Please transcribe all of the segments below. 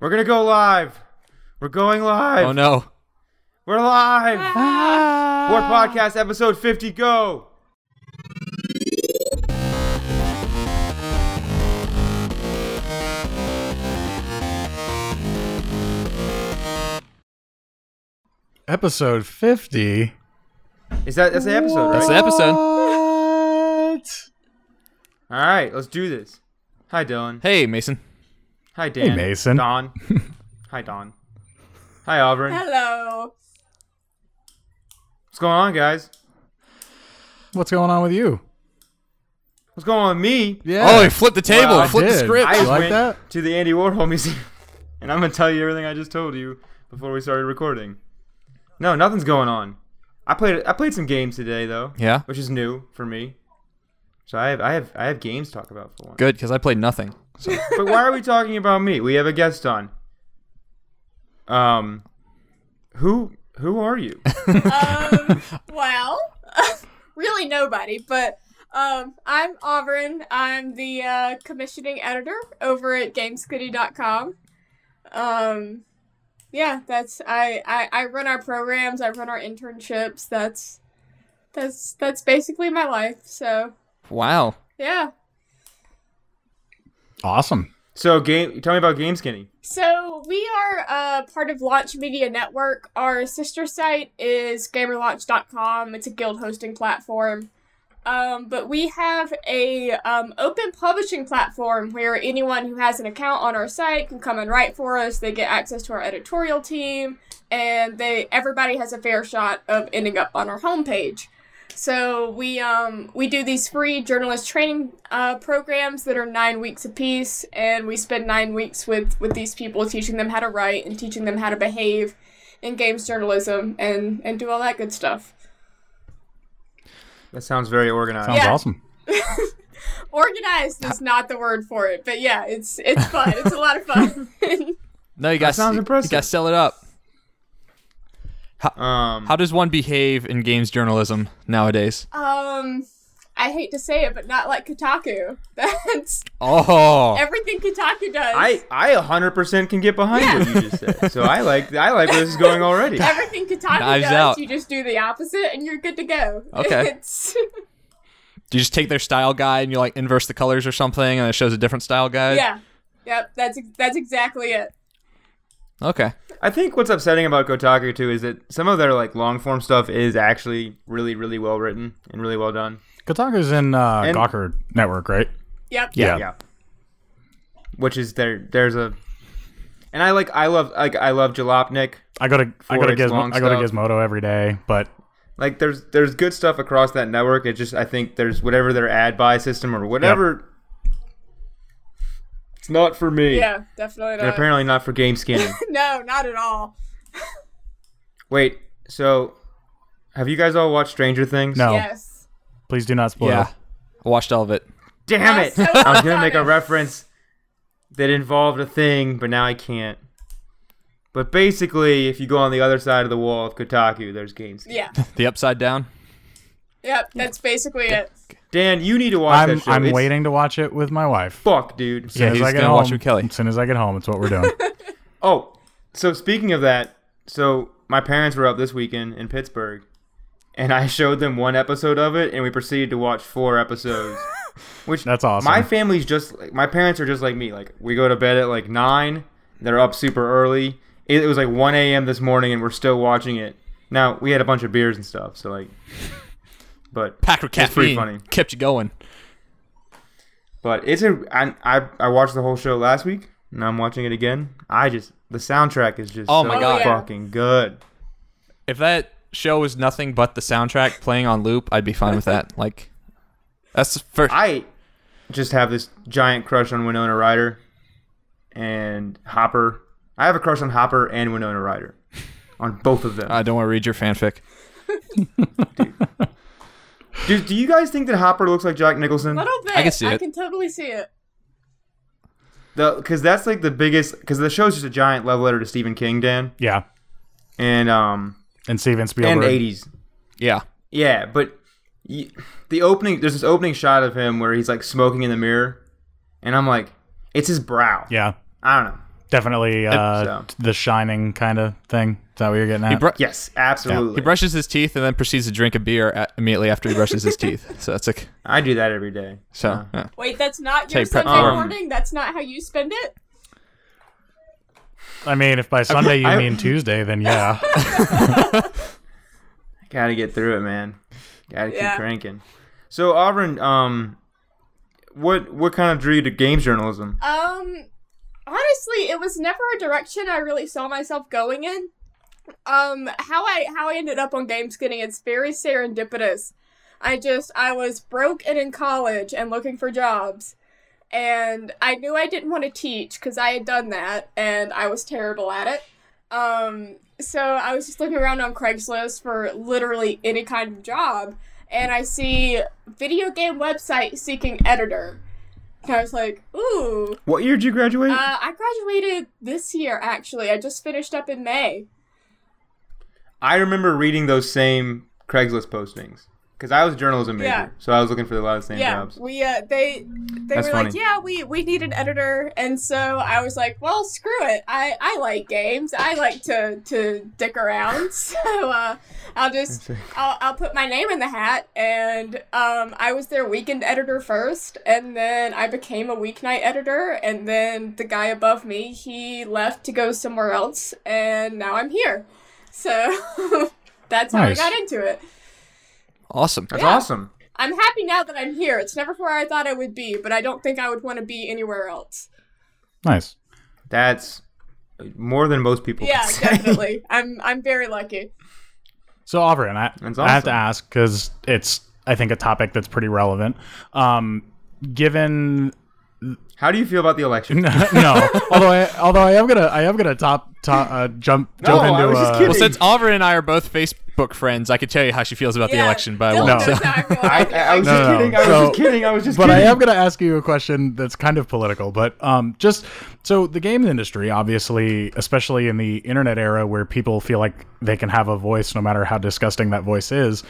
We're gonna go live. We're going live. Oh no. We're live. War Podcast episode 50. Go. Episode 50. Is that that's the episode, right? That's the episode. What? All right, let's do this. Hi, Dylan. Hey, Mason. Hi, Dan. Mason. Don. Hi, Don. Hi, Auburn. Hello. What's going on, guys? What's going on with you? What's going on with me? Yeah. Oh, he flipped the table. Wow, I he flipped the did. script. I You just like went that? to the Andy Warhol Museum, and I'm gonna tell you everything I just told you before we started recording. No, nothing's going on. I played I played some games today though. Yeah? which is new for me. So I have I have I have games to talk about for one. Good, because I played nothing. But why are we talking about me? We have a guest on. Um, who who are you? Um, well, really nobody, but um, I'm Auburn. I'm the uh, commissioning editor over at GameScooty.com. Um, yeah, that's I, I I run our programs. I run our internships. That's that's that's basically my life. So Wow. yeah. Awesome. So game, tell me about Game Skinny. So we are uh, part of Launch Media Network. Our sister site is GamerLaunch.com. It's a guild hosting platform, um, but we have a um, open publishing platform where anyone who has an account on our site can come and write for us. They get access to our editorial team, and they everybody has a fair shot of ending up on our homepage. So we um, we do these free journalist training uh, programs that are nine weeks apiece, and we spend nine weeks with with these people, teaching them how to write and teaching them how to behave in games journalism and and do all that good stuff. That sounds very organized. Sounds Yeah. awesome. Organized is not the word for it, but yeah, it's it's fun. It's a lot of fun. No, you got sounds you, impressive. got to sell it up. Um, How does one behave in games journalism nowadays? um, I hate to say it, but not like Kotaku. That's Oh, everything Kotaku does. I I 100% can get behind what you just said. So I like I like where this is going already. Everything Kotaku Knives does, out. you just do the opposite, and you're good to go. Okay. It's- do you just take their style guide and you like inverse the colors or something, and it shows a different style guide? Yeah. Yep. That's ex- that's exactly it. Okay. I think what's upsetting about Kotaku too is that some of their like long form stuff is actually really really well written and really well done. Kotaku's in uh, And- Gawker Network, right? Yep. Yeah. Yeah. Which is there there's a and I like I love like I love Jalopnik. I go to I go to its long Gizmo, I go to stuff. Gizmodo every day, but Like there's there's good stuff across that network. It just I think there's whatever their ad buy system or whatever It's not for me. Yeah. Definitely And not. apparently not for game scanning. no, not at all. Wait, so have you guys all watched Stranger Things? no. Yes. Please do not spoil. Yeah. I watched all of it. Damn I'm it! so I was gonna make a sorry. reference that involved a thing, but now I can't. But basically, if you go on the other side of the wall of Kotaku, there's games. Yeah. The Upside Down. Yep. That's basically it. Dan, you need to watch I'm that show. I'm It's waiting to watch it with my wife. Fuck, dude. As soon Yeah, as he's I get gonna home, watch with Kelly. As soon as I get home, it's what we're doing. Oh, so speaking of that, so my parents were up this weekend in Pittsburgh, and I showed them one episode of it, and we proceeded to watch four episodes. Which That's awesome. My family's just like my parents are just like me. Like we go to bed at like nine, they're up super early. It, it was like one a.m. this morning, and we're still watching it. Now we had a bunch of beers and stuff, so like, but Packed with It's pretty caffeine. funny. Kept you going. But it's a I, I I watched the whole show last week. and I'm watching it again. I just the soundtrack is just Oh so my God. fucking good. If that show was nothing but the soundtrack playing on loop, I'd be fine with that. Like, that's the first. I just have this giant crush on Winona Ryder and Hopper. I have a crush on Hopper and Winona Ryder, on both of them. I don't want to read your fanfic. do, do you guys think that Hopper looks like Jack Nicholson? Little bit. I can see I it. can totally see it. Because that's like the biggest. Because the show's just a giant love letter to Stephen King, Dan, yeah. and um And Steven and Spielberg. eighties. Yeah. Yeah, but y the opening there's this opening shot of him where he's like smoking in the mirror, and I'm like, it's his brow. Yeah. I don't know. Definitely uh, so. the shining kind of thing. Is that what you're getting at? He, bru- Yes, he absolutely. brushes his teeth and then proceeds to drink a beer at, immediately after he brushes his teeth. So that's like I do that every day. so. Uh, yeah. Wait, that's not your Hey, pre- Sunday um, morning. That's not how you spend it. I mean, if by Sunday you I- mean Tuesday, then yeah. Gotta get through it, man. Gotta Yeah. keep cranking. So Auburn, um, what what kind of drew you to games journalism? Um, honestly, it was never a direction I really saw myself going in. Um, how I how I ended up on game skinning is very serendipitous. I just I was broke and in college and looking for jobs, and I knew I didn't want to teach because I had done that and I was terrible at it. Um, so I was just looking around on Craigslist for literally any kind of job, and I see video game website seeking editor. And I was like, ooh, What year did you graduate? uh, I graduated this year, actually. I just finished up in May. I remember reading those same Craigslist postings because I was a journalism major, Yeah. so I was looking for a lot of the same yeah, jobs. we uh, they they That's were like, funny. yeah, we we need an editor, and so I was like, well, screw it. I I like games. I like to to dick around, so uh, I'll just I'll, I'll put my name in the hat, and um, I was their weekend editor first, and then I became a weeknight editor, and then the guy above me he left to go somewhere else, and now I'm here. So that's how Nice. I got into it. Awesome. That's Yeah. awesome. I'm happy now that I'm here. It's never where I thought I would be, but I don't think I would want to be anywhere else. nice. That's more than most people. Yeah, can say. definitely. I'm I'm very lucky. So Auburn, I, That's I have to awesome. ask because it's I think a topic that's pretty relevant. Um, given How do you feel about the election? no, although I although I am gonna I am gonna top, top uh, jump No, jump I into was just uh, kidding. Well, since Auburn and I are both Facebook friends, I could tell you how she feels about the Yeah, election, but I Dylan won't. knows So. how I feel about I, I, the I was election. just No, no, kidding. no. I was just kidding. I So- was just but I kidding. am going to ask you a question that's kind of political. But um, just so the game industry, obviously, especially in the internet era where people feel like they can have a voice no matter how disgusting that voice is,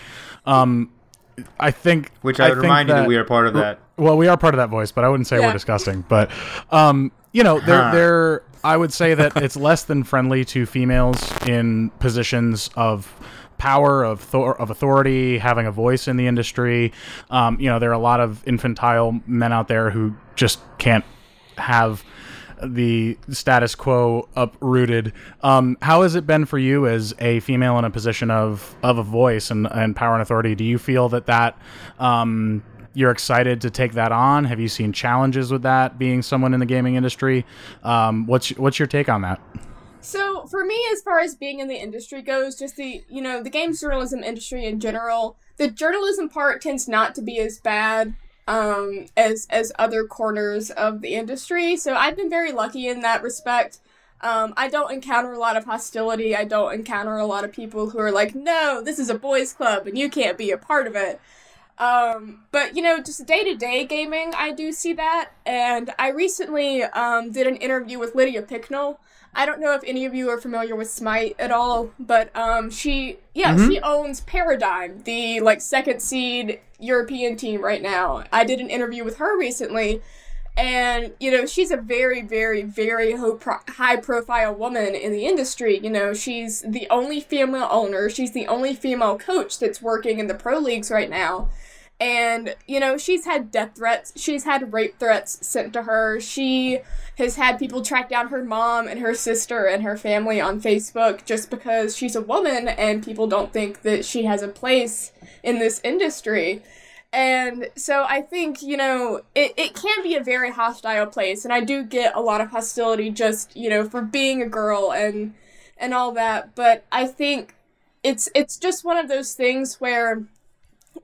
um, I think. Which I would think remind you that we are part of that. Well, we are part of that voice, but I wouldn't say Yeah. we're disgusting. But um, you know, they're, Huh. they're I would say that it's less than friendly to females in positions of power of thor- of authority, having a voice in the industry. Um, you know, there are a lot of infantile men out there who just can't have the status quo uprooted. Um, how has it been for you as a female in a position of of a voice and, and power and authority? Do you feel that that um, you're excited to take that on? Have you seen challenges with that being someone in the gaming industry? Um, what's what's your take on that? So for me, as far as being in the industry goes, just the you know the games journalism industry in general, the journalism part tends not to be as bad um, as as other corners of the industry. So I've been very lucky in that respect. Um, I don't encounter a lot of hostility. I don't encounter a lot of people who are like, "No, this is a boys' club, and you can't be a part of it." Um, but you know, just day to day gaming, I do see that. And I recently um, did an interview with Lydia Picknell. I don't know if any of you are familiar with Smite at all, but um, she, yeah, she owns Paradigm, the like second seed European team right now. I did an interview with her recently, and you know she's a very very very ho- pro- high profile woman in the industry you know she's the only female owner she's the only female coach that's working in the pro leagues right now and you know she's had death threats she's had rape threats sent to her she has had people track down her mom and her sister and her family on facebook just because she's a woman and people don't think that she has a place in this industry and so I think, you know, it, it can be a very hostile place and I do get a lot of hostility just, you know, for being a girl and and all that, but I think it's it's just one of those things where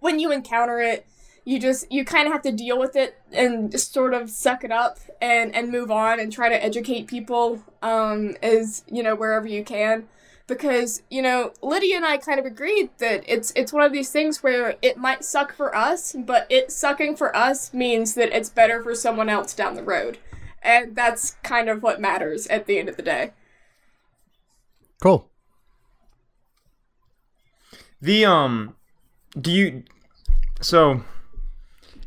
when you encounter it, you just you kind of have to deal with it and just sort of suck it up and and move on and try to educate people um as, you know, wherever you can because you know Lydia and I kind of agreed that it's it's one of these things where it might suck for us, but it sucking for us means that it's better for someone else down the road, and that's kind of what matters at the end of the day. Cool. The um, do you so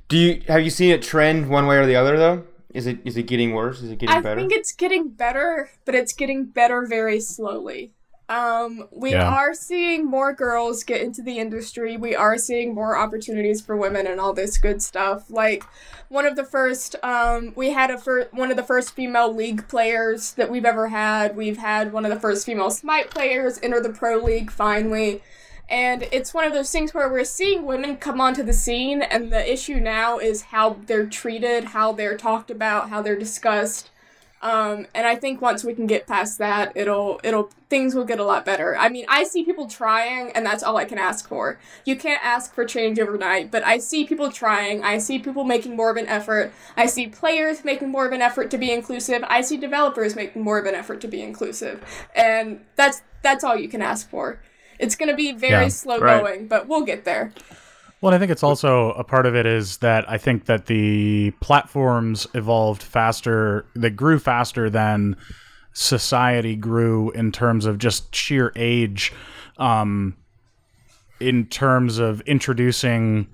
do you have you seen it trend one way or the other though? Is it is it getting worse? Is it getting I better? think it's getting better, but it's getting better very slowly. Um, we Yeah. are seeing more girls get into the industry. We are seeing more opportunities for women and all this good stuff. Like one of the first, um, we had a fir- one of the first female league players that we've ever had. We've had one of the first female Smite players enter the pro league finally. And it's one of those things where we're seeing women come onto the scene, and the issue now is how they're treated, how they're talked about, how they're discussed. Um, and I think once we can get past that, it'll it'll things will get a lot better. I mean, I see people trying, and that's all I can ask for. You can't ask for change overnight, but I see people trying. I see people making more of an effort. I see players making more of an effort to be inclusive. I see developers making more of an effort to be inclusive, and that's that's all you can ask for. It's going to be very Yeah, slow right. going, but we'll get there. Well, I think it's also a part of it is that I think that the platforms evolved faster, they grew faster than society grew in terms of just sheer age, um, in terms of introducing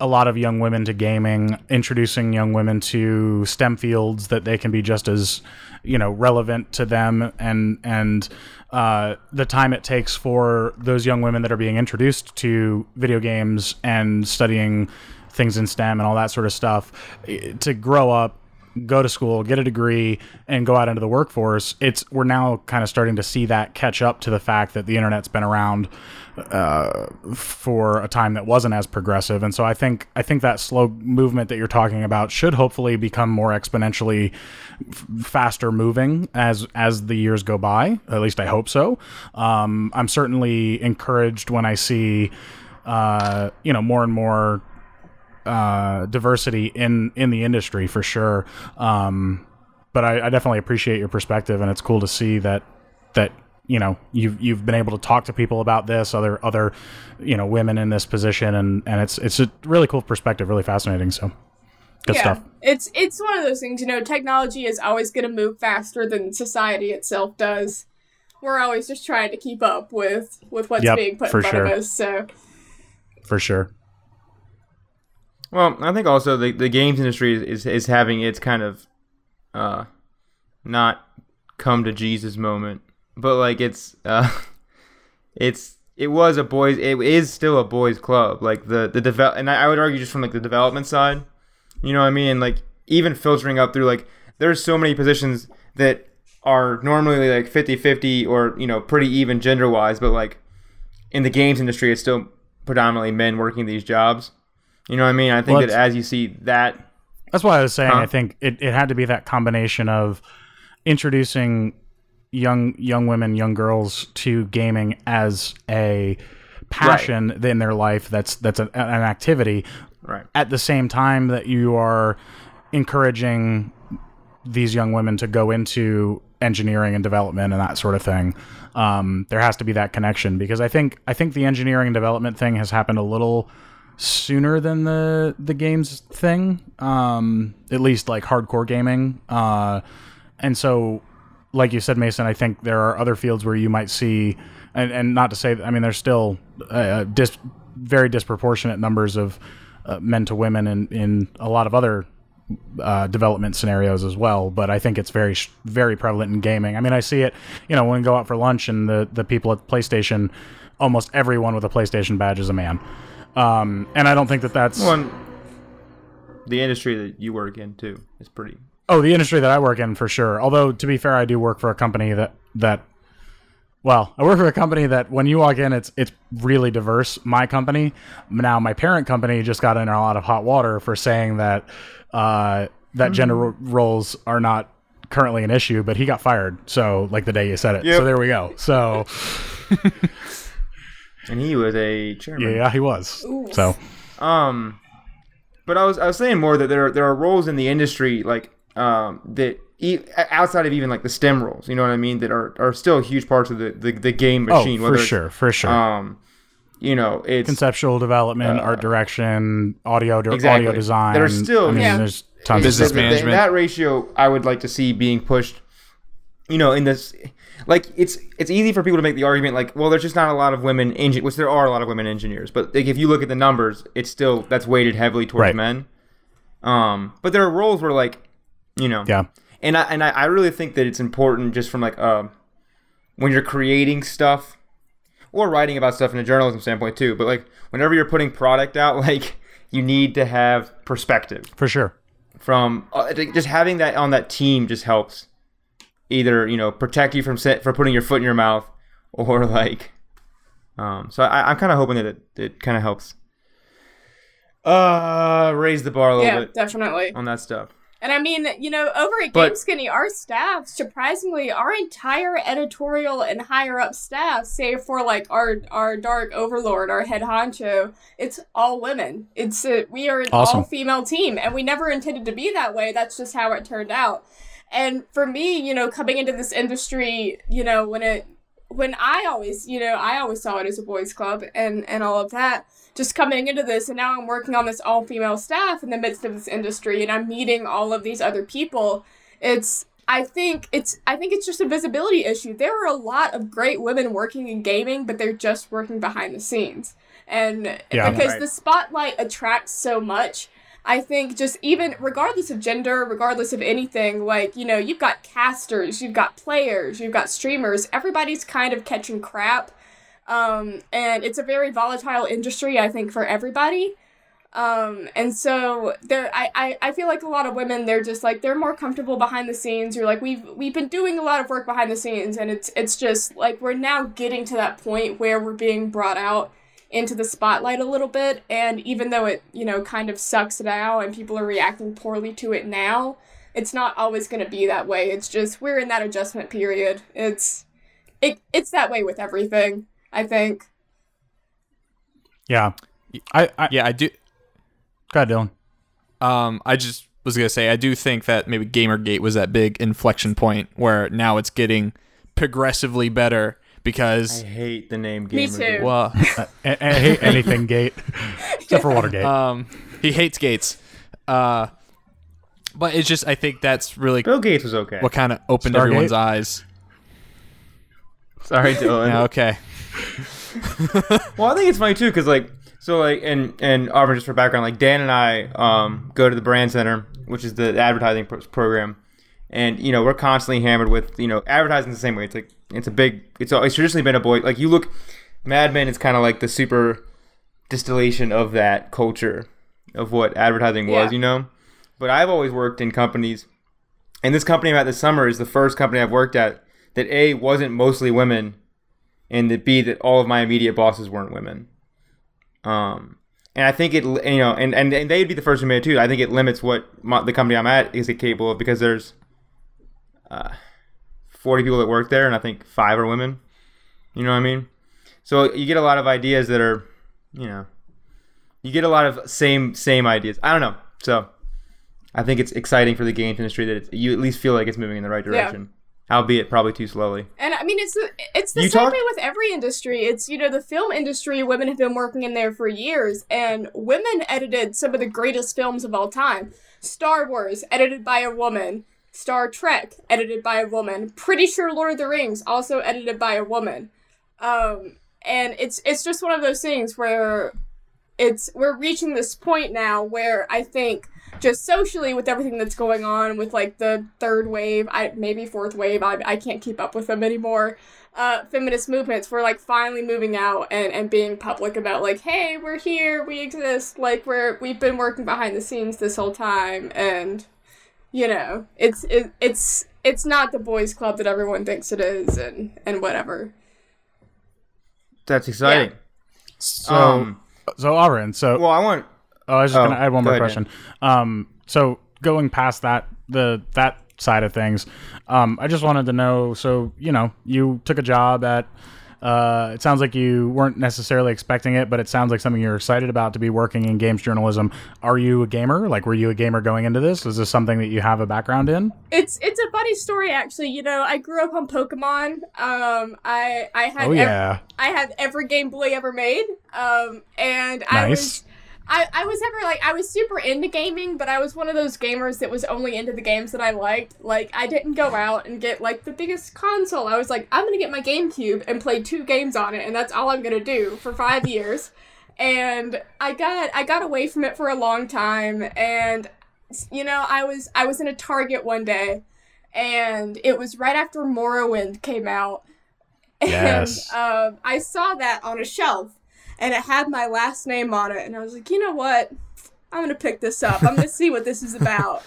a lot of young women to gaming, introducing young women to STEM fields that they can be just as, you know, relevant to them, and and uh, the time it takes for those young women that are being introduced to video games and studying things in STEM and all that sort of stuff eh, to grow up go to school, get a degree, and go out into the workforce. It's we're now kind of starting to see that catch up to the fact that the internet's been around uh, for a time that wasn't as progressive, and so I think I think that slow movement that you're talking about should hopefully become more exponentially f- faster moving as as the years go by. At least I hope so. Um, I'm certainly encouraged when I see uh, you know more and more uh, diversity in in the industry for sure. Um, but I, I definitely appreciate your perspective, and it's cool to see that that you know you've you've been able to talk to people about this, other other you know women in this position, and and it's it's a really cool perspective, really fascinating. So good stuff. It's it's one of those things, you know, technology is always gonna move faster than society itself does. We're always just trying to keep up with with what's Yep, being put for in front sure. of us. So for sure. Well, I think also the, the games industry is, is, is having its kind of uh, not come to Jesus moment, but like it's uh, it's it was a boys it is still a boys club like the the develop and I, I would argue just from like the development side, you know what I mean? And like even filtering up through like there's so many positions that are normally like 50-50 or you know pretty even gender wise, but like in the games industry it's still predominantly men working these jobs. You know what I mean? I think Well, that as you see that, That's why I was saying Huh. I think it, it had to be that combination of introducing young young women, young girls to gaming as a passion in their life that's that's an, an activity right? at the same time that you are encouraging these young women to go into engineering and development and that sort of thing um, there has to be that connection because i think i think the engineering and development thing has happened a little sooner than the the games thing um, at least like hardcore gaming uh, and so like you said, Mason, I think there are other fields where you might see, and, and not to say, I mean, there's still uh, dis- very disproportionate numbers of uh, men to women in, in a lot of other uh, development scenarios as well. But I think it's very, sh- very prevalent in gaming. I mean, I see it, you know, when we go out for lunch and the, the people at PlayStation, almost everyone with a PlayStation badge is a man. Um, and I don't think that that's. One, the industry that you work in too is pretty. Oh, the industry that I work in for sure. Although to be fair, I do work for a company that that well, I work for a company that when you walk in, it's it's really diverse. My company now, my parent company just got in a lot of hot water for saying that uh, that gender Mm. ro- roles are not currently an issue. But he got fired, so like the day you said it. Yep. So there we go. So And he was a chairman. yeah, he was. Ooh. So Um, but I was I was saying more that there are, there are roles in the industry like um that e- outside of even like the STEM roles, you know what I mean, that are, are still huge parts of the, the, the game oh, machine. for whether it's, sure, for sure. Um, you know, it's Conceptual development, art direction, audio, dir- uh, Exactly. audio design. That are still- I mean, Yeah. there's tons of Business that- stuff. that- management. That ratio I would like to see being pushed. You know, in this, like it's it's easy for people to make the argument like, well, there's just not a lot of women engin which there are a lot of women engineers, but like if you look at the numbers, it's still that's weighted heavily towards Right. men. Um, but there are roles where like You know. Yeah. And I and I, I really think that it's important just from like um when you're creating stuff or writing about stuff in a journalism standpoint too, but like whenever you're putting product out, like you need to have perspective For sure. from uh, I think just having that on that team just helps either you know protect you from set for putting your foot in your mouth or like um so I, i'm kind of hoping that it, it kind of helps uh raise the bar a little yeah, bit definitely. on that stuff And I mean, you know, over at But- Game Skinny, our staff, surprisingly, our entire editorial and higher up staff, save for like our our dark overlord, our head honcho, it's all women. It's a, we are an Awesome. all female team, and we never intended to be that way. That's just how it turned out. And for me, you know, coming into this industry, you know, when it when I always, you know, I always saw it as a boys' club and and all of that. Just coming into this, and now I'm working on this all female staff in the midst of this industry, and I'm meeting all of these other people. It's I think it's I think it's just a visibility issue. There are a lot of great women working in gaming, but they're just working behind the scenes, and Yeah. because Right. the spotlight attracts so much. I think just even regardless of gender, regardless of anything, like, you know, you've got casters, you've got players, you've got streamers, everybody's kind of catching crap. Um, and it's a very volatile industry, I think, for everybody. Um, and so there I, I, I feel like a lot of women they're just like they're more comfortable behind the scenes. You're like, we've we've been doing a lot of work behind the scenes and it's it's just like we're now getting to that point where we're being brought out into the spotlight a little bit and even though it you know kind of sucks now and people are reacting poorly to it now it's not always going to be that way it's just we're in that adjustment period it's it, it's that way with everything i think Yeah. I, I Yeah, I do. go ahead, Dylan. Um, I just was gonna say I do think that maybe GamerGate was that big inflection point where now it's getting progressively better i because hate the name Me gamer too. well, I, Uh, I hate anything gate except for Watergate. Uh, um, he hates gates. Uh, but it's just I think that's really bill gates was okay what kind of opened Stargate? everyone's eyes. sorry dylan Okay, Well, I think it's funny too, because like, so like, and and Auburn, just for background, like Dan and I um, go to the brand center, which is the advertising pro- program, and you know we're constantly hammered with you know advertising the same way. It's like it's a big, it's always traditionally been a boy. Like you look, Mad Men is kind of like the super distillation of that culture of what advertising was, Yeah. you know. But I've always worked in companies, and this company I'm at this summer is the first company I've worked at that a wasn't mostly women and that B that all of my immediate bosses weren't women. Um, and I think it, you know, and, and, and they'd be the first to admit it too. I think it limits what my, the company I'm at is capable of because there's uh, 40 people that work there, and I think five are women. You know what I mean? So you get a lot of ideas that are, you know, you get a lot of same same ideas. I don't know. So I think it's exciting for the games industry that it's, you at least feel like it's moving in the right direction, albeit probably too slowly. and i mean it's the, it's the You same talk- way with every industry it's you know the film industry women have been working in there for years and women edited some of the greatest films of all time star wars edited by a woman star trek edited by a woman pretty sure lord of the rings also edited by a woman um and it's it's just one of those things where it's we're reaching this point now where I think just socially with everything that's going on with like the third wave, I maybe fourth wave, I, I can't keep up with them anymore. Uh, feminist movements, we're like finally moving out and, and being public about like, hey, we're here, we exist, like we're we've been working behind the scenes this whole time, and you know, it's it, it's it's not the boys' club that everyone thinks it is, and and whatever. That's exciting. so um, so Auburn, so well, I want Oh, I was just Oh, gonna add one go more ahead, Dan. question. Um, so going past that, the that side of things, um, I just wanted to know. So you know, you took a job at. Uh, it sounds like you weren't necessarily expecting it, but it sounds like something you're excited about to be working in games journalism. Are you a gamer? Like, were you a gamer going into this? Is this something that you have a background in? It's it's a funny story actually. You know, I grew up on Pokemon. Um, I I had Oh ev- yeah, I had every Game Boy ever made. Um, and I was nice. I, I was ever like I was super into gaming, but I was one of those gamers that was only into the games that I liked. Like I didn't go out and get like the biggest console. I was like, I'm gonna get my GameCube and play two games on it, and that's all I'm gonna do for five years. And I got I got away from it for a long time, and you know, I was I was in a Target one day, and it was right after Morrowind came out, and Yes. um, I saw that on a shelf, and it had my last name on it, and I was like, you know what, I'm gonna pick this up. I'm gonna see what this is about,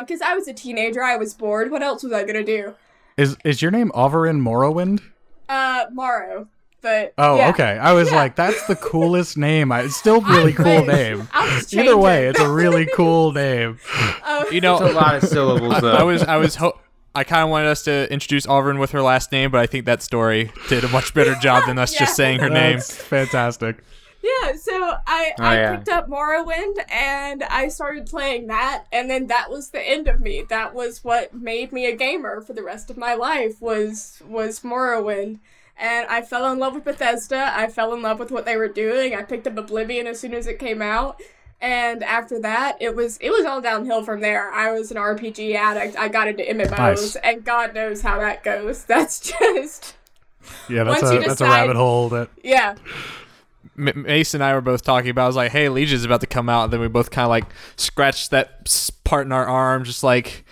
because I was a teenager. I was bored. What else was I gonna do? Is is your name Overin Morrowind? Uh, Morrow. But Oh, yeah. okay. I was like, that's the coolest name. I, it's still really cool Wait, name. I'll just change Either way, it. it's a really cool name. Oh, You know, It's a lot of syllables though. I was I was ho- I kind of wanted us to introduce Auburn with her last name, but I think that story did a much better job than us Yeah. just saying her name. That's fantastic. Yeah, so I, Oh, I yeah. picked up Morrowind and I started playing that, and then that was the end of me. That was what made me a gamer for the rest of my life was was Morrowind. And I fell in love with Bethesda. I fell in love with what they were doing. I picked up Oblivion as soon as it came out. And after that, it was it was all downhill from there. I was an RPG addict. I got into MMOs, Nice. and God knows how that goes. That's just Yeah, that's Once a you that's a decide- rabbit hole that yeah. M- Mace and I were both talking about. I was like, "Hey, Legion's about to come out," and then we both kind of like scratched that s- part in our arm, just like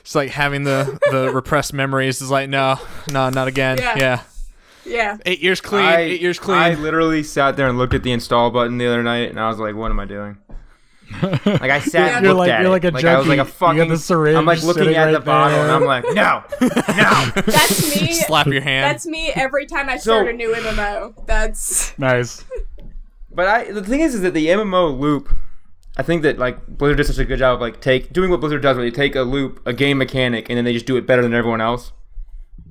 it's like having the the repressed memories. Is like, no, no, not again. Yeah. Yeah, Yeah. eight years clean, I- eight years clean. I literally sat there and looked at the install button the other night, and I was like, "What am I doing?" like I sat. and You're looked like- at you're it. like a I was like a junkie. You got fucking. the syringe I'm like looking sitting at right the bottle, and there. I'm like, "No, no." That's me. Slap your hand. That's me every time I So- start a new MMO. That's nice. But I, the thing is, is that the MMO loop. I think that like Blizzard does such a good job of like take doing what Blizzard does, where they take a loop, a game mechanic, and then they just do it better than everyone else.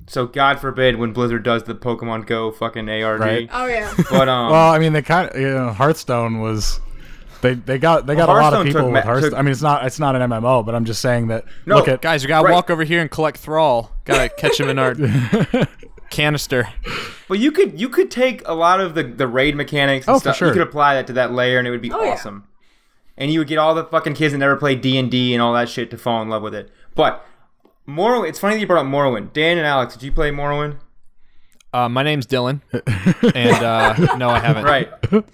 So God forbid when Blizzard does the Pokemon Go fucking ARD. Right. oh yeah. But um, Well, I mean, they kind of you know, Hearthstone was they they got they got a lot of Hearthstone people took with ma- Hearthstone. took- I mean, it's not it's not an MMO, but I'm just saying that. No, look at Guys, we gotta Right. walk over here and collect Thrall. Gotta catch him in our canister. But you could you could take a lot of the, the raid mechanics and Oh, for stuff. sure. You could apply that to that layer and it would be yeah. awesome. And you would get all the fucking kids that never played D and D and all that shit to fall in love with it. But Morrowind it's funny that you brought up Morrowind. Dan and Alex, did you play Morrowind? Uh, my name's Dylan, and uh, no, I haven't. Right. Sorry,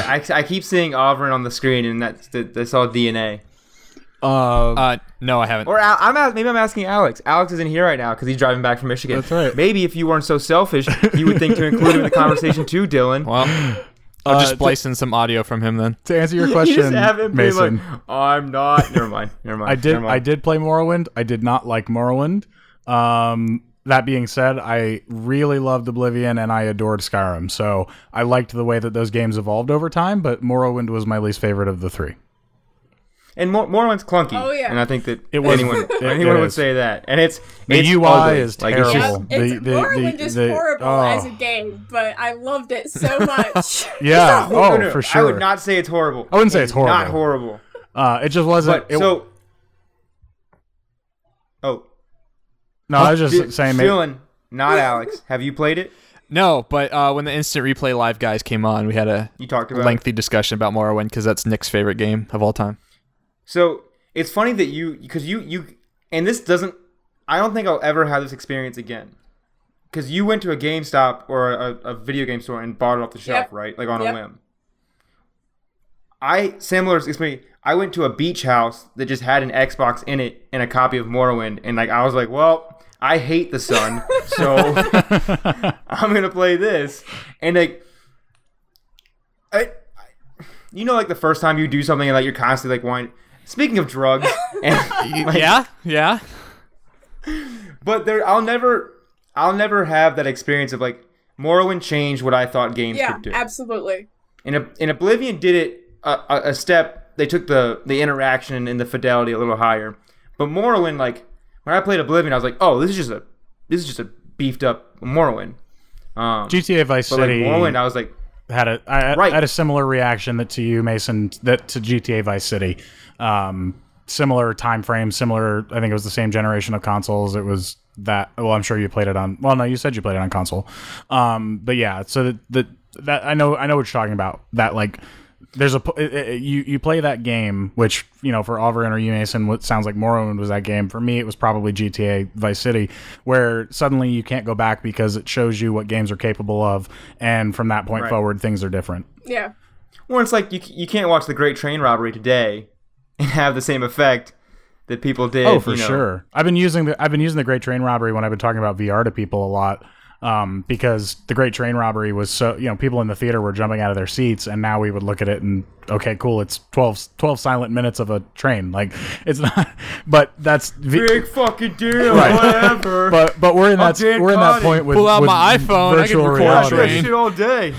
I, I keep seeing Auburn on the screen and that's that, that's all DNA. uh, Uh, no, I haven't. Or Al- I'm out, maybe I'm asking Alex. Alex isn't here right now because he's driving back from Michigan. That's right. Maybe if you weren't so selfish, you would think to include him in the conversation too, Dylan. Well, I'll Uh, just splice in some audio from him then. to answer your You question, just haven't been Mason. like, I'm not. Never mind. Never mind. I did. Never mind. I did play Morrowind. I did not like Morrowind. Um, that being said, I really loved Oblivion and I adored Skyrim. So I liked the way that those games evolved over time. But Morrowind was my least favorite of the three. And Mor- Morrowind's clunky. Oh, yeah. And I think that It was- anyone it- anyone it would is. say that. And it's The it's UI ugly. is like, it's just- terrible. Yep, Uh, it's The- the- Morrowind the- is the- horrible oh. as a game, but I loved it so much. Yeah. No, oh, no, for sure. I would not say it's horrible. I wouldn't say it's Not horrible. horrible. Uh, it just wasn't. But it- so. Oh, no, I was just Dy- saying. Maybe, Dylan, not Alex. Have you played it? No, but uh, when the instant replay live guys came on, we had a You talked about it. lengthy discussion about Morrowind because that's Nick's favorite game of all time. So it's funny that you because you you and this doesn't. I don't think I'll ever have this experience again. Because you went to a GameStop or a, a video game store and bought it off the shelf, Yep. right? Like on Yep. a whim. I similar excuse me. I went to a beach house that just had an Xbox in it and a copy of Morrowind, and like I was like, well, I hate the sun, so I'm gonna play this. And like, I, you know, like the first time you do something and like you're constantly like, wine. Speaking of drugs, and like, yeah, yeah. but there, I'll never, I'll never have that experience of like Morrowind changed what I thought games yeah, could do. absolutely. And, Ob- and Oblivion did it a, a, a step. They took the the interaction and the fidelity a little higher. But Morrowind, like when I played Oblivion, I was like, oh, this is just a this is just a beefed up Morrowind. Um, GTA Vice but like City Morrowind, I was like, had a I, I- Right. had a similar reaction that to you, Mason, that to GTA Vice City. Um, similar time frame, similar. I think it was the same generation of consoles. It was that. Well, I'm sure you played it on. Well, no, you said you played it on console. Um, but yeah, so that that, that I know I know what you're talking about. That like. There's a p- it- it- you you play that game, which you know for Auverin or you Mason, what sounds like Morrowind was that game. For me, it was probably GTA Vice City, where suddenly you can't go back because it shows you what games are capable of, and from that point Right. forward, things are different. Yeah. Well, it's like you, you can't watch the Great Train Robbery today and have the same effect that people did. Oh, for you know. sure. I've been using the I've been using the Great Train Robbery when I've been talking about VR to people a lot um, because the Great Train Robbery was so you know people in the theater were jumping out of their seats, and now we would look at it and okay, cool, it's 12, 12 silent minutes of a train. Like it's not, but that's v- Big fucking deal. Right. Whatever. but but we're in that dead we're in that body. point with Pull out with my iPhone, I can virtual record Watch reality. that Train. shit all day.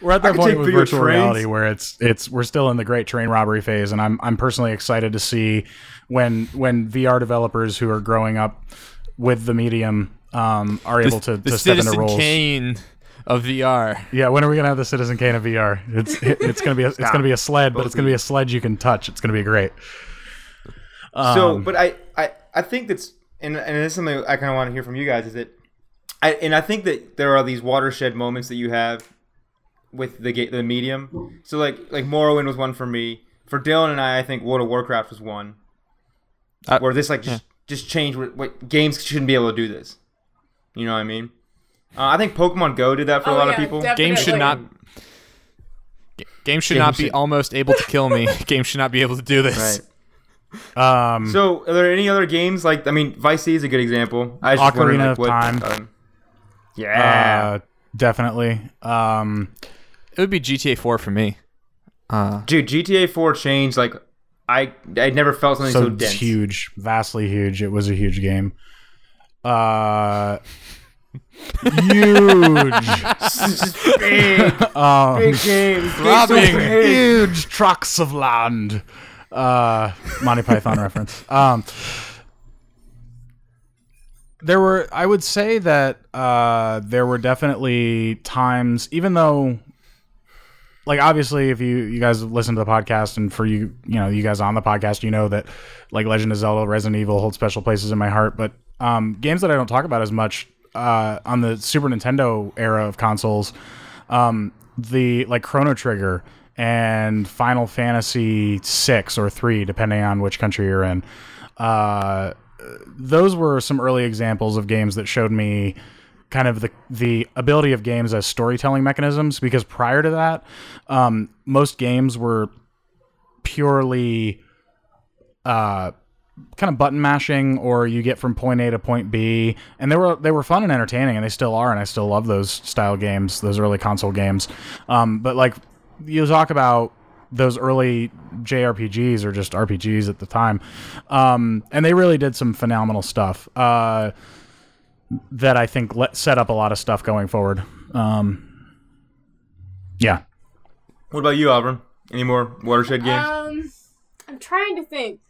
We're at I that could point take with video virtual trains. reality where it's it's we're still in the great train robbery phase, and I'm I'm personally excited to see when when VR developers who are growing up with the medium um, are able to, the to step into Citizen roles. Kane of VR. Yeah, when are we gonna have the Citizen Kane of VR? It's it- it's gonna be a, it's gonna be a sled, but it's gonna be a sled you can touch. It's gonna be great. so Um, but I, I i think that's and, and this is something i kind of want to hear from you guys is that i and i think that there are these watershed moments that you have with the ga- the medium so like like morrowind was one for me for dylan and i i think world of warcraft was one Uh, I- where this like just just changed what, what games shouldn't be able to do this you know what i mean uh, i think pokemon go did that for Oh, a lot of yeah, people definitely. Game should not. Ga- Game should not be should- almost able to kill me. Game should not be able to do this. right Um, so are there any other games like i mean vice city is a good example i was just wondering, Ocarina like, of what, Time. um, yeah uh, definitely. Um, It would be GTA 4 for me. dude gta 4 changed like i i never felt something so, so dense huge, vastly huge. It was a huge game. Uh, huge, big, Um, big games Throbbing. huge trucks of land. Uh, Monty Python reference. Um, there were, I would say that uh, there were definitely times, even though like obviously if you you guys listen to the podcast and for you you know you guys on the podcast you know that like legend of zelda resident evil hold special places in my heart but um games that i don't talk about as much uh on the super nintendo era of consoles um the like chrono trigger and final fantasy 6 or 3 depending on which country you're in uh those were some early examples of games that showed me kind of the the ability of games as storytelling mechanisms because prior to that um, most games were purely uh, kind of button mashing or you get from point A to point B and they were they were fun and entertaining and they still are and I still love those style games those early console games um, but like you talk about those early JRPGs or just RPGs at the time um, and they really did some phenomenal stuff uh, that I think let, set up a lot of stuff going forward. Um, yeah, what about you auburn any more watershed games Uh, Um, I'm trying to think.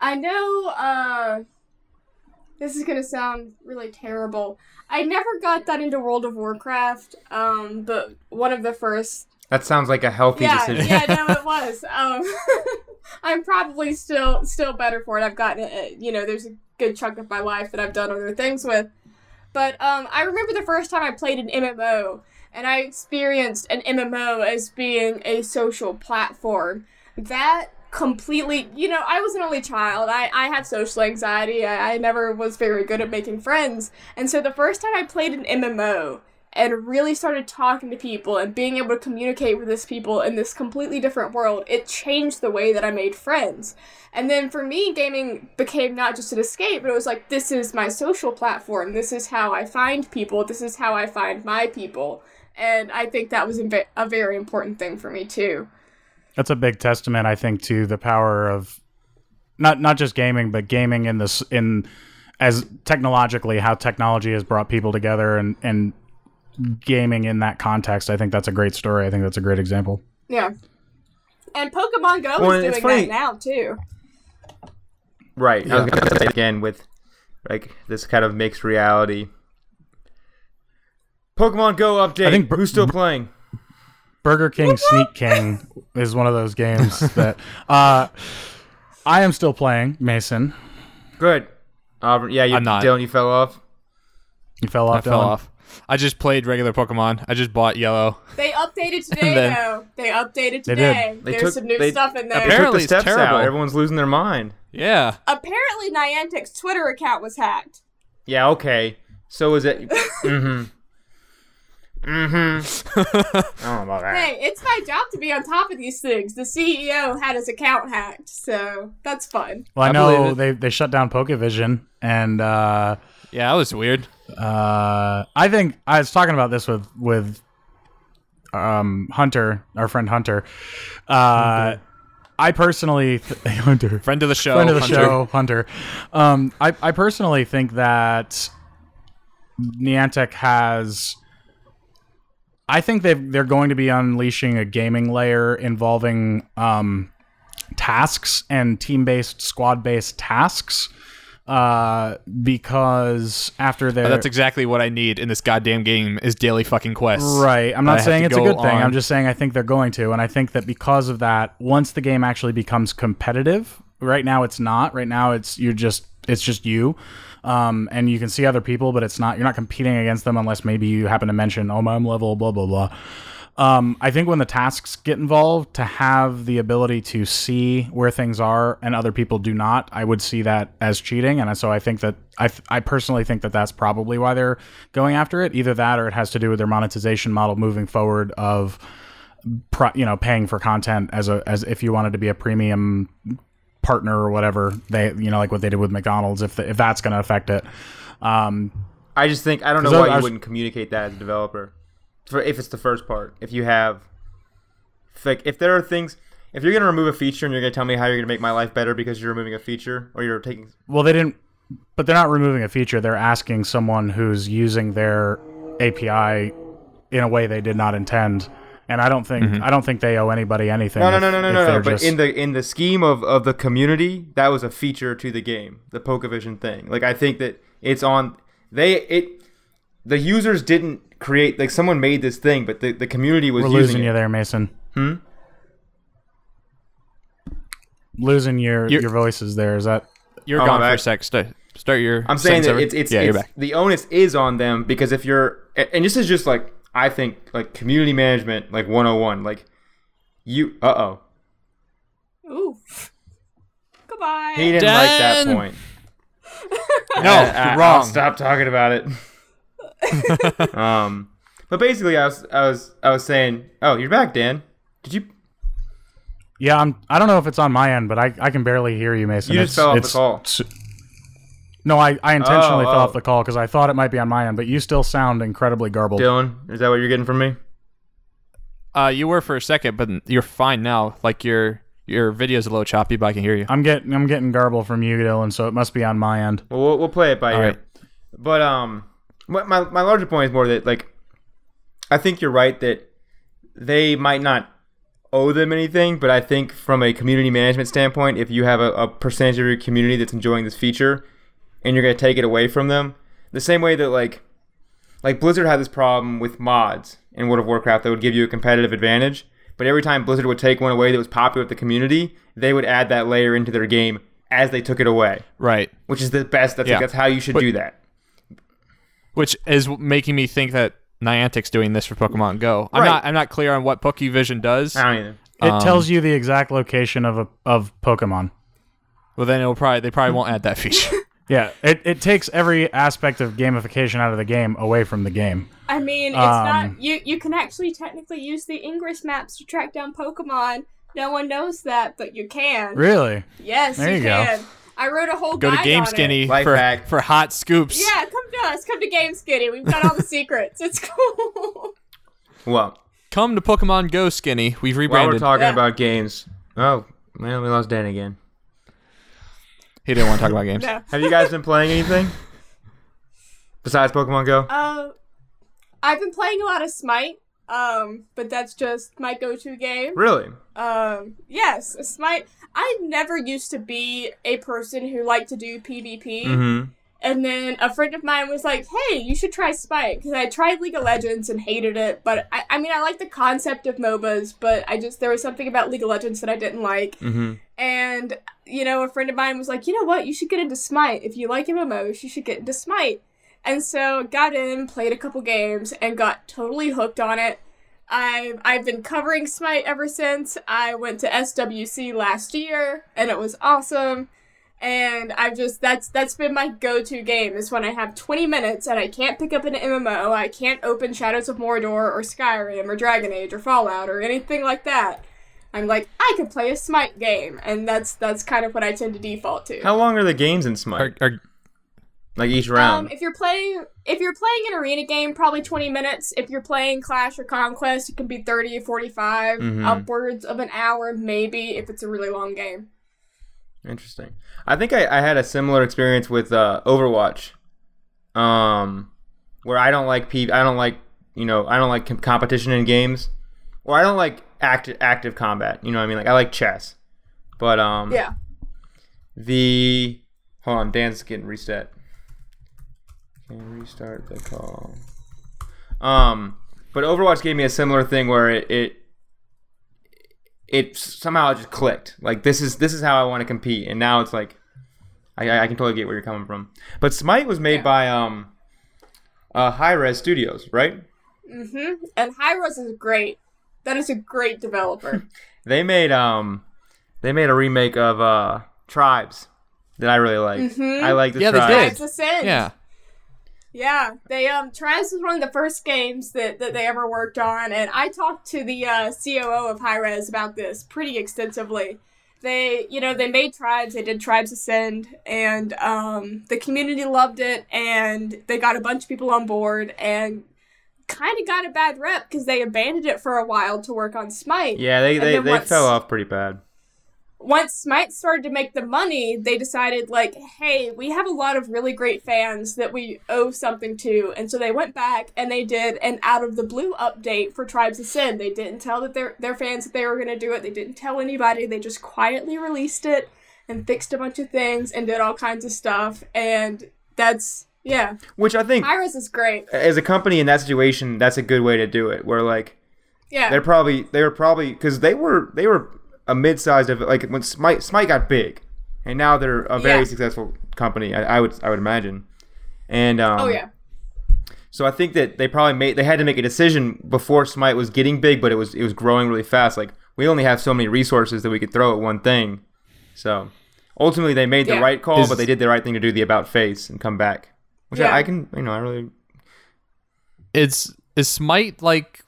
I know. Uh, this is gonna sound really terrible. I never got that into World of Warcraft. Um, but one of the first. that sounds like a healthy Yeah, decision yeah, no, it was. Um, I'm probably still still better for it. I've gotten it. You know, there's a good chunk of my life that I've done other things with. But um, I remember the first time I played an MMO, and I experienced an MMO as being a social platform. That completely, you know, I was an only child. I, I have social anxiety. I, I never was very good at making friends. And so the first time I played an MMO and really started talking to people and being able to communicate with these people in this completely different world, it changed the way that I made friends. And then for me, gaming became not just an escape, but it was like, this is my social platform. This is how I find people. This is how I find my people. And I think that was a ve- a very important thing for me, too. that's a big testament, I think, to the power of not not just gaming, but gaming in this in as technologically how technology has brought people together and and gaming in that context. I think that's a great story. I think that's a great example. Yeah. And Pokemon Go Well, is and it's doing funny- that now, too. right i was gonna say again with like this kind of mixed reality pokemon go update I think Br- who's still playing Burger King Sneak King is one of those games that uh, I am still playing. Mason, good auburn yeah you I'm not. dylan you fell off you fell off. I fell Dylan? off. I just played regular Pokemon. I just bought yellow. They updated today, Then- though. They updated They did. today. They There's took- some new they- stuff in there. They took Apparently the it's steps terrible. out everyone's losing their mind Yeah. Apparently, Niantic's Twitter account was hacked. yeah okay so is it mhm. Mm-hmm. I don't know about that. Hey, it's my job to be on top of these things. The CEO had his account hacked, so that's fun. Well, I, I believe know it. they, they shut down Pokevision, and uh, Yeah, that was weird. uh, I think I was talking about this with with um, Hunter, our friend Hunter. Uh, I personally, th- Hunter, Friend of the show. friend of the Hunter. show, Hunter. Um, I, I personally think that Niantic has. I think they they're going to be unleashing a gaming layer involving um, tasks and team based, squad based tasks. Uh, because after their That's exactly what I need in this goddamn game is daily fucking quests. Right. I'm I not have saying to it's a go good thing. on. I'm just saying I think they're going to. And I think that because of that, once the game actually becomes competitive, right now it's not. Right now it's you're just it's just you. Um, and you can see other people, but it's not you're not competing against them unless maybe you happen to mention, oh my I'm level, blah blah blah. Um, I think when the tasks get involved, to have the ability to see where things are and other people do not, I would see that as cheating. And so I think that I, th- I personally think that that's probably why they're going after it. Either that, or it has to do with their monetization model moving forward of, pro- you know, paying for content as a as if you wanted to be a premium partner or whatever they you know like what they did with McDonald's. If the, if that's going to affect it, um, I just think I don't know 'Cause I- why I you was- wouldn't communicate that as a developer. For if it's the first part, if you have, if, like if there are things, if you're gonna remove a feature and you're gonna tell me how you're gonna make my life better because you're removing a feature or you're taking, Well, they didn't, but they're not removing a feature. They're asking someone who's using their API in a way they did not intend. And I don't think I don't think they owe anybody anything. no, no, if- no, no, no, if no, no. they're But just- in the in the scheme of of the community, that was a feature to the game, the Pokevision thing. Like I think that it's on they it, the users didn't create like someone made this thing, but the the community was we're using losing it. you there, Mason. Hmm. Losing your You're- your voices there is that You're Oh, gone my for a bad. sec. Start, start your. I'm saying sentence that over. it's it's, yeah. it's you're back. the onus is on them because if you're a- and this is just like I think like community management like 101 like you uh oh Ooh. Goodbye. he didn't like that Dan! point No, I- you're Uh, I'll wrong. stop talking about it um but basically I was I was I was saying oh you're back Dan did you yeah I'm I don't know if it's on my end but I, I can barely hear you Mason You it's, just fell off the it's- call. s- no I, I intentionally Oh, fell oh. off the call because I thought it might be on my end but you still sound incredibly garbled Dylan is that what you're getting from me Uh, you were for a second, but you're fine now. Like your your video's a little choppy, but I can hear you. I'm getting I'm getting garble from you, Dylan, so it must be on my end. Well, we'll, we'll play it by ear. right. But um, my, my my larger point is more that like, I think you're right that they might not owe them anything, but I think from a community management standpoint, if you have a, a percentage of your community that's enjoying this feature, and you're gonna take it away from them, the same way that like, like Blizzard had this problem with mods in World of Warcraft that would give you a competitive advantage. But every time Blizzard would take one away that was popular with the community, they would add that layer into their game as they took it away Right. which is the best. That's Yeah. like, that's how you should do that. which is w- making me think that Niantic's doing this for Pokemon Go. I'm Right. Uh. not. I'm not clear on what Pokevision does. I don't either. It tells you the exact location of a of Pokemon. Well, then it'll probably they probably won't add that feature. Yeah, it, it takes every aspect of gamification out of the game away from the game. I mean, it's Um, not you. You can actually technically use the Ingress maps to track down Pokemon. No one knows that, but you can. Really? Yes, There you, you go. can. I wrote a whole Go to guide Game on Skinny It. Life for hack. for hot scoops. Yeah, come to us. Come to Game Skinny. We've got all the secrets. It's cool. Well, Come to Pokemon Go Skinny. We've while we're rebranded. talking Yeah. about games, oh man, we lost Dan again. he didn't want to talk about games. No. Have you guys been playing anything Um, besides Pokemon Go? Uh, I've been playing a lot of Smite, um, but that's just my go-to game. Really? Um, yes, Smite. I never used to be a person who liked to do PvP, Mm-hmm. and then a friend of mine was like, "Hey, you should try Smite," because I tried League of Legends and hated it. But I, I mean, I like the concept of MOBAs, but I just there was something about League of Legends that I didn't like. Mm-hmm. And, you know, a friend of mine was like, you know what? You should get into Smite. If you like MMOs, you should get into Smite. And so got in, played a couple games, and got totally hooked on it. I've, I've been covering Smite ever since. I went to SWC last year, and it was awesome. and I've just that's that's been my go-to game is when I have 20 minutes and I can't pick up an MMO, I can't open Shadows of Mordor or Skyrim or Dragon Age or Fallout or anything like that. I'm like, I could play a Smite game, and that's that's kind of what I tend to default to. How long are the games in Are, Smite? are, Like each Um, round? if you're playing if you're playing an arena game, probably 20 minutes. If you're playing Clash or Conquest, it can be 30, 45, Mhm. upwards of an hour maybe if it's a really long game. Interesting. I think I, I had a similar experience with uh, Overwatch, um, where I don't like P- I don't like you know I don't like com- competition in games, or I don't like active active combat. You know what I mean? Like I like chess, but um Yeah. the hold on Dan's getting reset. Can restart the call. Um, but Overwatch gave me a similar thing where it, it it somehow just clicked. Like this is this is how I want to compete, and now it's like, I, I I can totally get where you're coming from. But Smite was made Yeah. by um, uh, High Res Studios, right? Mhm. And Hyros is great. That is a great developer. They made um, they made a remake of uh Tribes that I really liked. Mhm. I like the Yeah, they Tribes. did. Tribes of Sin. yeah. Yeah, they um Tribes was one of the first games that, that they ever worked on, and I talked to the uh, COO of Hi-Rez about this pretty extensively. They, you know, they made Tribes, they did Tribes Ascend, and um, the community loved it, and they got a bunch of people on board, and kind of got a bad rep because they abandoned it for a while to work on Smite. Yeah, they And they, then they once- fell off pretty bad. once Smite started to make the money, they decided like, hey, we have a lot of really great fans that we owe something to, and so they went back and they did an out of the blue update for Tribes of Sin. They didn't tell that their their fans that they were gonna do it. They didn't tell anybody. They just quietly released it and fixed a bunch of things and did all kinds of stuff. And that's yeah, Which I think, Iris is great. as a company in that situation, that's a good way to do it. Where like Yeah, They're probably they were probably because they were they were a mid-sized of like when Smite Smite got big, and now they're a very Yeah. successful company. I, I would I would imagine, and um, oh yeah, So I think that they probably made they had to make a decision before Smite was getting big, but it was it was growing really fast. Like we only have so many resources that we could throw at one thing, so ultimately they made the Yeah. right call, This but is- they did the right thing to do the about face and come back, which Yeah. I, I can you know I really It's is Smite like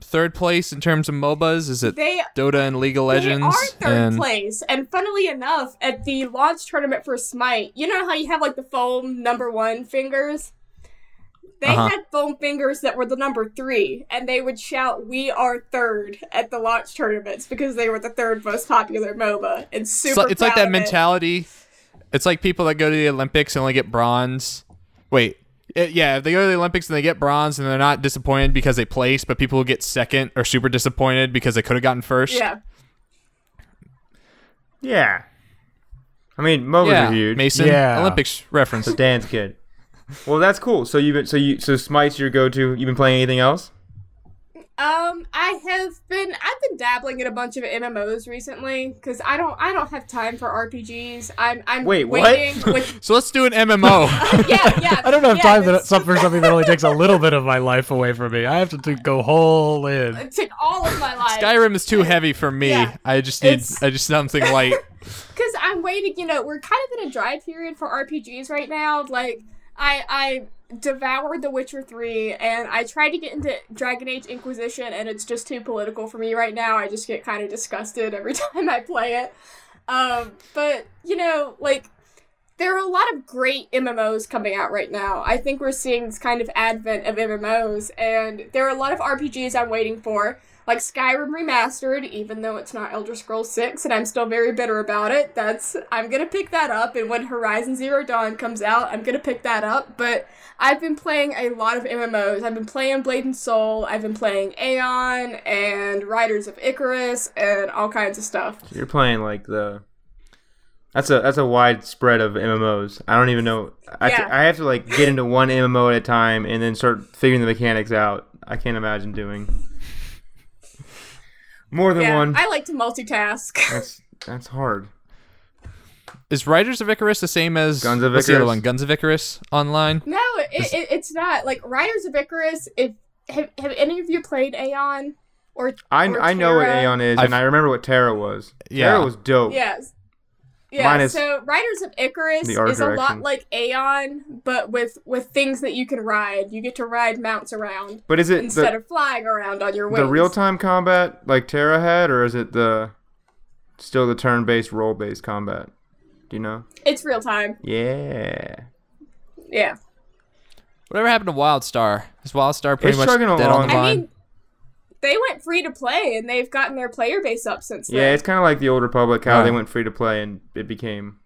third place in terms of MOBAs? Is it they Dota and League of Legends? They are third and- place, and funnily enough, at the launch tournament for Smite, you know how you have like the foam number one fingers. They Uh-huh. had foam fingers that were the number three, and they would shout, "We are third at the launch tournaments because they were the third most popular MOBA. And It's super, like, it's like proud that of it. mentality. It's like people that go to the Olympics and only get bronze. Wait, eh, yeah, if they go to the Olympics and they get bronze and they're not disappointed because they place, but people who get second are super disappointed because they could have gotten first. Yeah, yeah. I mean, MOBAs yeah. are huge. Mason, Yeah. Olympics reference. So Dan's kid. Well, that's cool. So you've been so you so Smite's your go-to. You've been playing anything else? Um, I have been I've been dabbling in a bunch of MMOs recently because I don't I don't have time for RPGs. I'm I'm Wait, what? waiting with So let's do an MMO. yeah yeah. I don't have yeah, time that, that's- for something that only takes a little bit of my life away from me. I have to do- go whole in. It took all of my life. Skyrim is too heavy for me. Yeah. I just need It's- I just something light. because I'm waiting. You know, we're kind of in a dry period for RPGs right now. Like, I I devoured The Witcher three, and I tried to get into Dragon Age Inquisition, and it's just too political for me right now. I just get kind of disgusted every time I play it. Um, but you know, like. There are a lot of great MMOs coming out right now. I think we're seeing this kind of advent of MMOs, and there are a lot of RPGs I'm waiting for like Skyrim remastered, even though it's not Elder Scrolls 6 and I'm still very bitter about it. That's I'm going to pick that up and when Horizon Zero Dawn comes out, I'm going to pick that up, but I've been playing a lot of MMOs. I've been playing Blade and Soul, I've been playing Aeon and Riders of Icarus and all kinds of stuff. You're playing like the. That's a that's a wide spread of MMOs. I don't even know. I, Yeah. I have to like get into one MMO at a time and then start figuring the mechanics out. I can't imagine doing more than yeah, one. I like to multitask. that's that's hard. Is Riders of Icarus the same as Guns of what's the other Icarus? one? Guns of Icarus online. no, it, it, it's not like Riders of Icarus. If have, have any of you played Aeon or I Or I know what Terra. Aeon is, I've- and I remember what Terra was. Yeah. Terra was dope. Yes. Yeah, Mine is- so Riders of Icarus The art is a lot direction. like Aeon, but with with things that you can ride. You get to ride mounts around But is it instead the, of flying around on your wings. the real time combat like Terra had, or is it the still the turn based, role based combat? Do you know? It's real time. Yeah. Yeah. Whatever happened to WildStar? Is WildStar pretty It's much dead chugging on along. the I line? I mean, they went free to play, and they've gotten their player base up since then. Yeah, it's kind of like the Old Republic, how Yeah. they went free to play and it became.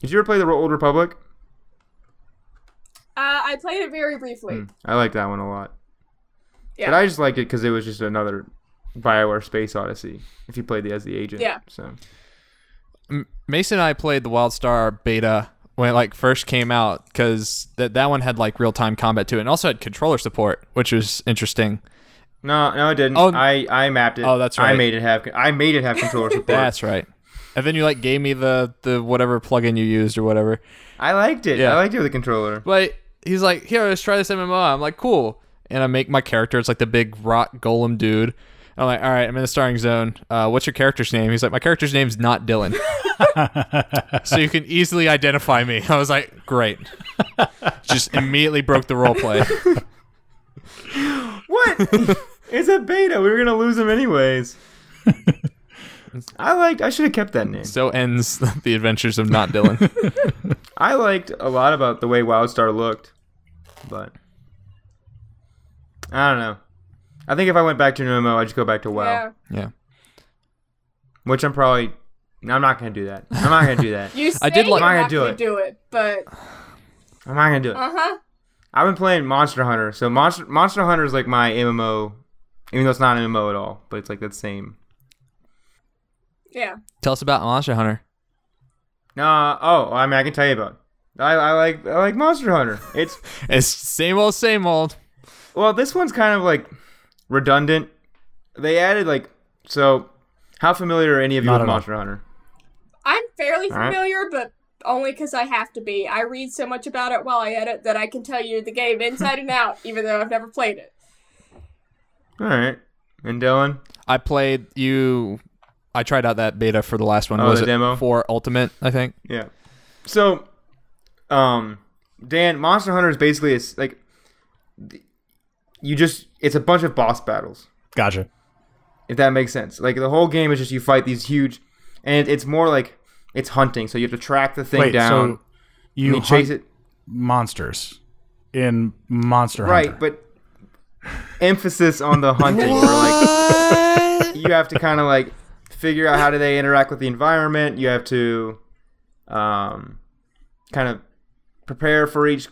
Did you ever play the Ro- Old Republic? Uh, I played it very briefly. I like that one a lot. Yeah. But I just liked it because it was just another Bioware Space Odyssey. If you played the as the agent, Yeah. So M- Mason and I played the WildStar beta when it like first came out because that that one had like real time combat to it, and also had controller support, which was interesting. no, no, I didn't. Oh. I I mapped it. Oh, that's I right. made it have. I made it have controller support. That's right. And then you like gave me the the whatever plugin you used or whatever. I liked it. Yeah. I liked it with the controller. But he's like, here, let's try this MMO. I'm like, cool. And I make my character. It's like the big rock golem dude. I'm like, all right, I'm in the starting zone. Uh, what's your character's name? He's like, my character's name's not Dylan. so you can easily identify me. I was like, great. Just immediately broke the role play. What? it's a beta. We were gonna lose him anyways. I liked. I should have kept that name. So ends the adventures of not Dylan. I liked a lot about the way WildStar looked, but I don't know. I think if I went back to an MMO, I'd just go back to WoW, Yeah. Yeah. which I'm probably. No, I'm not gonna do that. I'm not gonna do that. You say I did like- you're I'm not not gonna gonna do it, but I'm not gonna do it. uh huh. I've been playing Monster Hunter, so Monster Monster Hunter is like my MMO, even though it's not an MMO at all, but it's like that same. Yeah. Tell us about Monster Hunter. Nah, oh, I mean, I can tell you about. I, I like I like Monster Hunter. It's It's same old, same old. Well, this one's kind of like redundant. They added like so. How familiar are any of you Not with at all. Monster Hunter? I'm fairly All right. familiar, but only because I have to be. I read so much about it while I edit that I can tell you the game inside and out, even though I've never played it. All right, and Dylan. I played you. I tried out that beta for the last one. Oh, was the it demo? for Ultimate? I think. Yeah. So, um, Dan, Monster Hunter is basically it's like th- you just it's a bunch of boss battles. Gotcha. if that makes sense. Like the whole game is just you fight these huge, and it's more like it's hunting. So you have to track the thing Wait, down. so you and you chase hunt it monsters in Monster right, Hunter. but emphasis on the hunting. or like you have to kind of like figure out how do they interact with the environment. You have to, um, kind of prepare for each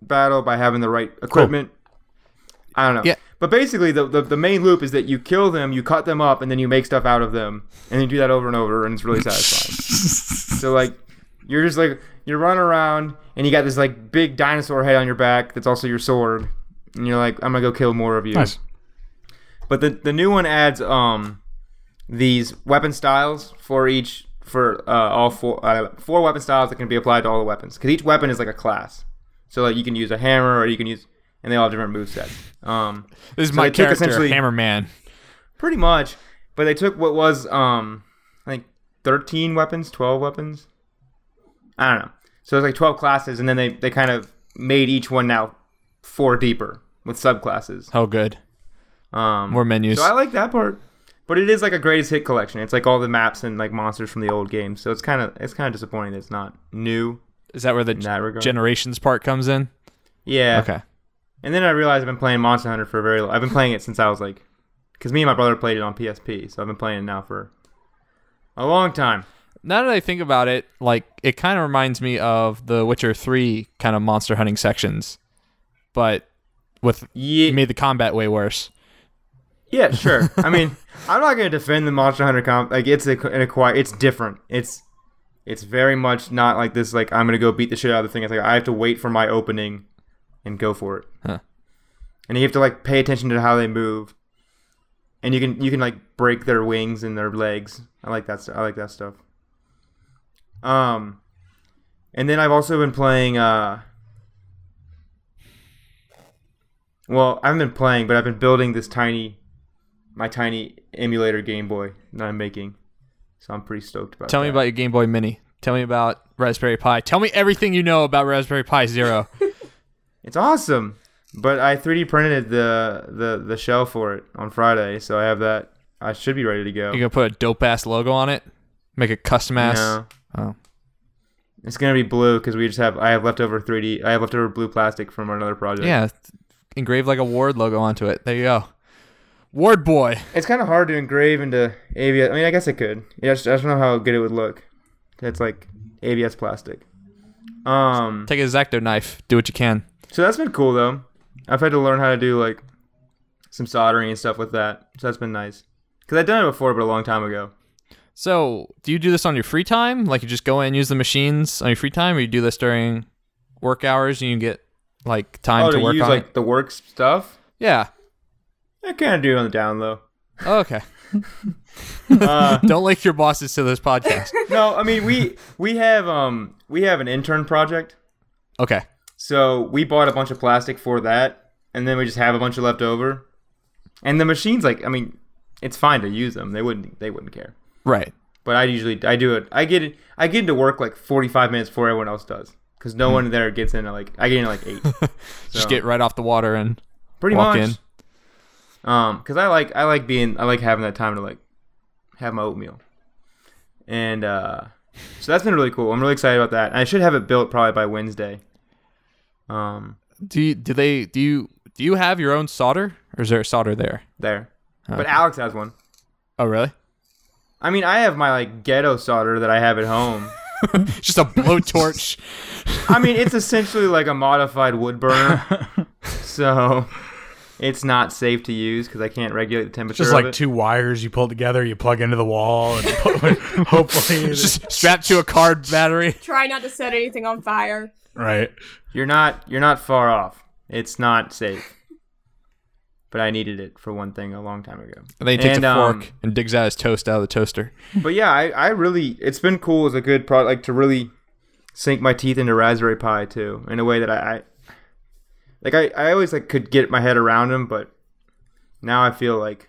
battle by having the right equipment. I don't know. Yeah. But basically, the, the, the main loop is that you kill them, you cut them up, and then you make stuff out of them, and you do that over and over, and it's really satisfying. so like, you're just like you run around, and you got this like big dinosaur head on your back that's also your sword, and you're like, I'm gonna go kill more of you. Nice. But the the new one adds um these weapon styles for each for uh, all four uh, four weapon styles that can be applied to all the weapons because each weapon is like a class. So like you can use a hammer or you can use and they all have different move sets. Um, This is So my they took character, essentially- Hammerman. pretty much. But they took what was um I think thirteen weapons, twelve weapons. I don't know. So it's like twelve classes, and then they they kind of made each one now four deeper with subclasses. Oh, good. Um, More menus. So I like that part, but it is like a greatest hit collection. It's like all the maps and like monsters from the old game. So it's kind of it's kind of disappointing that it's not new Is that where the in that regard. generations part comes in? yeah. Okay. And then I realized I've been playing Monster Hunter for a very. long I've been playing it since I was like, because me and my brother played it on PSP. So I've been playing it now for a long time. Now that I think about it, like it kind of reminds me of the Witcher Three kind of monster hunting sections, but with Yeah. it made the combat way worse. Yeah, sure. I mean, I'm not gonna defend the Monster Hunter comp. Like, it's a, an acquire. It's different. It's it's very much not like this. Like, I'm gonna go beat the shit out of the thing. It's like I have to wait for my opening and go for it. Huh. And you have to like pay attention to how they move. And you can you can like break their wings and their legs. I like that. St- I like that stuff. Um, and then I've also been playing. uh Well, I haven't been playing, but I've been building this tiny my tiny emulator Game Boy that I'm making. So I'm pretty stoked about. Tell me that. about your Game Boy Mini. Tell me about Raspberry Pi. Tell me everything you know about Raspberry Pi Zero. It's awesome. But I 3D printed the the the shell for it on Friday, so I have that. I should be ready to go. you gonna put a dope ass logo on it? Make a custom ass. No. Oh. It's gonna be blue because we just have I have leftover 3D. I have leftover blue plastic from another project. Yeah, th- engrave like a Ward logo onto it. There you go. Ward boy. It's kind of hard to engrave into ABS. I mean, I guess I could. Yeah, I just, I just don't know how good it would look. It's like ABS plastic. Um. Take a Zacto knife. Do what you can. So that's been cool though. I've had to learn how to do like some soldering and stuff with that. So that's been nice. Cause I've done it before, but a long time ago. So, do you do this on your free time? Like you just go in and use the machines on your free time, or you do this during work hours and you get like time oh, to to work use on like it? the work stuff. Yeah. I kind of do it on the down low. Oh, okay. Uh, Don't link your bosses to this podcast. no, I mean we we have um we have an intern project. Okay. So we bought a bunch of plastic for that, and then we just have a bunch of left over. And the machines, like, I mean, it's fine to use them. They wouldn't they wouldn't care. Right. But I usually I do it. I get it. I get into work like 45 minutes before everyone else does, because no one there gets in at like I get in at like eight. Just So, get right off the water and pretty walk much. in. Um, because I like I like being I like having that time to like have my oatmeal, and uh, so that's been really cool. I'm really excited about that. And I should have it built probably by Wednesday. Um, Do you, do they do you do you have your own solder or is there a solder there? there. But Okay. Alex has one. Oh really? I mean, I have my like ghetto solder that I have at home. Just a blowtorch. I mean, it's essentially like a modified wood burner, so it's not safe to use because I can't regulate the temperature. Just of like it. two wires you pull together, you plug into the wall, and put- hopefully, just strapped to a card battery. Try not to set anything on fire. right. you're not you're not far off. It's not safe. But I needed it for one thing a long time ago. And then he takes And, a fork um, and digs out his toast out of the toaster. But yeah, I, I really it's been cool as a good product like to really sink my teeth into Raspberry Pi too in a way that I, I like I, I always like could get my head around them, but now I feel like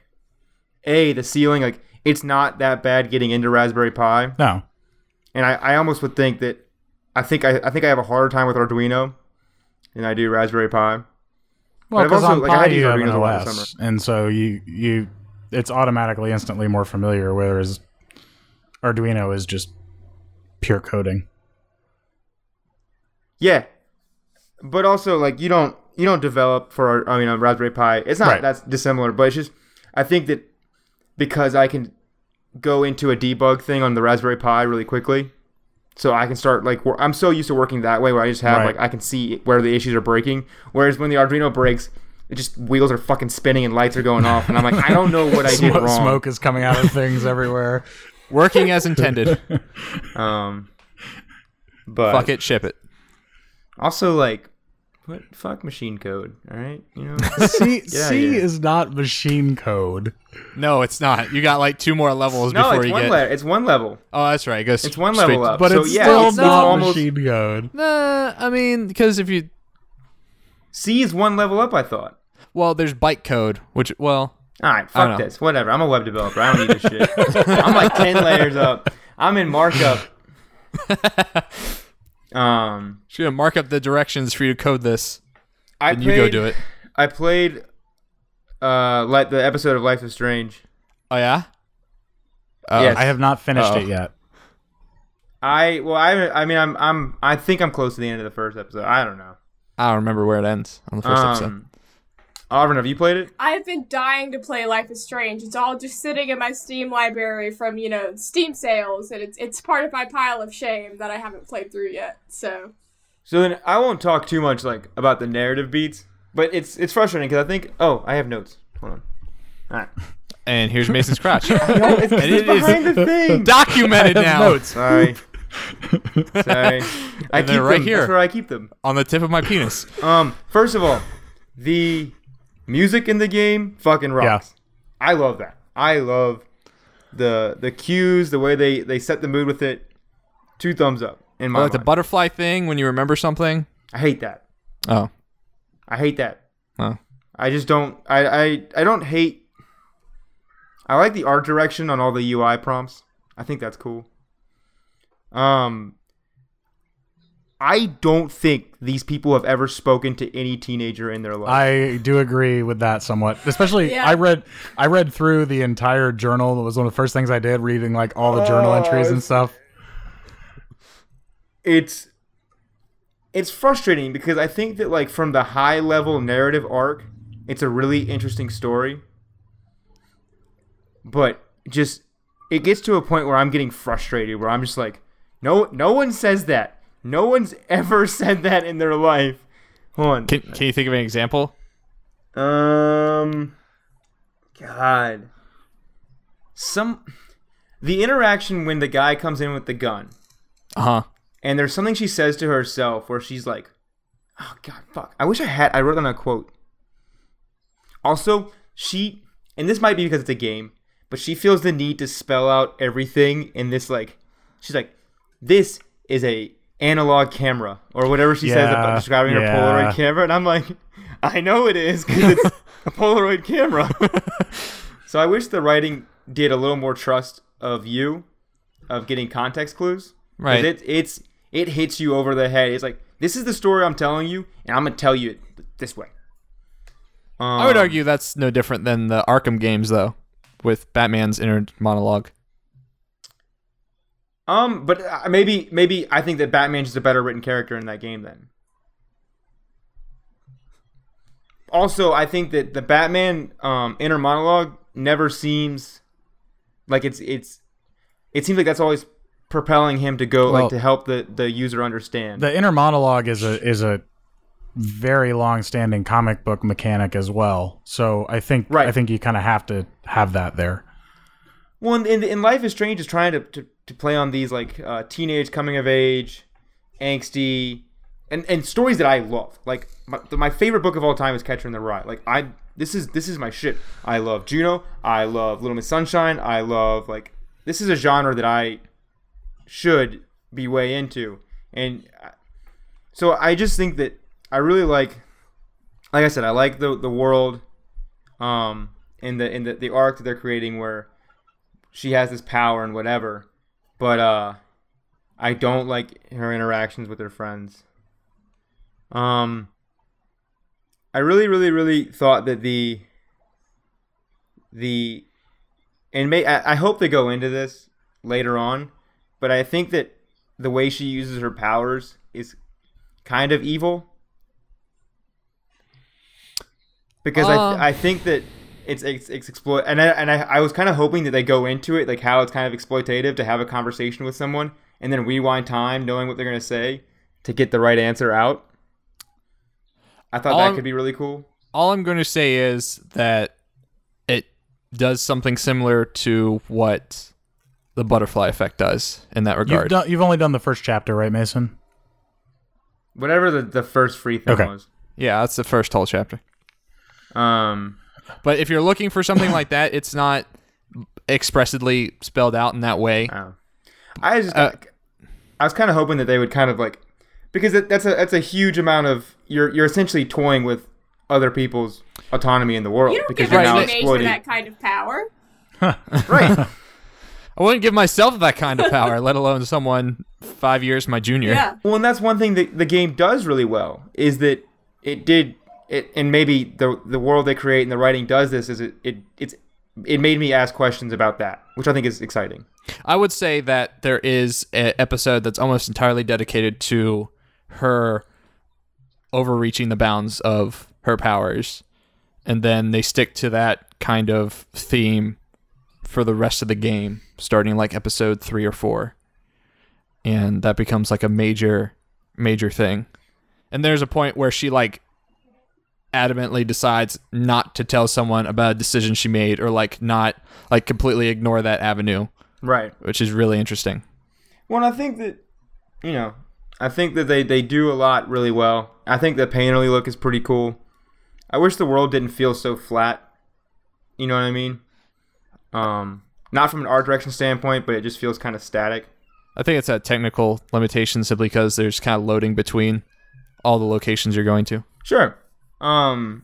a the ceiling like it's not that bad getting into Raspberry Pi, No, and I, I almost would think that I think I, I think I have a harder time with Arduino than I do Raspberry Pi. well, I've because also- on like, I Pi had to use you have an Arduinos a lot this OS, and so you you it's automatically instantly more familiar, whereas Arduino is just pure coding. Yeah, but also like you don't you don't develop for I mean on Raspberry Pi. It's not Right. that's dissimilar, but it's just I think that because I can go into a debug thing on the Raspberry Pi really quickly, so I can start like wor- I'm so used to working that way where I just have Right. like I can see where the issues are breaking. Whereas when the Arduino breaks, it just wheels are fucking spinning and lights are going off, and I'm like I don't know what I did Smoke, wrong. smoke is coming out of things everywhere. Working as intended. Um, but Fuck it, ship it. also like. What fuck machine code? All right, you know. C Yeah, C yeah. is not machine code. No, it's not. You got like two more levels No, before it's you one get. level. It's one level. Oh, that's right. It goes It's one straight level to- up. But so it's yeah, still it's not almost machine code. Nah, I mean, because if you C is one level up. I thought. well, there's byte code, which well, All right, know. fuck this. Whatever. I'm a web developer. I don't need this shit. I'm like ten layers up. I'm in markup. um, she's gonna mark up the directions for you to code this, I and played, you go do it. I played uh like the episode of Life is Strange. Oh yeah. Oh, Yes. I have not finished Oh. it yet. I well, I I mean, I'm I'm I think I'm close to the end of the first episode. I don't know. I don't remember where it ends on the first episode. Um, Auburn, have you played it? I've been dying to play Life is Strange. It's all just sitting in my Steam library from, you know, Steam sales, and it's it's part of my pile of shame that I haven't played through yet. So So then I won't talk too much like about the narrative beats, but it's it's frustrating because I think oh I have notes. Hold on. All right. And here's Mason's crotch. it's, it is- behind the thing. Documented I have now notes. Sorry. Sorry. I And keep they're right them. here. That's where I keep them. on the tip of my penis. Um, first of all, the music in the game fucking rocks. I love that. I love the the cues, the way they they set the mood with it. Two thumbs up in Oh my Or like the mind. butterfly thing when you remember something. I hate that. Oh, I hate that. oh, I just don't. I I I don't hate. I like the art direction on all the UI prompts. I think that's cool. Um, I don't think these people have ever spoken to any teenager in their life. I do agree with that somewhat. Especially Yeah. I read I read through the entire journal. That was one of the first things I did, reading like all the journal Oh, entries and it's- stuff. it's it's frustrating because I think that like from the high level narrative arc, it's a really interesting story. But just it gets to a point where I'm getting frustrated where I'm just like, no no one says that. No one's ever said that in their life. Hold Can, can you think of an example? on. Um God. Some the interaction when the guy comes in with the gun. Uh huh. and there's something she says to herself where she's like, "Oh God, fuck! I wish I had." I wrote down a quote. Also, she and this might be because it's a game, but she feels the need to spell out everything in this like, she's like, "This is a analog camera" or whatever she says Yeah, about describing yeah. her Polaroid camera, and I'm like, "I know it is because it's a Polaroid camera." so I wish the writing did a little more trust of you, of getting context clues. 'Cause Right. It, it's it hits you over the head. It's like this is the story I'm telling you, and I'm gonna tell you it th- this way. Um, I would argue that's no different than the Arkham games, though, with Batman's inner monologue. Um, but uh, maybe maybe I think that Batman's just a better written character in that game. Then. Also, I think that the Batman um, inner monologue never seems like it's it's it seems like that's always propelling him to go Well- like to help the the user understand. The inner monologue is a is a very long standing comic book mechanic as well. So I think Right. I think you kind of have to have that there. Well, and, and, and Life is Strange is trying to, to, to play on these like uh, teenage coming of age, angsty, and, and stories that I love. Like my, my favorite book of all time is Catcher in the Rye. Like I this is this is my shit. I love Juno. I love Little Miss Sunshine. I love like this is a genre that I should be way into. And I- so I just think that I really like like I said I like the the world um and the and the, the arc that they're creating where she has this power and whatever. But uh I don't like her interactions with her friends. Um I really really really thought that the the and may I, I hope they go into this later on, but I think that the way she uses her powers is kind of evil. Because I, Um. th- I think that it's it's, it's exploit and I, and I, I was kind of hoping that they go into it like how it's kind of exploitative to have a conversation with someone and then rewind time knowing what they're gonna say to get the right answer out. I thought Um, that could be really cool. all I'm going to say is that it does something similar to what the butterfly effect does in that You've regard. done, you've only done the first chapter, right, Mason? Whatever the, the first free thing Okay. was. yeah, that's the first whole chapter. Um, But if you're looking for something like that, it's not expressly spelled out in that way. Oh. I just Uh, I was kind of hoping that they would kind of like because that, that's a that's a huge amount of you're you're essentially toying with other people's autonomy in the world You don't because give you're a Right, now but- teenager exploiting that kind of power. right. I wouldn't give myself that kind of power, let alone someone five years my junior. Yeah. Well, and that's one thing that the game does really well is that it did it, and maybe the the world they create and the writing does this is it, it it's it made me ask questions about that, which I think is exciting. I would say that there is an episode that's almost entirely dedicated to her overreaching the bounds of her powers. And then they stick to that kind of theme for the rest of the game, starting like episode three or four. And that becomes like a major, major thing. And there's a point where she like adamantly decides not to tell someone about a decision she made or like not like completely ignore that avenue Right. which is really interesting. Well, and I think that you know, I think that they they do a lot really well. I think the painterly look is pretty cool. I wish the world didn't feel so flat. You know what I mean? Um, not from an art direction standpoint, but it just feels kind of static. I think it's a technical limitation simply because there's kind of loading between all the locations you're going to. Sure. Um,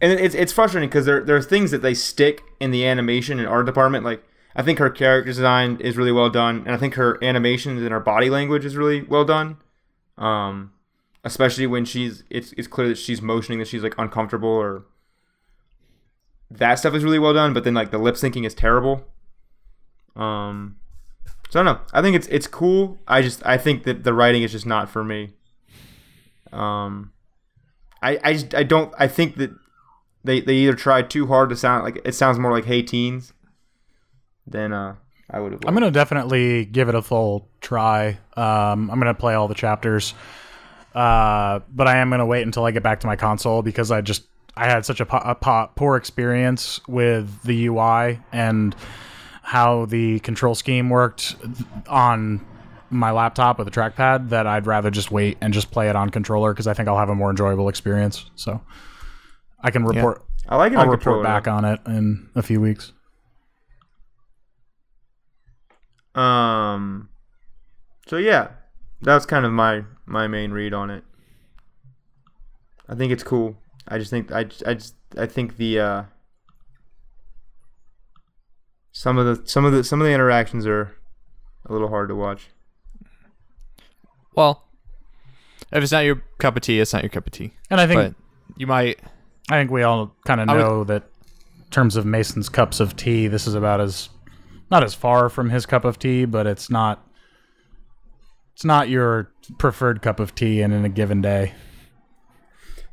and it- it's it's frustrating because there there's things that they stick in the animation and art department. Like I think her character design is really well done, and I think her animations and her body language is really well done. Um, especially when she's it's it's clear that she's motioning that she's like uncomfortable or that stuff is really well done. But then like the lip syncing is terrible. Um, so I don't know. I think it's it's cool. I just I think that the writing is just not for me. Um, I I just I don't I think that they they either tried too hard to sound like it sounds more like Hey Teens than uh I would have. I'm gonna definitely give it a full try. Um, I'm gonna play all the chapters, uh, but I am gonna wait until I get back to my console because I just I had such a, po- a po- poor experience with the UI and how the control scheme worked on my laptop with a trackpad that I'd rather just wait and just play it on controller because I think I'll have a more enjoyable experience. So I can report. I like it I'll on report controller. back on it in a few weeks. Um. So yeah, that's kind of my my main read on it. I think it's cool. I just think I just- I just I think the uh, some of the some of the some of the interactions are a little hard to watch. Well, if it's not your cup of tea, it's not your cup of tea. And I think But you might. I think we all kind of I would- know that in terms of Mason's cups of tea, this is about as not as far from his cup of tea, but it's not it's not your preferred cup of tea in, in a given day.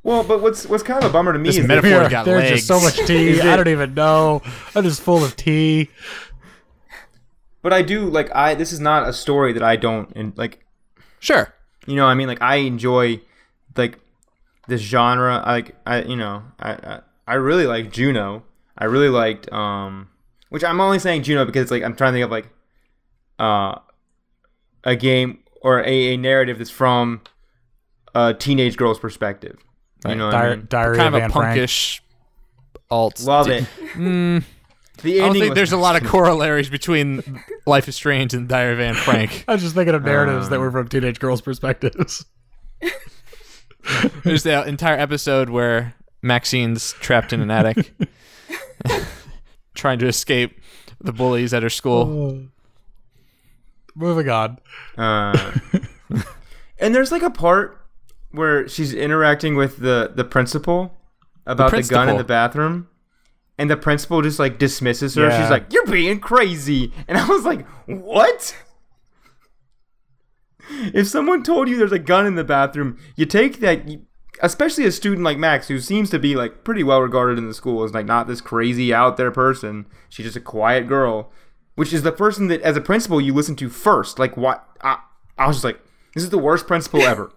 Well, but what's what's kind of a bummer to me This is metaphor- that, Before it There- got there's just so legs. much tea. I don't even know. I'm just full of tea. but I do like I this is not a story that I don't and like Sure. you know what I mean like I enjoy like this genre I like I you know I I, I really like Juno I really liked um which I'm only saying Juno because like I'm trying to think of like uh a game or a, a narrative that's from a teenage girl's perspective you know what I Diary, mean? Diary Kind of of a Anne Frank. punkish alt. love it the ending I don't think was- Hmm. there's a lot of corollaries between Life is Strange and Diary of Anne Frank. I was just thinking of narratives uh, that were from teenage girls' perspectives. There's the entire episode where Maxine's trapped in an attic, trying to escape the bullies at her school. Moving on. Uh, and there's like a part where she's interacting with the the principal about the, gun in principal. the bathroom, and the principal just like dismisses her. Yeah. She's like, "You're being crazy," and I was like, "What?" If someone told you there's a gun in the bathroom, you take that. You, especially a student like Max, who seems to be like pretty well regarded in the school, is like not this crazy out there person. She's just a quiet girl, which is the person that, as a principal, you listen to first. Like, what? I, I was just like, this is the worst principal ever.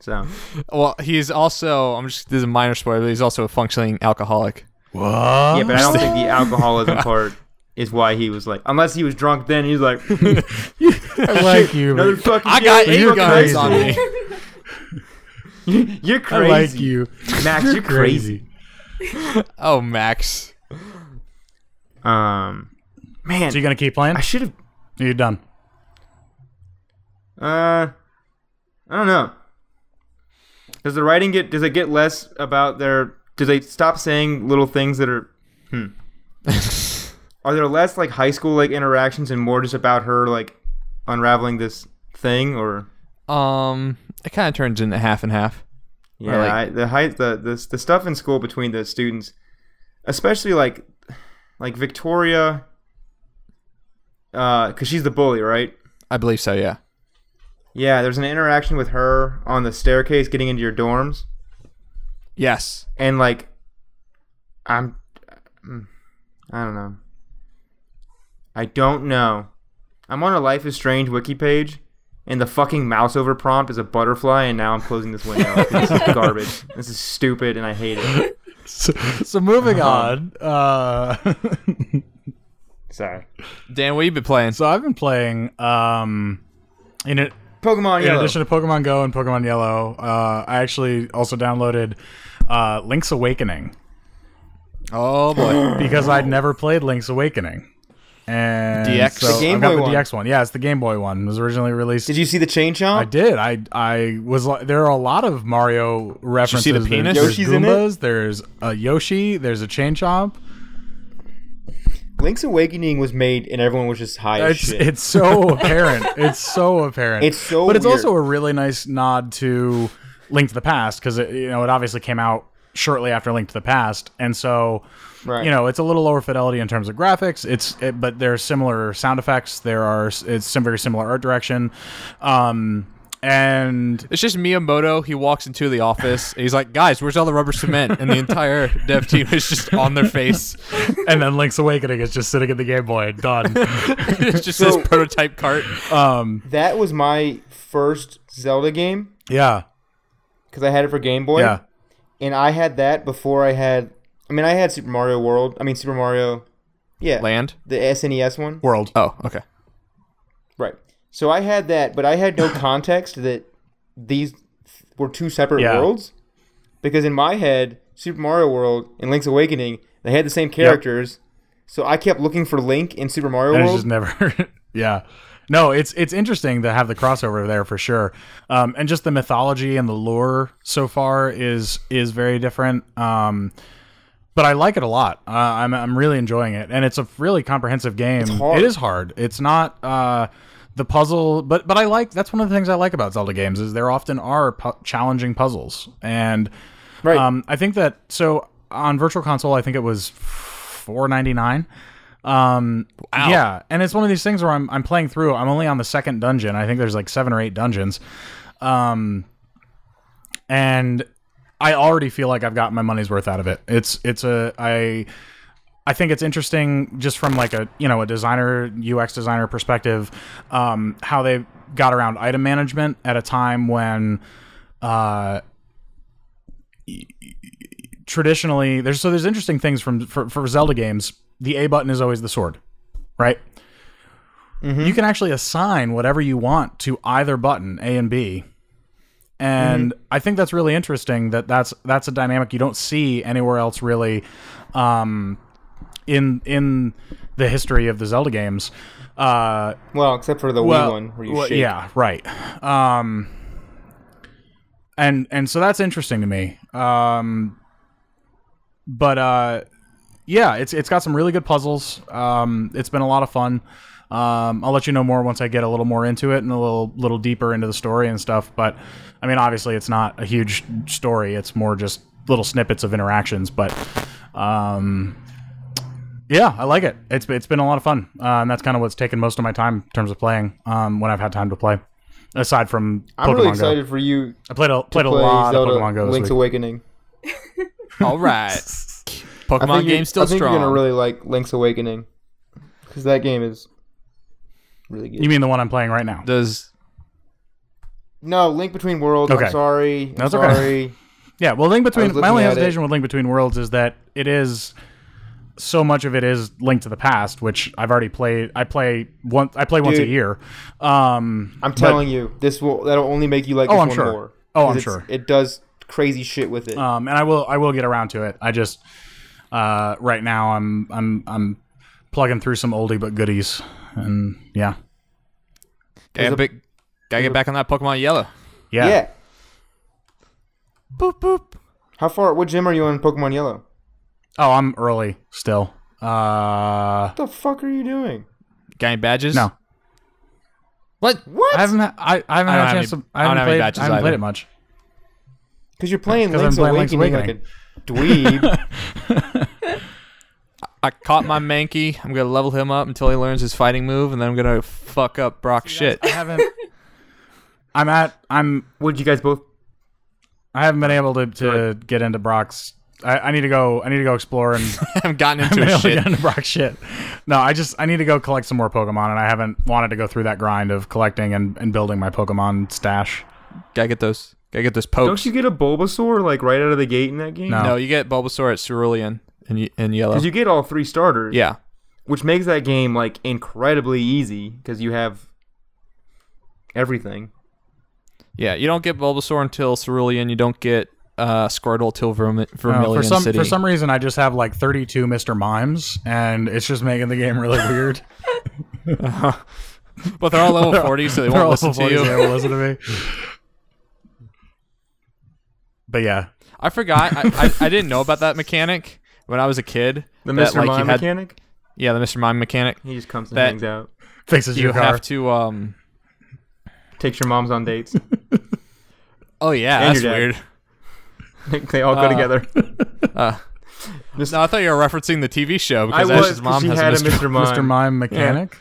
So, Well, he's also, I'm just, this is a minor spoiler, but he's also a functioning alcoholic. What? yeah, but I don't think the alcoholism part is why he was like, unless he was drunk then, he's like, I like you. another but fucking I got kid, eight you're guns crazy. on me. You're I crazy. like you. Max, you're crazy. Oh, Max. Um, man, So you gonna keep playing? I should have. Are you done? Uh, I don't know. Does the writing get? Does it get less about their? Do they stop saying little things that are? Hmm. are there less like high school like interactions and more just about her like unraveling this thing or? Um, it kind of turns into half and half. Yeah, like- I, the height, the, the the stuff in school between the students, especially like like Victoria, because she's the bully, right? I believe so, yeah. Yeah, there's an interaction with her on the staircase getting into your dorms. Yes. and like i'm mm, i don't know i don't know i'm on a life is strange wiki page and the fucking mouse over prompt is a butterfly and now i'm closing this window 'cause this is garbage this is stupid and i hate it So, so moving on. Uh, sorry Dan, what you been playing? so I've been playing. Um, in it, pokemon in Yellow. addition to Pokemon Go and Pokemon Yellow, uh, I actually also downloaded uh, Link's Awakening Oh, boy. because I'd never played Link's Awakening. And DX? so The Game I've got Boy the one. DX one. Yeah, it's the Game Boy one. It was originally released. did you see the chain chomp I did. I I was like, there are a lot of Mario references. see the There's- penis? There's Yoshi's in it? Goombas. There's a Yoshi. There's a Chain Chomp. Link's Awakening was made and everyone was just high as It's shit. it's so apparent. It's so apparent. It's so But it's weird. also a really nice nod to Link to the Past because it you know it obviously came out shortly after Link to the Past, and so Right. you know it's a little lower fidelity in terms of graphics. It's it, but there are similar sound effects. There are it's some very similar art direction. Um, and It's just Miyamoto. He walks into the office. And he's like, "Guys, where's all the rubber cement?" And the entire dev team is just on their face. and then Link's Awakening is just sitting in the Game Boy, done. It's just So- this prototype cart. that was my first Zelda game yeah, because I had it for Game Boy. yeah, And I had that before I had. I mean, I had Super Mario World. I mean, Super Mario. Yeah. Land. The SNES one. world. Oh, okay. Right. So I had that, but I had no context that these were two separate Yeah. worlds. Because in my head, Super Mario World and Link's Awakening, they had the same characters. So I kept looking for Link in Super Mario and it's World. just never yeah no it's it's interesting to have the crossover there for sure um, and just the mythology and the lore so far is is very different um, but I like it a lot. Uh, I'm, I'm really enjoying it, and it's a really comprehensive game. It's hard. It's not uh, the puzzle, but but I like. That's one of the things I like about Zelda games is there often are pu- challenging puzzles, and Right. um, I think that so on Virtual Console, I think it was four ninety nine. Um, yeah, and it's one of these things where I'm I'm playing through. I'm only on the second dungeon. I think there's like seven or eight dungeons, um, and I already feel like I've got my money's worth out of it. It's it's a I. I think it's interesting just from like a you know a designer UX designer perspective, um, how they got around item management at a time when uh, traditionally there's so there's interesting things from for, for Zelda games. The A button is always the sword, right? You can actually assign whatever you want to either button, A and B. And I think that's really interesting that that's that's a dynamic you don't see anywhere else really um, in in the history of the Zelda games. Uh, well, except for the well, Wii one where you well, shake. Yeah, right. Um, and and so that's interesting to me. Um, but uh, yeah, it's it's got some really good puzzles. Um, it's been a lot of fun. Um, I'll let you know more once I get a little more into it and a little little deeper into the story and stuff. But I mean, obviously, it's not a huge story. It's more just little snippets of interactions. But um, yeah, I like it. It's it's been a lot of fun, uh, and that's kind of what's taken most of my time in terms of playing um, when I've had time to play. Aside from I'm Pokemon really Go, excited for you I played a played to a play lot Zelda of Pokemon Go this Link's week. Awakening. All right. I Pokemon think you're- game still I think strong. you're gonna really like Link's Awakening because that game is really good. You mean the one I'm playing right now? Does no, Link Between Worlds. Okay. I'm sorry. I'm That's okay. sorry. Yeah, well, Link I Between was my only looking at hesitation with Link Between Worlds is that it is so much of it is linked to the past, which I've already played. I play once. I play once a Dude. year. Um, I'm telling you, this will that'll only make you like Oh, this I'm one sure. more. Oh, I'm 'Cause it's- sure. It does crazy shit with it. um, and I will. I will get around to it. I just uh, right now I'm I'm I'm plugging through some oldie but goodies, and yeah, gotta, There's a- big, gotta get back on that Pokemon Yellow? yeah. yeah. Boop boop. How far? What gym are you in Pokemon Yellow? Oh, I'm early still. Uh, What the fuck are you doing? Got any badges? No. What? I What? haven't. ha- I, I I haven't don't had a have chance any- to. I haven't I don't have any played. badges I haven't played either. it much. Because you're playing 'Cause I'm Link's playing Link's Awakening like a dweeb. I caught my Mankey. I'm gonna level him up until he learns his fighting move, and then I'm gonna fuck up Brock's shit. I haven't. I'm at. I'm Would you guys both? I haven't been able to, to get into Brock's. I, I need to go. I need to go explore and I haven't gotten into been his able to shit. get into Brock's shit. No, I just I need to go collect some more Pokemon, and I haven't wanted to go through that grind of collecting and, and building my Pokemon stash. Gotta get those. Gotta get those pokes. Don't you get a Bulbasaur like right out of the gate in that game? No. no, you get Bulbasaur at Cerulean and y- and Yellow. Because you get all three starters. yeah. Which makes that game like incredibly easy because you have everything. Yeah, you don't get Bulbasaur until Cerulean. You don't get uh, Squirtle till Vermi- Uh, Vermilion for some City. for some reason, I just have like 32 Mr. Mimes, and it's just making the game really weird. but they're all level 40, so they They're won't all listen to before you. They will listen to me. But yeah, I forgot. I, I, I didn't know about that mechanic when I was a kid. The that, Mr. like, you Mime had- mechanic. yeah, the Mr. Mime mechanic. He just comes and That- hangs out, Fixes You your car. have to. um takes your moms on dates. Oh yeah, And that's your dad. weird. they all go Uh, together. No, I thought you were referencing the TV show I because was. Ash's 'cause mom he has had a Mr. Mime. Mr. Mime mechanic.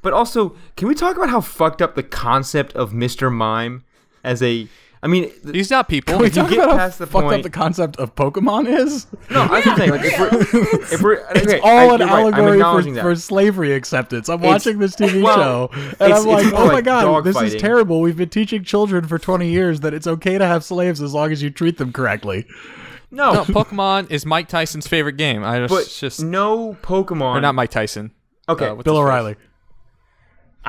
But also, can we talk about how fucked up the concept of Mr. Mime as a? I mean, th- He's not people. We If you talk get about how past the fucked up point- the concept of Pokemon is. no, I was saying like if we're, if we're It's okay, I, all an you're right, I'm allegory acknowledging for, that. for slavery acceptance. I'm It's- watching this TV well, show and it's- I'm like, it's more oh my like god, dog this is fighting." terrible. We've been teaching children for 20 years that it's okay to have slaves as long as you treat them correctly. no, No, Pokemon is Mike Tyson's favorite game. I just, but just no Pokemon. or not Mike Tyson. okay, Uh, what's Bill his face? O'Reilly.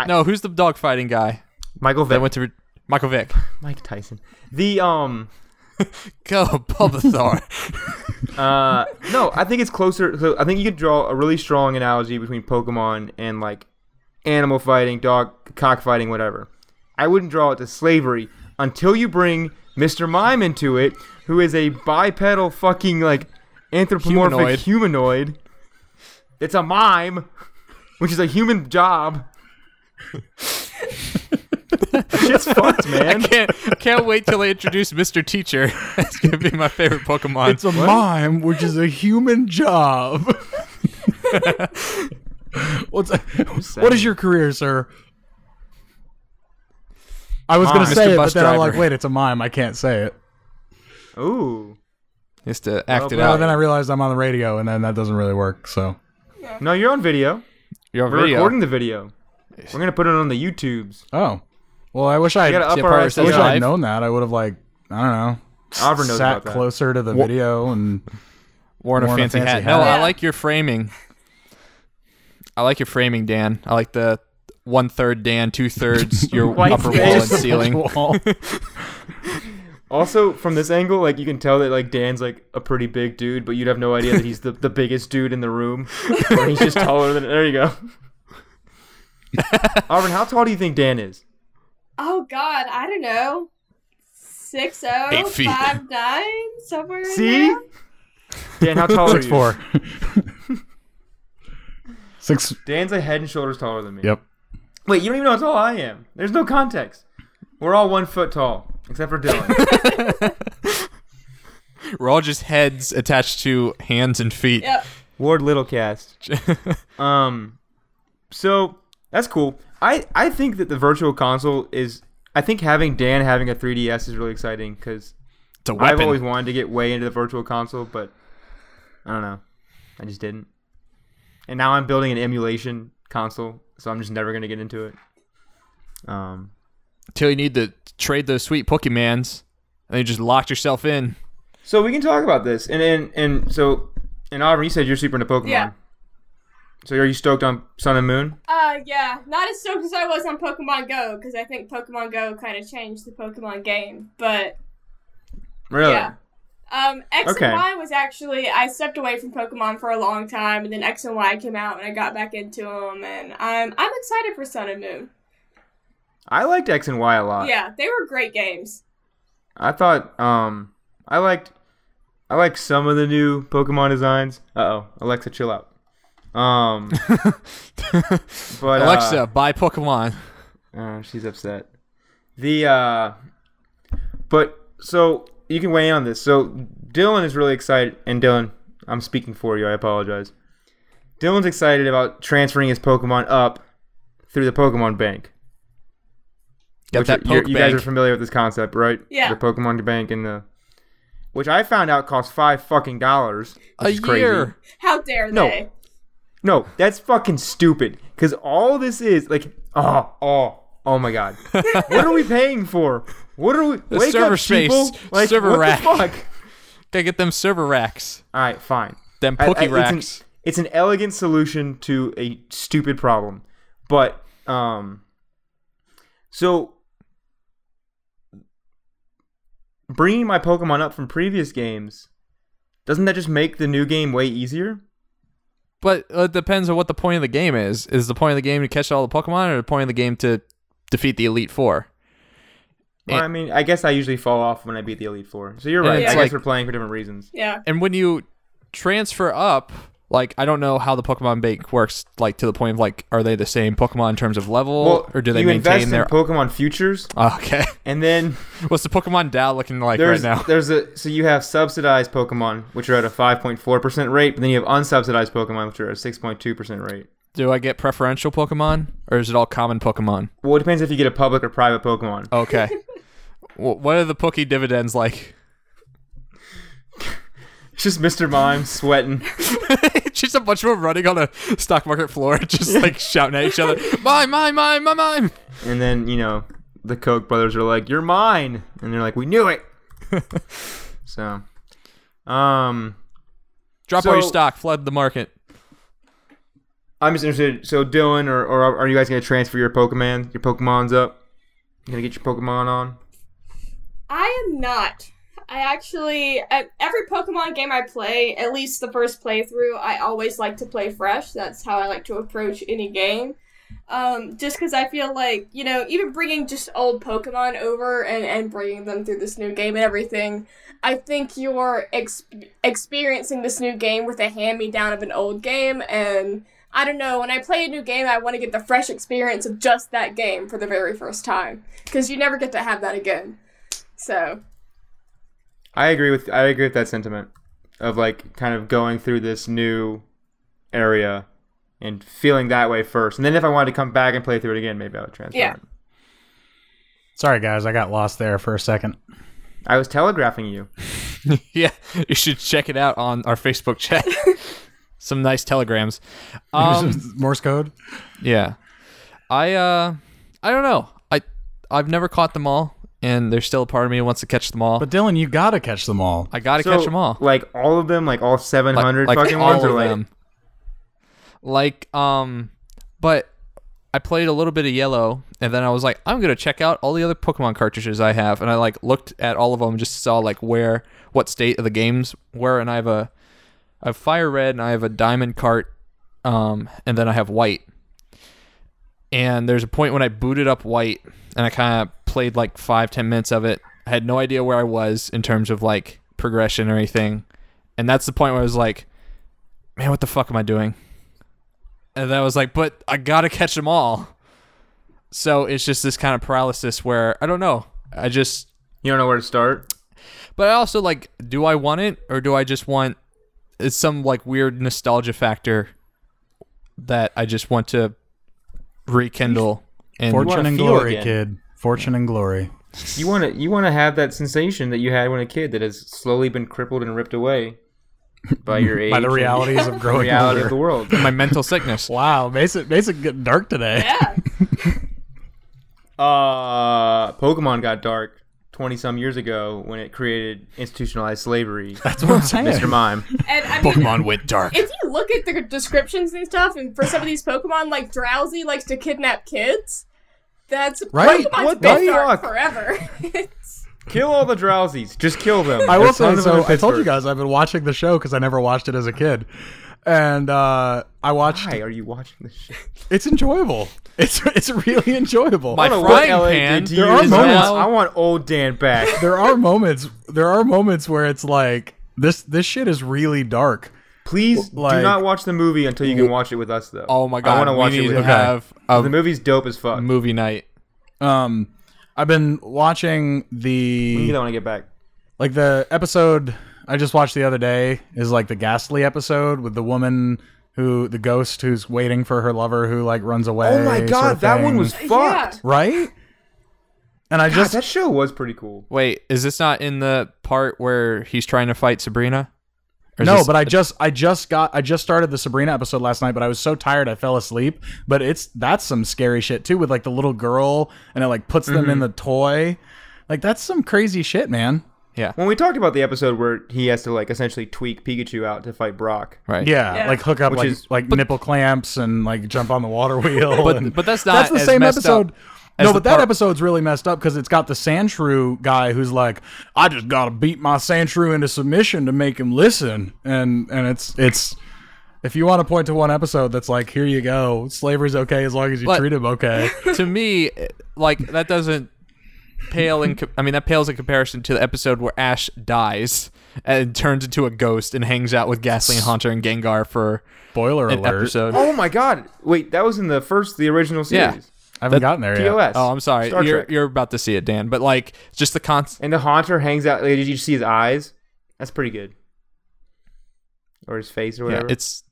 No, who's the dog fighting guy Michael Vick, that went to Michael Vick? Mike Tyson. The um, Go Bulbasaur. uh, no, I think it's closer. So I think you could draw a really strong analogy between Pokemon and like animal fighting, dog cockfighting, whatever. I wouldn't draw it to slavery until you bring Mr. Mime into it, who is a bipedal fucking like anthropomorphic humanoid. Humanoid. It's a mime, which is a human job. Shit's fucked, I man. can't can't wait till they introduce Mr. Teacher. That's gonna be my favorite Pokemon. It's a mime, which is a human job. What's, what is saying. your career, sir? I was going Mime. to say Mr. it, but Bus then I'm like, Driver. wait, it's a mime. I can't say it. Ooh. Just to act it Well, But out. then I realized I'm on the radio, and then that doesn't really work. So No, you're on video. Your We're video. recording the video. We're gonna put it on the YouTubes. Oh. Well, I wish I gotta I up See, our Parker SEO. says wish Yeah. I'd Live. known that. I would have like I Oliver don't know knows sat about that. closer to the video and Worn a Worn fancy, hat. No, I like your framing. I like your framing, Dan. I like the one third Dan, two thirds your White upper wall and space. ceiling. Wall. Also, from this angle, like you can tell that like Dan's like a pretty big dude, but you'd have no idea that he's the, the biggest dude in the room. Or he's just taller than. There you go. Auburn, how tall do you think Dan is? Oh God, I don't know. Six Eight oh feet. five nine somewhere. in See, there? Dan, how tall are you? six four. six. Dan's like head and shoulders taller than me. Yep. Wait, you don't even know how tall I am. There's no context. We're all one foot tall, except for Dylan. We're all just heads attached to hands and feet. Yep. Ward Littlecast. Um, so that's cool. I I think that the virtual console is. I think having Dan having a 3DS is really exciting because it's a weapon. I've always wanted to get way into the virtual console, but I don't know. I just didn't. And now I'm building an emulation console, so I'm just never gonna get into it. Um, Till you need to trade those sweet Pokemons, and you just locked yourself in. so we can talk about this, and and and so, and Auburn, you said you're super into Pokemon. Yeah. So are you stoked on Sun and Moon? Uh, yeah. Not as stoked as I was on Pokemon Go because I think Pokemon Go kind of changed the Pokemon game, but Really? Yeah. Um, X Okay. and Y was actually I stepped away from Pokemon for a long time, and then X and Y came out, and I got back into them, and I'm I'm excited for Sun and Moon. I liked X and Y a lot. yeah, they were great games. I thought um I liked I like some of the new Pokemon designs. Uh oh, Alexa, chill out. Um, but uh, Alexa, buy Pokemon. uh, she's upset. The uh, but so you can weigh in on this. So Dylan is really excited, and Dylan, I'm speaking for you. I apologize. Dylan's excited about transferring his Pokemon up through the Pokemon Bank. Got Which that are- you're- Poke you guys are Bank. familiar with this concept, right? Yeah. The Pokemon Bank and the, which I found out costs five fucking dollars a is crazy. year. How dare No. they? No, that's fucking stupid. Cause all this is like, oh, oh, oh my god, what are we paying for? What are we? wake server up, space, people. Like, server what rack. The fuck? Gotta get them server racks. All right, fine. Them I- I- Poke It's racks. an, it's an elegant solution to a stupid problem, but um, so bringing my Pokemon up from previous games doesn't that just make the new game way easier? But uh, it depends on what the point of the game is. Is the point of the game to catch all the Pokemon, or the point of the game to defeat the Elite Four? Well, I mean, I guess I usually fall off when I beat the Elite Four. So you're And right. it's I guess like- we're playing for different reasons. Yeah. And when you transfer up, Like I don't know how the Pokemon bank works. Like to the point of like, are they the same Pokemon in terms of level, Well, or do they you invest maintain their? Oh, in Pokemon futures, okay, and then what's the Pokemon Dow looking like right there's now? there's a so you have subsidized Pokemon which are at a 5.4 percent rate, but then you have unsubsidized Pokemon which are at a 6.2 percent rate. Do I get preferential Pokemon, or is it all common Pokemon? Well, it depends if you get a public or private Pokemon. Okay. Wh- what are the Poke dividends like? It's just Mr. Mime sweating. just a bunch of them running on a stock market floor, just like shouting at each other, mine, mine, mine, mine, mine. And then, you know, the Koch brothers are like, "You're mine," and they're like, "We knew it." so, um, Drop all your So- stock, flood the market. I'm just interested. So, Dylan, or, or are you guys gonna transfer your Pokemon, your Pokemon's up? You gonna get your Pokemon on? I am not. I actually, at every Pokemon game I play, at least the first playthrough, I always like to play fresh. That's how I like to approach any game. Um, just because I feel like, you know, even bringing just old Pokemon over and, and bringing them through this new game and everything, I think you're ex- experiencing this new game with a hand me down of an old game. And I don't know, when I play a new game, I want to get the fresh experience of just that game for the very first time. Because you never get to have that again. So I agree with I agree with that sentiment of like kind of going through this new area and feeling that way first, and then if I wanted to come back and play through it again, maybe I would transfer. Yeah. It. Sorry, guys, I got lost there for a second. I was telegraphing you. Yeah, you should check it out on our Facebook chat. Some nice telegrams. Um, Morse code. yeah, I uh, I don't know. I I've never caught them all, and there's still a part of me who wants to catch them all. But Dylan, you gotta catch them all. I gotta So, catch them all. Like all of them, like all seven hundred fucking all ones, of or like them. Like, um, but I played a little bit of Yellow, and then I was like, I'm gonna check out all the other Pokemon cartridges I have, and I like looked at all of them, and just saw like where, what state of the games were, and I have a, I have Fire Red, and I have a Diamond cart, um, and then I have White. And there's a point when I booted up White, and I kind of played like five, ten minutes of it. I had no idea where I was in terms of like progression or anything, and that's the point where I was like, man, what the fuck am I doing? And then I was like, but I gotta catch them all. So it's just this kind of paralysis where I don't know. I just, you don't know where to start. but I also like, do I want it or do I just want? It's some like weird nostalgia factor that I just want to rekindle. And Fortune wanna and feel glory, again. kid. Fortune and glory. You want to you want to have that sensation that you had when a kid that has slowly been crippled and ripped away by your age, By the and realities of the growing reality older. of the world. my mental sickness. Wow, Mason, Mason getting dark today. yeah, Uh, Pokemon got dark twenty some years ago when it created institutionalized slavery. That's what I'm saying. Mr. Mime. and I mean, went dark. if you look at the descriptions and stuff, and for some of these Pokemon, like Drowsy likes to kidnap kids. That's Right, Pokemon's what been the dark fuck? forever. It's- Kill all the drowsies. Just kill them. I will There's say tons of them so. in I told you Pittsburgh. guys I've been watching the show because I never watched it as a kid, and uh, I watched. Why are you watching this shit? It's enjoyable. It's it's really enjoyable. My I don't know frying what LA pan. did to There you. are It's moments- now- I want old Dan back. there are moments. There are moments where it's like this. This shit is really dark. Please Like- do not watch the movie until you can watch it with us, though. Oh my I god! want to watch we it need with to you. Okay. have a The movie's dope as fuck. movie night. Um, I've been watching You the don't want to get back. like the episode I just watched the other day is like the ghastly episode with the woman who the ghost who's waiting for her lover who like runs away. Oh my sort god, of that one thing. was fucked. right. And I God, just that show was pretty cool. Wait, is this not in the part where he's trying to fight Sabrina? Or is No, this- but I just I just got I just started the Sabrina episode last night, but I was so tired I fell asleep. But it's that's some scary shit too with like the little girl and it like puts Mm-hmm. them in the toy. Like that's some crazy shit, man. When we talked about the episode where he has to like essentially tweak Pikachu out to fight Brock, right. Yeah, Yeah. like hook up Which like is- like nipple clamps and like jump on the water wheel. But- and- but that's not that's the as same messed episode. up as No, the but that part- episode's really messed up because it's got the Sandshrew guy who's like, I just gotta beat my Sandshrew into submission to make him listen, and and it's it's. If you want to point to one episode that's like, here you go, slavery's okay as long as you But- treat him okay. to me, like that doesn't pale in. co- I mean, that pales in comparison to the episode where Ash dies and turns into a ghost and hangs out with Ghastly and Haunter and Gengar for Boiler an alert. episode. Oh my god! Wait, that was in the first, the original Yeah. series. I haven't That- gotten there yet. TOS. Oh, I'm sorry. Star You're Trek. you're about to see it, Dan. But like, just the concept. And the Haunter hangs out. Like, did you see his eyes? That's pretty good. Or his face, or Yeah, whatever. it's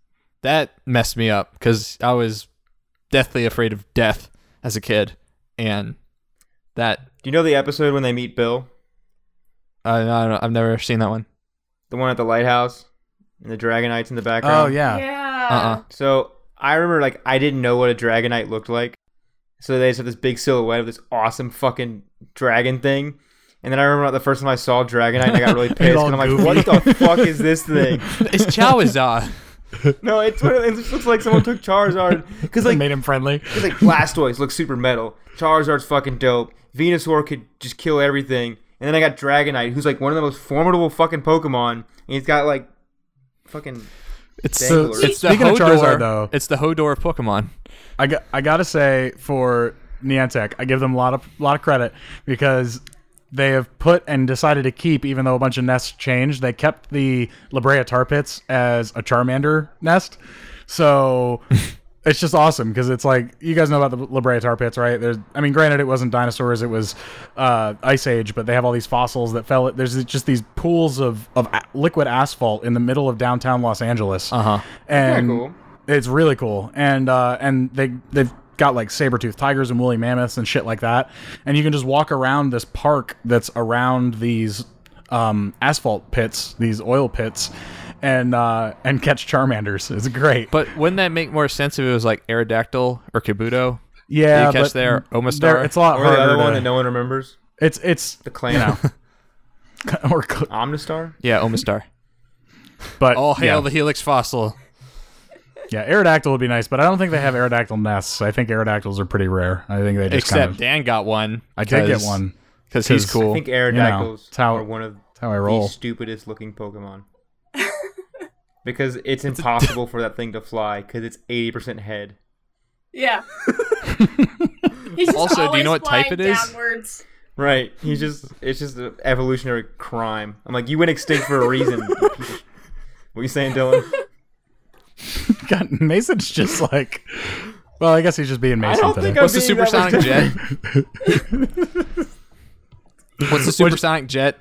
that messed me up because I was deathly afraid of death as a kid, and that Do you know the episode when they meet Bill, I, I don't, I've never seen that one. the one at the lighthouse, and the Dragonites in the background? Oh yeah. Yeah. Uh-uh. So I remember like I didn't know what a dragonite looked like. So they just had this big silhouette of this awesome fucking dragon thing. And then I remember the first time I saw Dragonite, and I got really pissed. all And I'm like, what the fuck is this thing? It's Charizard. No, it's what it, it just looks like someone took Charizard. Because, like, made him friendly. It's like Blastoise looks super metal. Charizard's fucking dope. Venusaur could just kill everything. And then I got Dragonite, who's like one of the most formidable fucking Pokemon. And he's got like fucking It's Danglers. it's the Speaking of Hodor. Charizard, though- it's the Hodor of Pokemon. I got, I gotta say for Niantic, I give them a lot of lot of credit because they have put and decided to keep, even though a bunch of nests changed. They kept the La Brea tar pits as a Charmander nest, so. It's just awesome because it's like you guys know about the La Brea tar pits, right? There's, I mean, granted, it wasn't dinosaurs; it was uh, Ice Age, but they have all these fossils that fell. There's just these pools of, of a- liquid asphalt in the middle of downtown Los Angeles, Uh huh. and cool. it's really cool. And uh, and they they've got like saber tooth tigers and woolly mammoths and shit like that. And you can just walk around this park that's around these um, asphalt pits, these oil pits, and uh, and catch Charmanders. It's great. But wouldn't that make more sense if it was like Aerodactyl or Kabuto? yeah, you catch but their Omastar? they're- It's a lot or the harder. other one to- that no one remembers, it's it's the clan you know. or cl- Omnistar. Yeah, Omastar. but All hail yeah, the Helix fossil. yeah, Aerodactyl would be nice, but I don't think they have Aerodactyl nests. I think Aerodactyls are pretty rare. I think they just Except kind of. Dan got one. I did get one. because he's 'Cause- cool. I think You know, Aerodactyls it's how- are one of That's how I the roll. stupidest looking Pokemon. because it's impossible for that thing to fly because it's 80% head. Yeah. He's just Also, do you always know what type it flying is? Downwards. Right. He's just, it's just an evolutionary crime. I'm like, you went extinct for a reason. you piece of sh-" what you saying, Dylan? God, Mason's just like. Well, I guess he's just being I Mason don't today. think I'm What's the being that much supersonic different. jet? What's the supersonic jet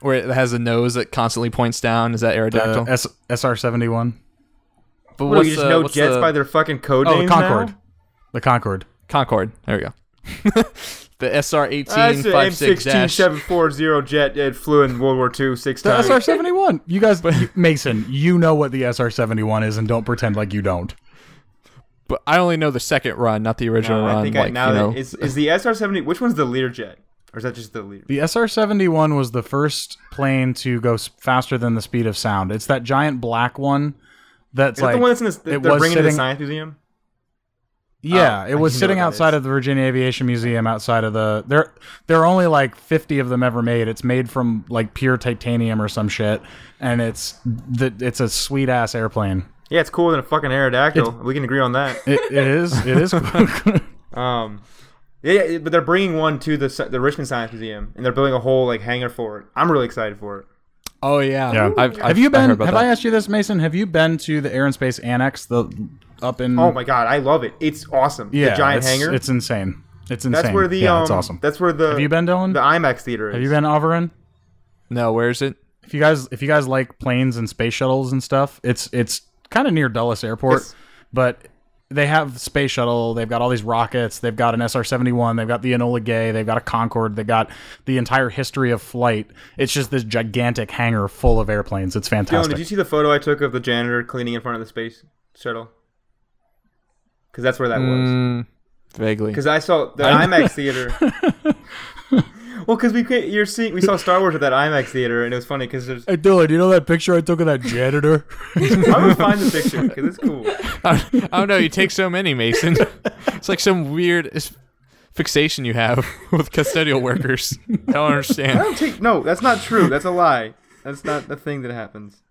where it has a nose that constantly points down? Is that Uh, Aerodactyl? S- SR seventy one. but What, what's you just the- know what's jets the- by their fucking code Oh, the names Concorde. now? The Concorde. Concorde. There we go. the SR That's eighteen the five six dash. M16740 jet it flew in World War II six The times. SR seventy one. You guys, you- Mason, you know what the SR seventy one is, and don't pretend like you don't. But I only know the second run, not the original No, run. I think like, I, now you know, that is, is the SR-70, which one's the leader jet? Or is that just the leader? The SR seventy one was the first plane to go s- faster than the speed of sound. It's that giant black one. That's Is like that the one that's in this, they're it was bringing to the sitting- science museum? Yeah, Oh, it I was do know sitting what that outside is. of the Virginia Aviation Museum, outside of the there. There are only like fifty of them ever made. It's made from like pure titanium or some shit, and it's the it's a sweet ass airplane. Yeah, it's cooler than a fucking Aerodactyl. we can agree on that. It, it is it is. Um, yeah, yeah, but they're bringing one to the sci- the Richmond Science Museum, and they're building a whole like hangar for it. I'm really excited for it. oh yeah, yeah. I've, I've, have I you heard been? have about I that. asked you this, Mason? Have you been to the Air and Space Annex? The up in Oh my god, I love it. It's awesome. yeah, the giant it's, hangar. It's insane. It's insane. that's where the yeah, um, it's awesome. that's where the Have you been, Dylan? the IMAX theater is. Have you been, Overin? No, where is it? If you guys if you guys like planes and space shuttles and stuff, it's it's kind of near Dulles Airport, Yes. but they have space shuttle. They've got all these rockets. They've got an SR seventy one. They've got the Enola Gay. They've got a Concorde. They got the entire history of flight. It's just this gigantic hangar full of airplanes. It's Dylan, fantastic. did you see the photo I took of the janitor cleaning in front of the space shuttle? Because that's where that was. Mm, vaguely. Because I saw the IMAX theater. well, because we could- you're seeing we saw Star Wars at that IMAX theater, and it was funny because there's. Hey Dylan, you know that picture I took of that janitor? I'm gonna find the picture because it's cool. I don't know. You take so many, Mason. It's like some weird is- fixation you have with custodial workers. I don't I understand. don't take no. That's not true. That's a lie. That's not the thing that happens.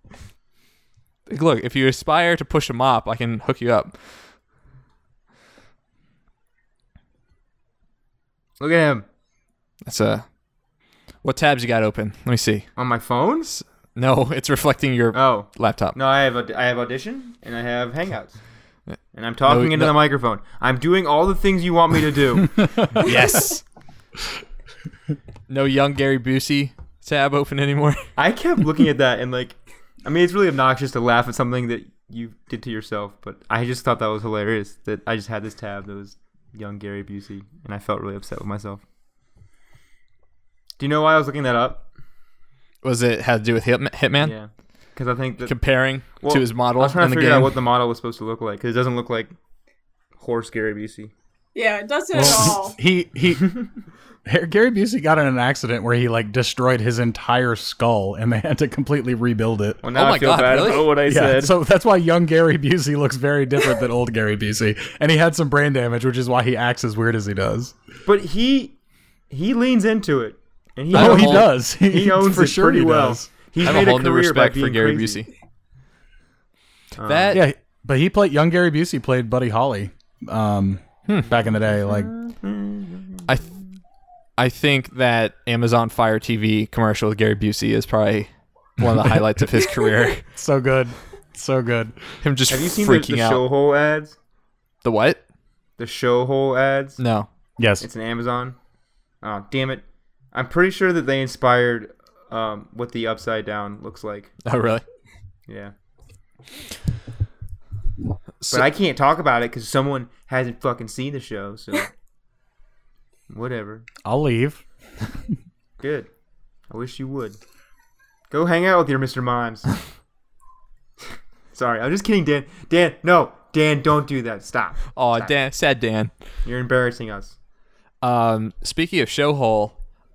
Look, if you aspire to push a mop, I can hook you up. Look at him. That's a. What tabs you got open? Let me see. On my phone? No, it's reflecting your Oh. laptop. No, I have Aud- I have audition and I have Hangouts. And I'm talking No, into no. the microphone. I'm doing all the things you want me to do. Yes. no young Gary Busey tab open anymore. I kept looking at that and like I mean it's really obnoxious to laugh at something that you did to yourself, but I just thought that was hilarious that I just had this tab that was young Gary Busey and I felt really upset with myself. Do you know why I was looking that up? Was it had to do with Hit- Hitman? Yeah. Cuz I think that Comparing well, to his model I was trying in to the figure game. out what the model was supposed to look like cuz it doesn't look like horse Gary Busey. Yeah, it doesn't at Oh. all. he he Gary Busey got in an accident where he like destroyed his entire skull and they had to completely rebuld it. Well, now Oh my I feel God, bad really? about what I Yeah, said. so that's why young Gary Busey looks very different than old Gary Busey, and he had some brain damage, which is why he acts as weird as he does. But he he leans into it, and he I Oh, don't he hold- does. He, he owns for it sure pretty he well. does. He's I have made a a whole new career by respect for being Gary Um, crazy. Busey. that Yeah, but he played young Gary Busey played Buddy Holly um, back in the day. Like, I, th- I think that Amazon Fire TV commercial with Gary Busey is probably one of the highlights of his career. so good, so good. Him just Have you seen the, freaking the out. show hole ads? The what? The show hole ads. No. Yes, It's an Amazon. Oh damn it! I'm pretty sure that they inspired um, what the upside down looks like. Oh, really? Yeah, So- but I can't talk about it because someone hasn't fucking seen the show. So whatever. I'll leave. Good. I wish you would. Go hang out with your Mr. Mimes. Sorry, I'm just kidding, Dan. Dan, no, Dan, don't do that. Stop. Oh, Dan, sad Dan. You're embarrassing us. Um, speaking of Showhole,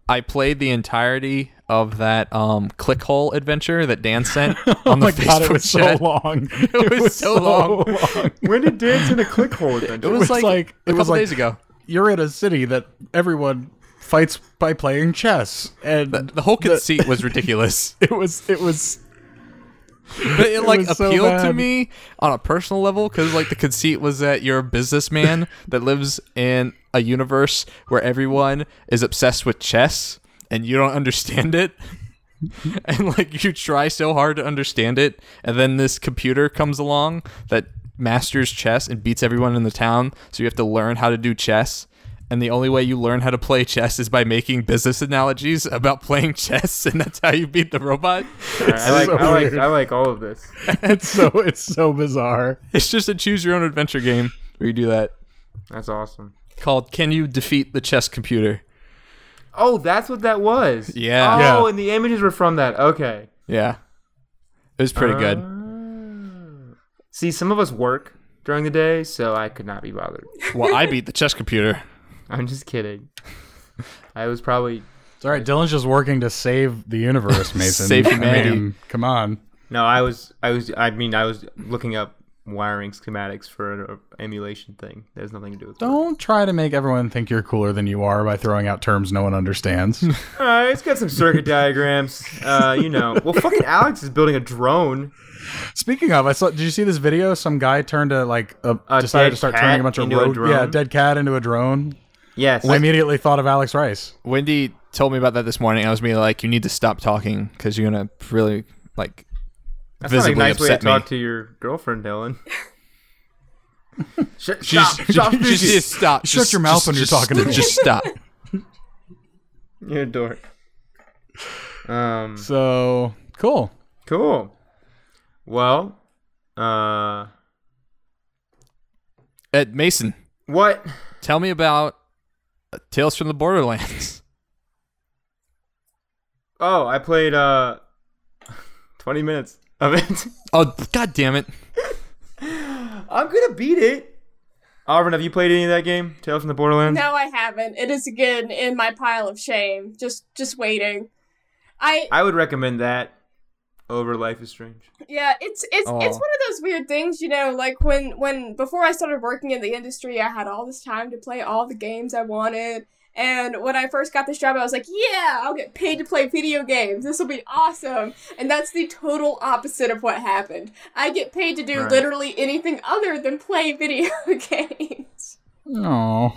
I played the entirety of that um, Clickhole adventure that Dan sent on the my Facebook god, it was chat. so long. It, was so long. When did Dan send a click hole adventure? It was, was like, like- a it was couple like- days ago. You're in a city that everyone fights by playing chess, and The whole conceit was ridiculous. it was it was But it, like was so appealed to bad. me on a personal level because like the conceit was that you're a businessman that lives in a universe where everyone is obsessed with chess and you don't understand it. And like you try so hard to understand it, and then this computer comes along that masters chess and beats everyone in the town, so you have to learn how to do chess. And the only way you learn how to play chess is by making business analogies about playing chess, and that's how you beat the robot. I like, so I like, weird. I like all of this. it's so it's so bizarre. It's just a choose your own adventure game where you do that That's awesome. called Can You Defeat the Chess Computer? Oh, that's what that was. Yeah. Oh, Yeah. and the images were from that. Okay. Yeah. It was pretty Uh. good. Ah. See, some of us work during the day, so I could not be bothered. Well, I beat the chess computer. I'm just kidding. I was probably It's all right. Dylan's just working to save the universe, Mason. Save I humanity. mean, come on. No, I was, I was, I mean, I was looking up wiring schematics for an uh, emulation thing. That has nothing to do with. work. Don't try to make everyone think you're cooler than you are by throwing out terms no one understands. Uh, it's got some circuit diagrams. Uh, you know, well, fucking Alex is building a drone. Speaking of, I saw. Did you see this video? Some guy turned a like a, A decided dead to start cat turning a bunch of into a road, drone? yeah, dead cat into a drone. Yes, I immediately thought of Alex Rice. Wendy told me about that this morning. I was being like, you need to stop talking because you're going to really, like, that's not a visibly nice way to upset talk me. to your girlfriend, Dylan. Sh- stop, stop, Just, just, speaking. just, just stop. Shut Just- your mouth just- when you're just- talking to me. Just stop. You're a dork. Um, So cool. cool. Well, uh, Ed Mason, what? tell me about Tales from the Borderlands. Oh, I played uh, twenty minutes of it. Oh, god damn it. I'm gonna beat it. Alvin, have you played any of that game? Tales from the Borderlands? No, I haven't. It is again in my pile of shame. Just just waiting. I I would recommend that over Life is Strange. yeah, it's it's Oh. Aw. it's one of those weird things, you know, like when when before I started working in the industry, I had all this time to play all the games I wanted. And when I first got this job, I was like, "Yeah, I'll get paid to play video games. This will be awesome." And that's the total opposite of what happened. I get paid to do Right. literally anything other than play video games. Oh,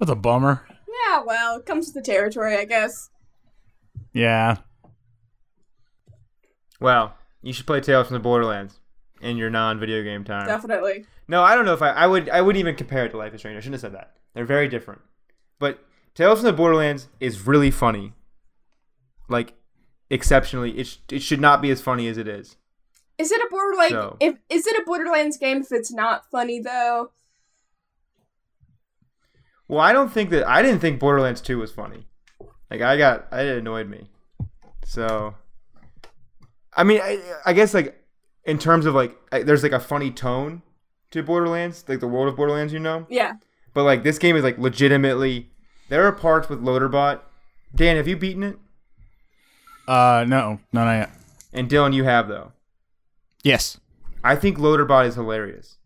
that's a bummer. Yeah, well, it comes with the territory, I guess. Yeah. Wow, you should play Tales from the Borderlands in your non-video game time. Definitely. No, I don't know if I, I would. I wouldn't even compare it to Life is Strange. I shouldn't have said that. They're very different. But Tales from the Borderlands is really funny. Like, exceptionally, it sh- it should not be as funny as it is. Is it a border like So- if is it a Borderlands game if it's not funny though? Well, I don't think that I didn't think Borderlands Two was funny. Like, I got it annoyed me. So, I mean, I, I guess like in terms of like, I, there's like a funny tone to Borderlands, like the world of Borderlands, you know. Yeah. But like this game is like legitimately there are parts with Loaderbot. Dan, have you beaten it? Uh, no, not yet. And Dylan, you have though. Yes. I think Loaderbot is hilarious.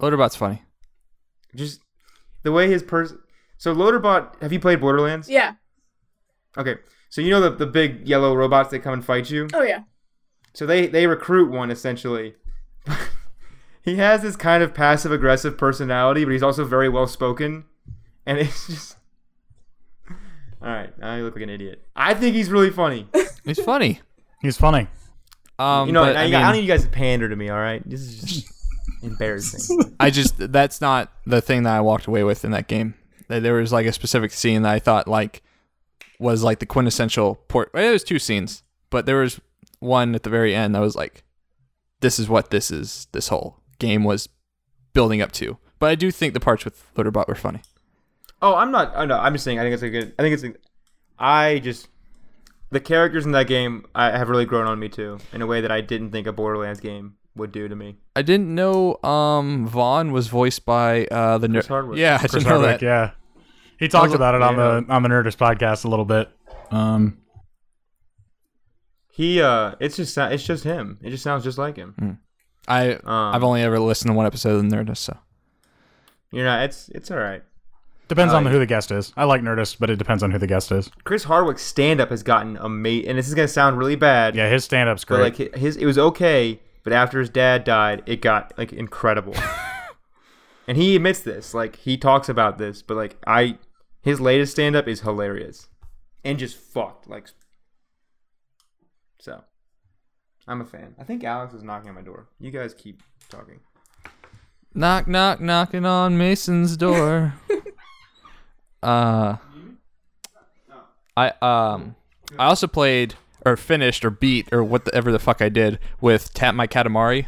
Loaderbot's funny. Just the way his person. So Loaderbot, have you played Borderlands? Yeah. Okay. So you know the the big yellow robots that come and fight you. Oh yeah. So they they recruit one essentially. he has this kind of passive aggressive personality, but he's also very well spoken, and it's just. All right, now you look like an idiot. I think he's really funny. He's funny. He's funny. Um, You know, but, now I, you got- I don't mean, need you guys to pander to me. All right, this is just embarrassing. I just that's not the thing that I walked away with in that game. There- There was like a specific scene that I thought like was like the quintessential port. Well, there was two scenes, but there was one at the very end that was like, this is what this is. This whole game was building up to. But I do think the parts with Loaderbot were funny. Oh, I'm not. Oh no, I'm just saying. I think it's a good. I think it's. A, I just the characters in that game I have really grown on me too in a way that I didn't think a Borderlands game would do to me. I didn't know um Vaughn was voiced by uh the Chris nerd. Hardwick. Yeah, I didn't Chris know Hardwick, that. yeah. He talked was- about it on yeah. the on the Nerdist podcast a little bit. Um, He. uh It's just. sou- It's just him. It just sounds just like him. I Um, I've only ever listened to one episode of the Nerdist, so You're not. It's. It's all right. depends on who the guest is. I like Nerdist, but it depends on who the guest is. Chris Hardwick's stand up has gotten amazing, and this is gonna sound really bad. Yeah, his stand up's But great. like hi- his, it was okay. But after his dad died, it got like incredible. and he admits this. Like he talks about this. But like I, his latest stand up is hilarious, and just fucked. Like, so, I'm a fan. I think Alex is knocking on my door. You guys keep talking. knock knock knocking on Mason's door. uh I um I also played or finished or beat or whatever the fuck I did with Tap My Katamari.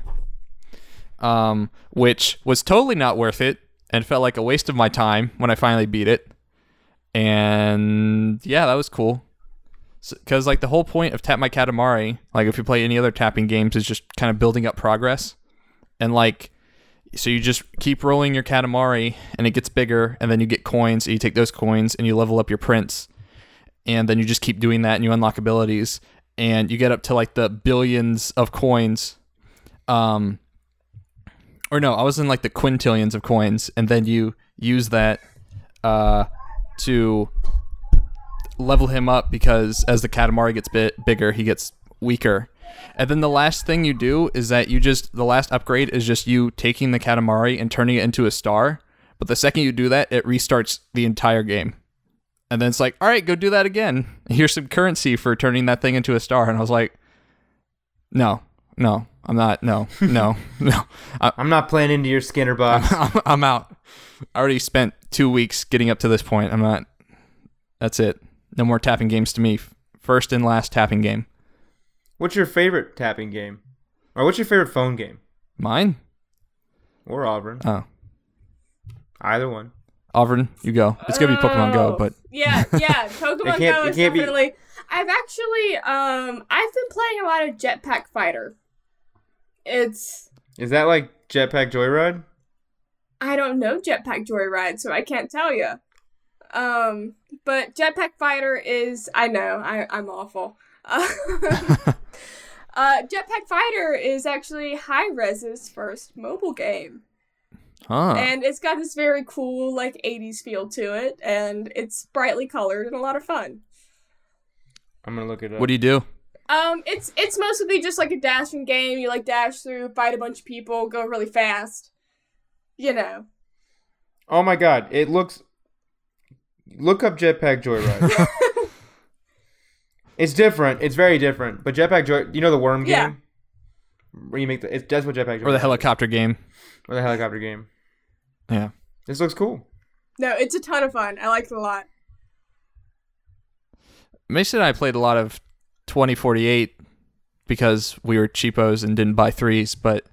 Um which was totally not worth it and felt like a waste of my time when I finally beat it. And yeah, that was cool. Because like the whole point of Tap My Katamari, like if you play any other tapping games, is just kind of building up progress, and like so you just keep rolling your Katamari, and it gets bigger, and then you get coins, and you take those coins, and you level up your prints, and then you just keep doing that, and you unlock abilities, and you get up to like the billions of coins, um, or no, I was in like the quintillions of coins, and then you use that, uh, to level him up because as the Katamari gets bit bigger, he gets weaker. And then the last thing you do is that you just the last upgrade is just you taking the Katamari and turning it into a star. But the second you do that, it restarts the entire game. And then it's like, all right, go do that again. Here's some currency for turning that thing into a star. And I was like, no, no, I'm not. No, no, no. I, I'm not playing into your Skinner box. I'm, I'm out. I already spent two weeks getting up to this point. I'm not. That's it. No more tapping games to me. First and last tapping game. what's your favorite tapping game, or what's your favorite phone game, Mine? or Auburn? Oh. Either one. Auburn, you go. It's going to be Pokemon Go, Oh, but yeah, yeah, Pokemon It can't- Go it is can't be- definitely. I've actually, um, I've been playing a lot of Jetpack Fighter. It's Is that like Jetpack Joyride? I don't know Jetpack Joyride, so I can't tell you. Um, but Jetpack Fighter is I know I I'm awful. Uh, uh, Jetpack Fighter is actually High Res's first mobile game. Oh. huh. and it's got this very cool like 80s feel to it and it's brightly colored and a lot of fun I'm gonna look it up. What do you do? um it's it's mostly just like a dashing game you like dash through fight a bunch of people go really fast you know Oh my god, it looks Look up Jetpack Joyride. it's different. It's very different. But Jetpack Joy, you know the worm Yeah. game, where you make the it's that's what Jetpack Joyride or the helicopter game. or the helicopter game. Yeah. This looks cool. No, it's a ton of fun. I liked it a lot. Mason and I played a lot of 2048 because we were cheapos and didn't buy threes, but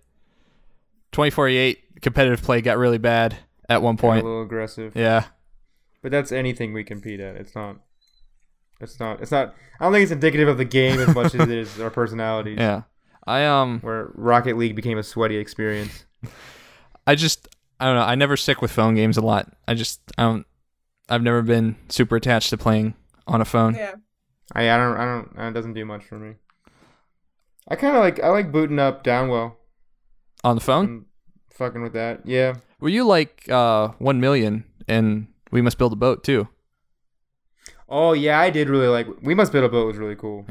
2048 competitive play got really bad at one A point. little aggressive, Yeah. but that's anything we compete at. It's not. It's not. It's not. I don't think it's indicative of the game as much as it is our personalities. Yeah. I um Where Rocket League became a sweaty experience. I just I don't know. I never stick with phone games a lot. I just I don't. I've never been super attached to playing on a phone. Yeah. I, I don't. I don't. uh, It doesn't do much for me. I kind of like. I like booting up Downwell. On the phone, and fucking with that. Yeah. were you like uh one million and we must build a boat too? Oh yeah, I did really like. We must build a boat was really cool.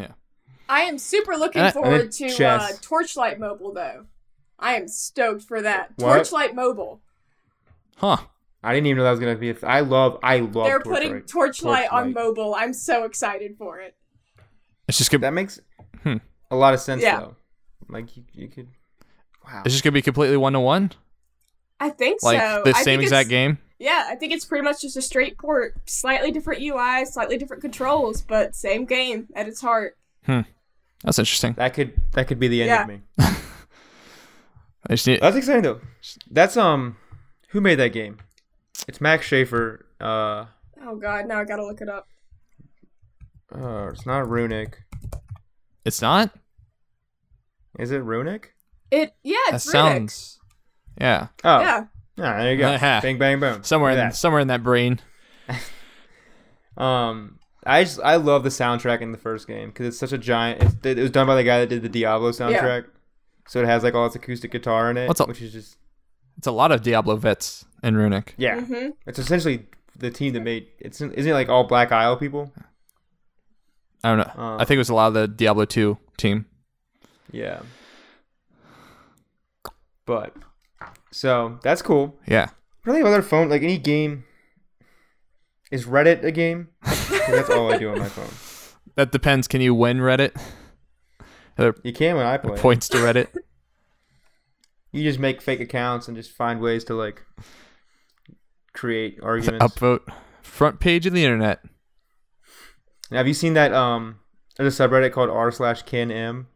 I am super looking And I- and forward then to uh, chess. Torchlight Mobile, though. I am stoked for that. What? Torchlight Mobile. Huh? I didn't even know that was gonna be. A th- I love. I love. They're Torchlight. putting Torchlight, on Torchlight. mobile. I'm so excited for it. It's just gonna That makes Hmm. a lot of sense Yeah. though. Like you, you could. Wow. it's just gonna be completely one to one, I think like so. the I same think exact it's- game. Yeah, I think it's pretty much just a straight port, slightly different UI, slightly different controls, but same game at its heart. That's interesting. That could that could be the end Yeah. of me. I just need, That's exciting though. That's um, who made that game? It's Max Schaefer. Uh, Oh god, now I gotta look it up. uh, it's not Runic. it's not. Is it Runic? It yeah, That it's Runic. sounds. Yeah, Oh, yeah. Yeah, there you go. Uh-huh. Bang, bang, boom. somewhere Look in at somewhere in that brain. that. Um, I just I love the soundtrack in the first game because it's such a giant. It's, it was done by the guy that did the Diablo soundtrack, so it has like all its acoustic guitar in it, What's up? which is just It's a lot of Diablo vets and Runic. yeah. Mhm. It's essentially the team that made. It's isn't it like all Black Isle people? I don't know. Uh. I think it was a lot of the Diablo two team. Yeah. But so that's cool. Yeah. Really, other phone like any game. Is Reddit a game? 'Cause that's all I do on my phone. That depends. Can you win Reddit? There You can when I are play. points to Reddit. You just make fake accounts and just find ways to like create The arguments. upvote. Front page of the internet. Now, have you seen that? Um, there's a subreddit called r slash Ken M,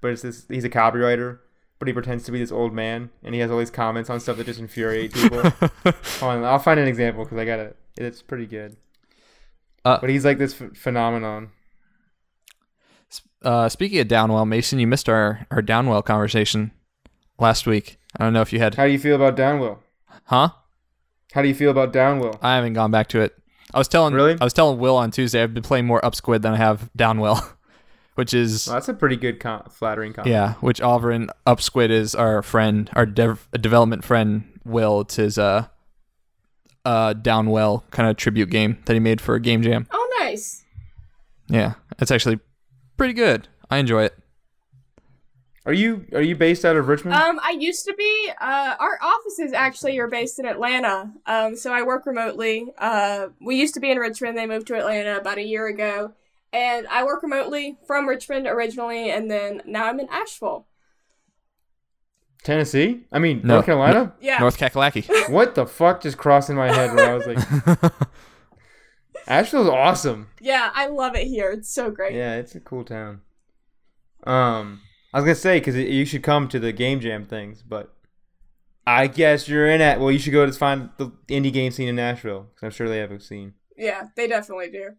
but it's this. He's a copywriter, but he pretends to be this old man, and he has all these comments on stuff that just infuriate people. Hold on, I'll find an example because I got it. It's pretty good. Uh, but he's like this ph phenomenon. Uh, speaking of Downwell, Mason, you missed our, our Downwell conversation last week. I don't know if you had. How do you feel about Downwell? Huh? How do you feel about Downwell? I haven't gone back to it. I was telling Really? I was telling Will on Tuesday I've been playing more Upsquid than I have Downwell, which is Well, that's a pretty good, com- flattering comment. yeah, which Oliver and Upsquid is our friend, our dev- development friend Will. It's his uh uh Downwell kind of tribute game that he made for a game jam. Oh nice. Yeah, it's actually pretty good. I enjoy it. Are you are you based out of Hmm. Richmond? Um, I used to be. Uh, our offices actually are based in Atlanta. Um, so I work remotely. Uh, we used to be in Richmond. They moved to Atlanta about a year ago, and I work remotely from Richmond originally, and then now I'm in Asheville. Tennessee? I mean, No. North Carolina? Yeah. North Kakalaki. What the fuck just crossed in my head when I was like, Asheville's awesome. Yeah, I love it here. It's so great. Yeah, it's a cool town. Um, I was gonna say because you should come to the game jam things, but I guess you're in at. Well, you should go to find the indie game scene in Nashville 'cause I'm sure they have a scene. Yeah, they definitely do.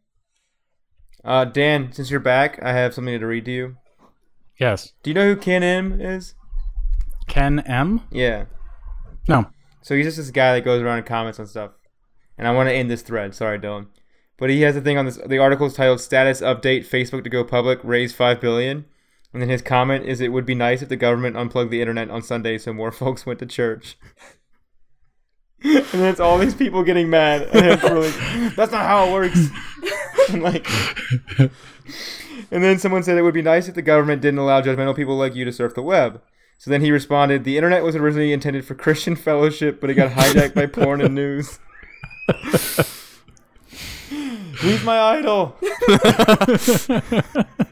Uh, Dan, since you're back, I have something to read to you. Yes. Do you know who Ken M is? Ken M. Yeah. No. So he's just this guy that goes around and comments on stuff. And I want to end this thread. Sorry, Dylan. But he has a thing on this. The article is titled "Status Update: Facebook to Go Public Raise Five Billion. And then his comment is, "It would be nice if the government unplugged the internet on Sunday so more folks went to church." and then it's all these people getting mad. And it's really, That's not how it works. and like, and then someone said it would be nice if the government didn't allow judgmental people like you to surf the web. So then he responded, "The internet was originally intended for Christian fellowship, but it got hijacked by porn and news." He's my idol.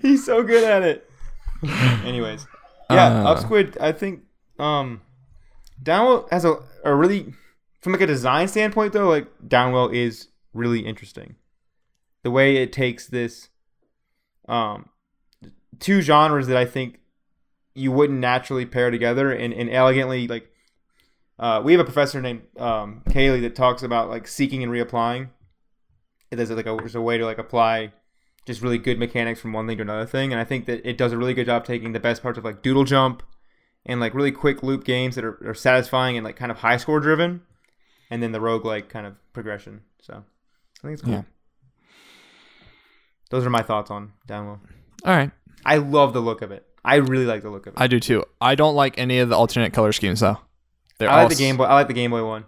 He's so good at it. Anyways, yeah, Uh. Upsquid. I think um, Downwell has a, a really from like a design standpoint though. Like Downwell is really interesting. The way it takes this um two genres that I think you wouldn't naturally pair together and, and elegantly like uh, we have a professor named um, Kaylee that talks about like seeking and reapplying. It There's like a there's a way to like apply just really good mechanics from one thing to another thing, and I think that it does a really good job taking the best parts of like Doodle Jump and like really quick loop games that are, are satisfying and like kind of high score driven, and then the roguelike kind of progression. So I think it's cool. Yeah. Those are my thoughts on Downwell. All right. I love the look of it. I really like the look of it. I do too. I don't like any of the alternate color schemes though. They're I like all the s- Game Boy. I like the Game Boy one.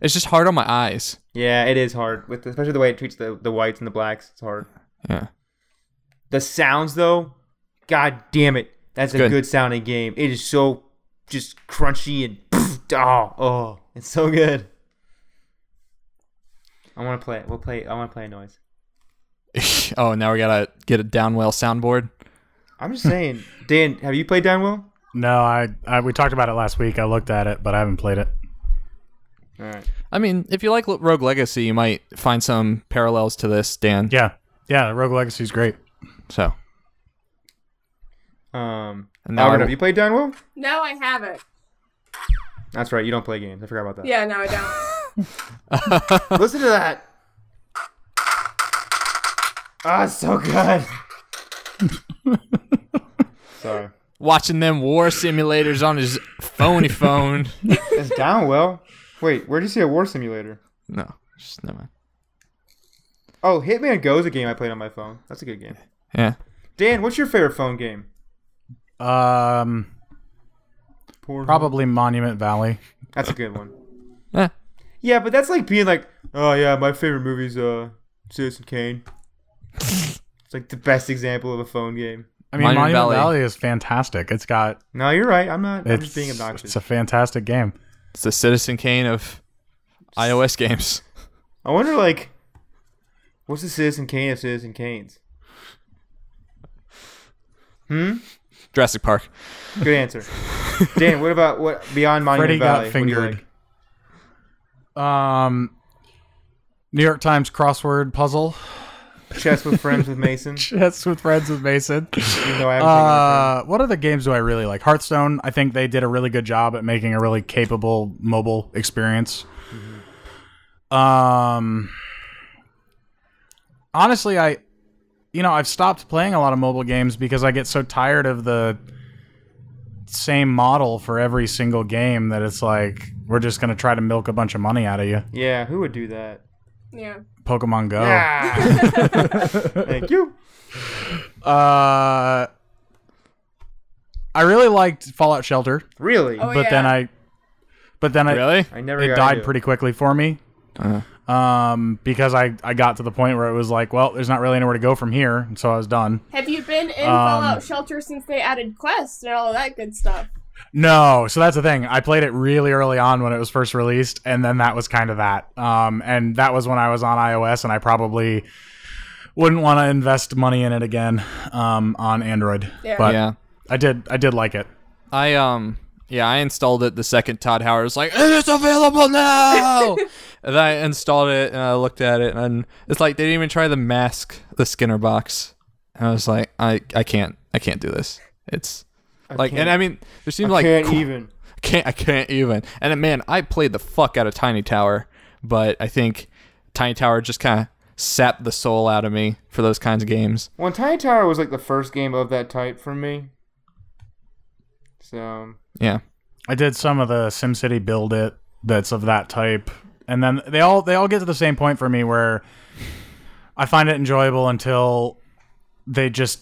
It's just hard on my eyes. Yeah, it is hard, with especially the way it treats the, the whites and the blacks. It's hard. Yeah. The sounds though, god damn it, that's a Good. good sounding game. It is so just crunchy and oh, oh, it's so good. I want to play it. We'll play. I want to play a noise. oh, now we gotta get a Downwell soundboard. I'm just saying, Dan, have you played Downwell? No, I, I we talked about it last week. I looked at it, but I haven't played it. All right. I mean, if you like Lo- Rogue Legacy, you might find some parallels to this, Dan. Yeah, yeah. Rogue Legacy's great. So Um, And now I Albert, will- have you played Downwell? No, I haven't. That's right. You don't play games. I forgot about that. Yeah, no, I don't. Listen to that. Ah, it's so good. Sorry. watching them war simulators on his phony phone. It's Downwell. Wait, where would you see a war simulator? no, just never mind. Oh, Hitman Go is a game I played on my phone. That's a good game. Yeah. Dan, what's your favorite phone game? Um, Portal. probably Monument Valley. That's a good one. Eh. Yeah, but that's like being like, oh yeah, my favorite movie's uh Citizen Kane. it's like the best example of a phone game. I mean, Monument Monument, Valley. Valley. is fantastic. It's got No, you're right. I'm not. I'm it's, just being it's obnoxious. a fantastic game. It's the Citizen Kane of iOS games. I wonder like, what's the Citizen Kane of Citizen Kanes? Hmm. Jurassic Park. Good answer. Dan, what about what beyond Monument Freddy Valley? got What do you fingered. like? Um, New York Times crossword puzzle. Chess with friends with Mason. Chess with friends with Mason. Even though I haven't taken it. Uh, what other games do I really like? Hearthstone. I think they did a really good job at making a really capable mobile experience. Um, honestly, I, you know, I've stopped playing a lot of mobile games because I get so tired of the same model for every single game that it's like we're just gonna try to milk a bunch of money out of you. Yeah, who would do that? Yeah. Pokemon Go. Ah. Thank you. Uh, I really liked Fallout Shelter. Really? Oh, but then yeah. I, but then I, Really? Uh-huh. I never it got died into pretty quickly for me. Um, because I, I got to the point where it was like, well, there's not really anywhere to go from here, and so I was done. Have you been in Um, Fallout Shelter since they added quests and all of that good stuff? No, so that's the thing. I played it really early on when it was first released, and then that was kind of that. Um, and that was when I was on iOS, and I probably wouldn't want to invest money in it again. Um, on Android, Yeah. but Yeah. I did, I did like it. I um yeah, I installed it the second Todd Howard was like, "It is available now." and I installed it and I looked at it and it's like they didn't even try the mask, the Skinner box. And I was like, I I can't I can't do this. It's like can't- and I mean, there seems I like can't cool- even. can't I can't even. And uh, man, I played the fuck out of Tiny Tower, but I think Tiny Tower just kind of sapped the soul out of me for those kinds of games. Well, Tiny Tower was like the first game of that type for me. So Yeah. I did some of the SimCity build it that's of that type, and then they all they all get to the same point for me where I find it enjoyable until they just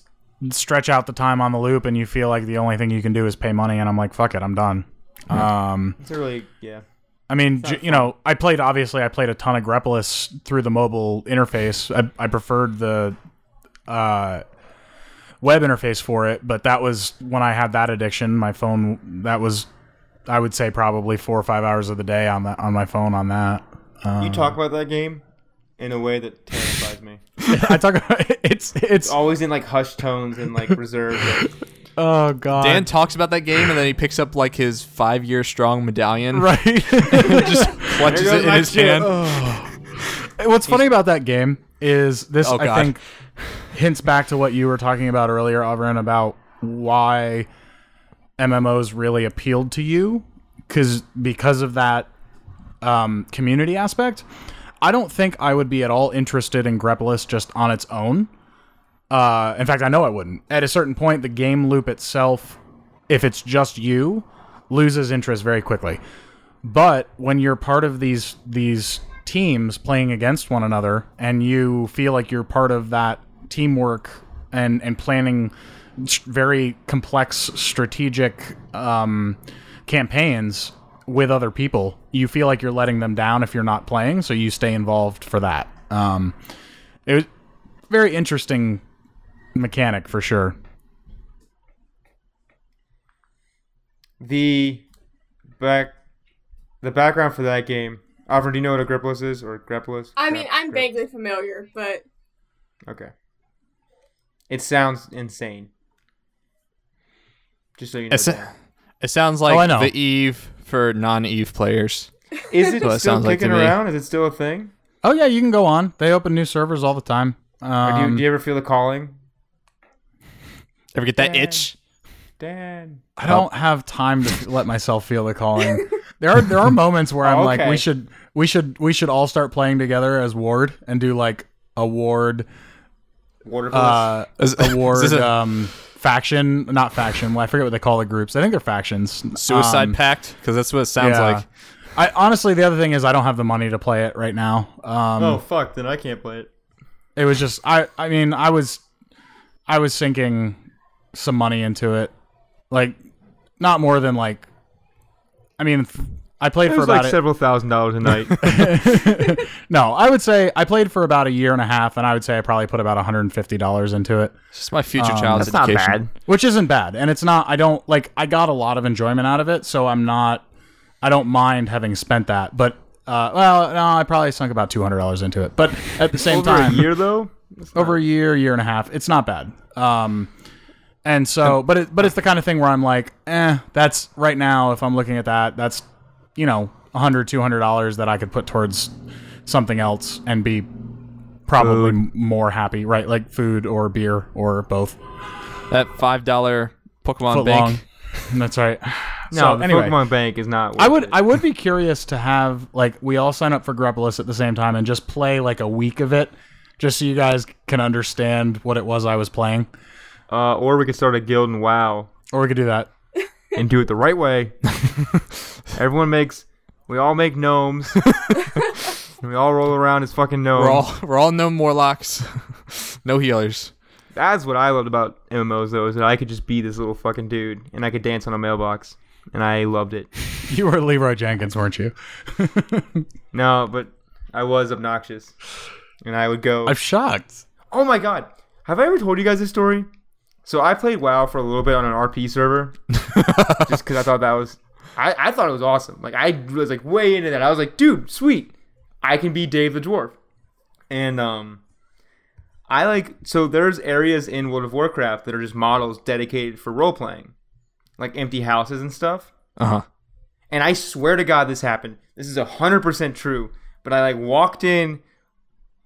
stretch out the time on the loop, and you feel like the only thing you can do is pay money, and I'm like, fuck it, I'm done. Um, it's a really yeah. I mean, j- you know, I played obviously I played a ton of Grepolis through the mobile interface. I, I preferred the uh, web interface for it, but that was when I had that addiction. My phone that was I would say probably four or five hours of the day on that on my phone on that. You talk about that game in a way that terrifies surprise me. I talk about it's it's It's always in like hushed tones and like reserved. like, oh god. Dan talks about that game and then he picks up like his five year strong medallion, right. just clutches There goes it in my his chip. hand. Oh. What's funny about that game is this Oh, I God. think hints back to what you were talking about earlier, Avrin, about why MMOs really appealed to you cuz because of that um, community aspect. I don't think I would be at all interested in Grepolis just on its own. Uh, in fact, I know I wouldn't. At a certain point, the game loop itself, if it's just you, loses interest very quickly. But when you're part of these these teams playing against one another, and you feel like you're part of that teamwork and and planning s- very complex strategic um, campaigns with other people, you feel like you're letting them down if you're not playing, so you stay involved for that. Um, it was very interesting mechanic for sure. the back, the background for that game. Alfred, do you know what Agrippulus is or Agrippulus? I mean, Grip- I'm grip- vaguely familiar, but Okay. It sounds insane. Just so you know. It's- Dan. It sounds Oh, I like know. the Eve for non Eve players. Is it Well, it still sounds like to kicking me. around? Is it still a thing? Oh yeah, you can go on. They open new servers all the time. Or do, you, Um, do you ever feel the calling? Ever get that Yeah. itch? Dan. I don't have time to let myself feel the calling. There are there are moments where I'm like, Okay. we should we should we should all start playing together as Ward and do like a Ward Waterfalls. uh, Is- a Ward is this a- um, faction, not faction. Well, I forget what they call the groups. I think they're factions. Suicide Um, pact? Because that's what it sounds yeah. like. I honestly, the other thing is I don't have the money to play it right now. Um, oh fuck! Then I can't play it. it was just I I mean I was I was sinking some money into it like not more than like I mean f- I played for about it. several thousand dollars a night. no I would say I played for about a year and a half and I would say I probably put about $150 into it It's just my future Um, child's education. which isn't bad and it's not I don't like I got a lot of enjoyment out of it so I'm not I don't mind having spent that but uh, well no I probably sunk about $200 into it but at the same Over a time year though. That's not- over a year, year and a half. It's not bad. Um, and so, but it, but it's the kind of thing where I'm like, eh, that's right now. If I'm looking at that, that's you know, 100 200 dollars that I could put towards something else and be probably m more happy, right? Like food or beer or both. That $5 Pokemon Foot bank. long. That's right. no, so, the anyway. Pokemon Bank is not. Worth I would It. I would be curious to have like we all sign up for Grepolis at the same time and just play like a week of it, just so you guys can understand what it was I was playing. Uh, or we could start a guild and WoW Or we could do that. and do it the right way. Everyone makes. We all make gnomes. and we all roll around as fucking gnomes. We're all, we're all no Morlocks, no healers. That's what I loved about MMOs though, is that I could just be this little fucking dude and I could dance on a mailbox, and I loved it. You were Leroy Jenkins, weren't you? No, but I was obnoxious, and I would go. I'm shocked. Oh my god. Have I ever told you guys this story? So I played WoW for a little bit on an RP server. just because I thought that was I, I thought it was awesome. Like I was like way into that. I was like, dude, sweet. I can be Dave the Dwarf. And um I like so there's areas in World of Warcraft that are just models dedicated for role playing. Like empty houses and stuff Uh huh. and I swear to God, this happened. This is hundred percent true. But I like walked in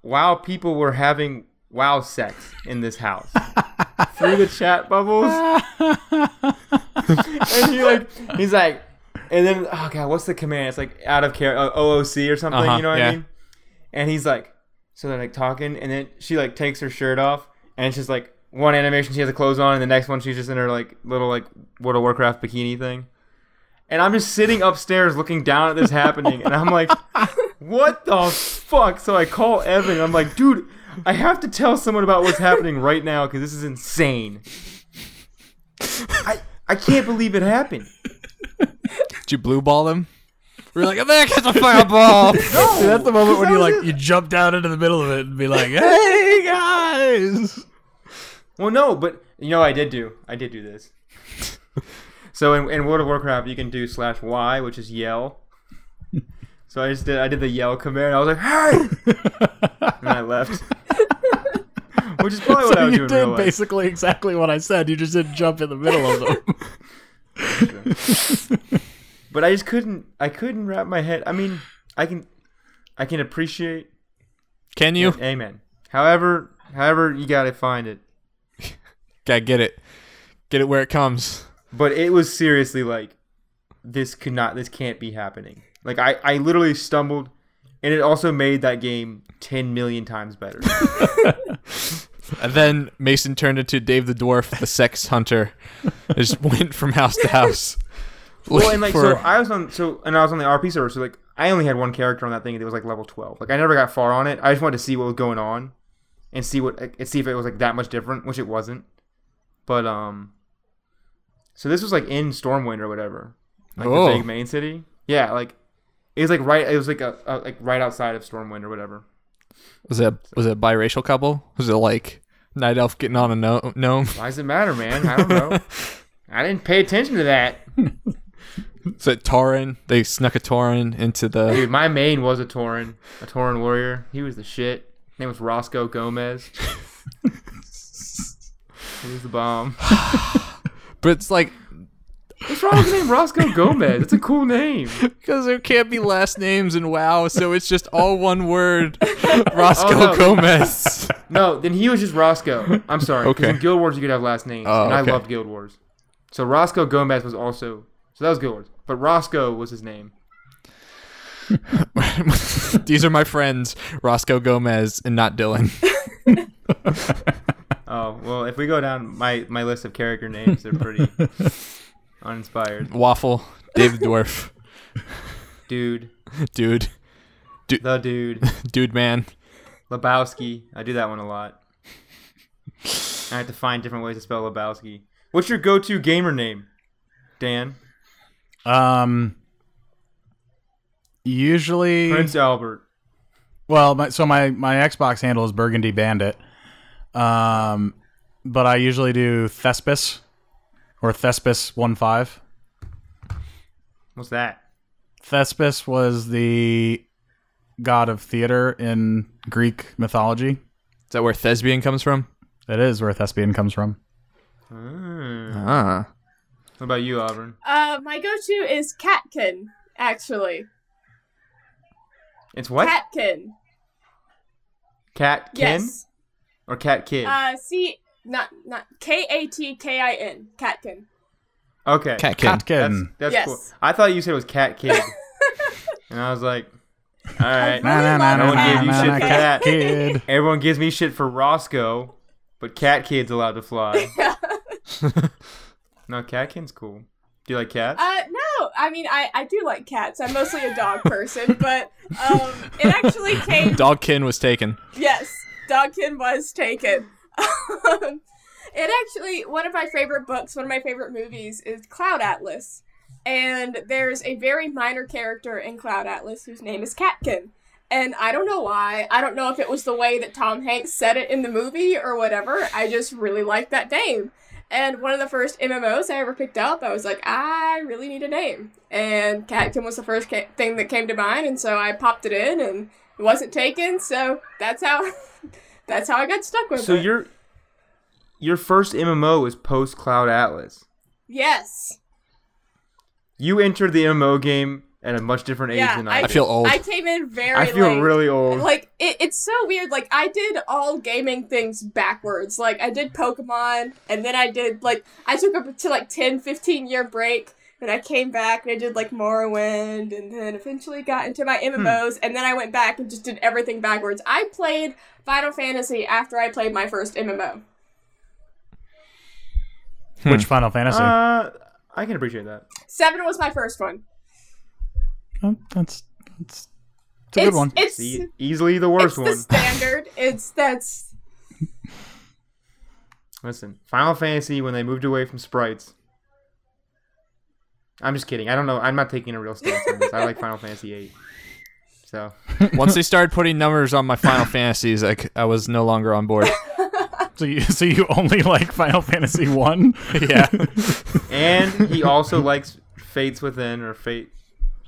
while people were having wow sex in this house through the chat bubbles, and he like he's like, and then oh god, what's the command? It's like out of care, uh, OOC or something. Uh-huh, you know what yeah. I mean? And he's like, so they're like talking, and then she like takes her shirt off, and it's just like one animation she has the clothes on, and the next one she's just in her like little like World of Warcraft bikini thing. And I'm just sitting upstairs looking down at this happening, and I'm like, what the fuck? So I call Evan, and I'm like, dude, I have to tell someone about what's happening right now because this is insane. I I can't believe it happened. Did you blue ball them? We were like, I'm gonna catch a fireball. Oh. that's the moment when you that like was it. you jump down into the middle of it and be like, "Hey guys!" Well, no, but you know, I did do. I did do this. so in, in World of Warcraft, you can do slash Y, which is yell. So I just did I did the yell command. I was like, "Hey!" and I left. Which is probably what I so would do you in real did life. basically exactly what I said. You just didn't jump in the middle of them. but I just couldn't I couldn't wrap my head. I mean, I can I can appreciate Can you? Amen. However, however you got to find it. Gotta get it. Get it where it comes. But it was seriously like this could not this can't be happening. Like I I literally stumbled and it also made that game 10 million times better. And then Mason turned into Dave the Dwarf, the sex hunter. Just went from house to house. well, and like so looking for- I was on so and I was on the RP server so like I only had one character on that thing and it was like level 12. Like I never got far on it. I just wanted to see what was going on and see what and see if it was like that much different, which it wasn't. But um so this was like in Stormwind or whatever. Like Oh. the big main city. Yeah, like it was like right it was like a, a like right outside of Stormwind or whatever. was it was it a biracial couple? Was it like night elf getting on a gno- gnome? Why does it matter, man? I don't know. I didn't pay attention to that. Is it Tauren? They snuck a Tauren into the. Dude, my main was a Torin, a Torin warrior. He was the shit. His name was Roscoe Gomez. he was the bomb. But it's like What's wrong with the name Roscoe Gomez? It's a cool name. because there can't be last names in WoW, so it's just all one word. Roscoe Oh, no. Gomez. No, then he was just Roscoe. I'm sorry. 'cause Okay. In Guild Wars, you could have last names, Oh, and I okay. loved Guild Wars. So Roscoe Gomez was also. So that was Guild Wars, but Roscoe was his name. These are my friends, Roscoe Gomez and not Dylan. Oh well, if we go down my my list of character names, they're pretty uninspired. Waffle, Dave the Dwarf, Dude, dude, the dude. dude man. Lebowski. I do that one a lot. I have to find different ways to spell Lebowski. What's your go-to gamer name, Dan? Um, usually, Mm. Prince Albert. well, my, so my my Xbox handle is Burgundy Bandit, um, but I usually do Thespis or Thespis one five. What's that? Thespis was the god of theater in Greek mythology. Is that where thespian comes from? That is where thespian comes from. Mm. Ah. What about you, Auburn? Uh, my go-to is Catkin, actually. It's what? Catkin. Cat kin Yes. or cat kid? Uh, see, not not K A T K I N. Catkin. okay. Cat kid. That's, Katkin. that's Yes. cool. I thought you said it was cat kid, and I was like, all right. Nah. No one gave you shit for that. Kid. Everyone gives me shit for Roscoe, but cat kid's allowed to fly. no, cat kin's cool. Do you like cats? Uh, no, I mean I I do like cats. I'm mostly a dog person, but um, it actually came Dogkin was taken. Yes, Dogkin was taken. Um, it actually, one of my favorite books, one of my favorite movies is Cloud Atlas. And there's a very minor character in Cloud Atlas whose name is Catkin. And I don't know why. I don't know if it was the way that Tom Hanks said it in the movie or whatever. I just really liked that name. And one of the first MMOs I ever picked up, I was like, I really need a name. And Catkin was the first ca- thing that came to mind. And so I popped it in and it wasn't taken, so that's how that's how I got stuck with So it. your your first MMO is post Cloud Atlas. yes, You entered the MMO game at a much different age yeah. than I. I did. feel old. I came in very. I feel late. really old. Like it, it's so weird. Like I did all gaming things backwards. Like I did Pokemon, and then I did like I took up to like 10, 15 year break, and I came back and I did like Morrowind, and then eventually got into my Hmm. MMOs, and then I went back and just did everything backwards. I played Final Fantasy after I played my first MMO. Which Final Fantasy? uh, I can appreciate that. Seven was my first one. Oh, that's that's it's a good it's, one. It's See, easily the worst it's the one. standard. It's that's Listen, Final Fantasy when they moved away from sprites. I'm just kidding. I don't know. I'm not taking a real stance on this. I like Final Fantasy eight. So Once they started putting numbers on my Final Fantasies, I, c- I was no longer on board. So you so you only like Final Fantasy one? yeah. and he also likes Fates Within or Fate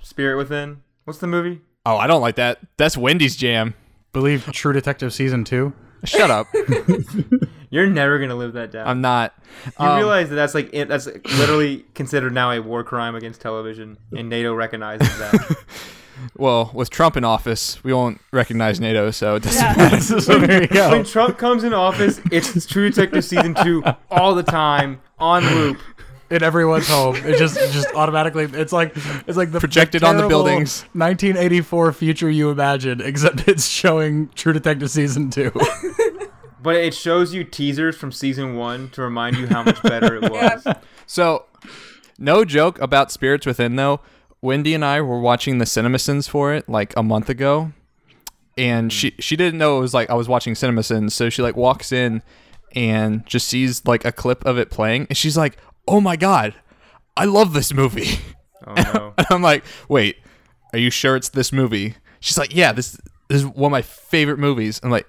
Spirit Within. What's the movie? Oh, I don't like that. That's Wendy's jam. Believe True Detective season two. Shut up. You're never gonna live that down. I'm not. you Um, realize that that's like it, that's literally considered now a war crime against television, and NATO recognizes that. Well, with Trump in office, we won't recognize NATO, so it doesn't so there you go. when Trump comes in office, it's True Detective season two all the time on loop. in everyone's home. It just just automatically. It's like it's like the Projected on the terrible buildings. 1984 future you imagine, except it's showing True Detective season two. But it shows you teasers from season one to remind you how much better it was. Yeah. So, no joke about Spirits Within, though. Wendy and I were watching The CinemaSins for it like a month ago, and she she didn't know it was like I was watching CinemaSins. So she like walks in and just sees like a clip of it playing, and she's like, "Oh my god, I love this movie!" Oh no. And I'm like, "Wait, are you sure it's this movie?" She's like, "Yeah, this this is one of my favorite movies." I'm like,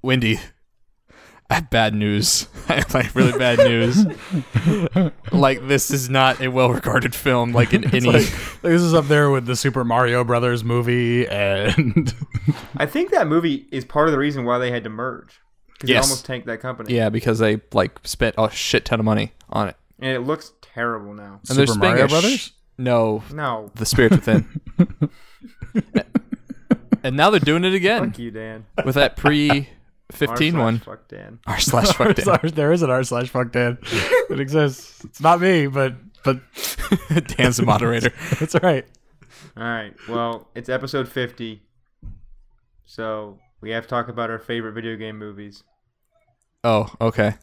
"Wendy." I have bad news. I have like really bad news. like this is not a well-regarded film. Like in any, like, this is up there with the Super Mario Brothers movie and I think that movie is part of the reason why they had to merge. Because Yes. they almost tanked that company. yeah, because they like spent a shit ton of money on it. And it looks terrible now. And they're Super spending Mario a sh- Brothers? no, No. The Spirits Within. and now they're doing it again Fuck you, Dan. with that pre R slash 15 one. Fuck Dan. R slash fuck Dan. Sorry, there is an r slash fuck Dan. It exists. It's not me, but but Dan's the moderator. it's all right. All right. Well, it's episode 50. So we have to talk about our favorite video game movies. Oh, okay.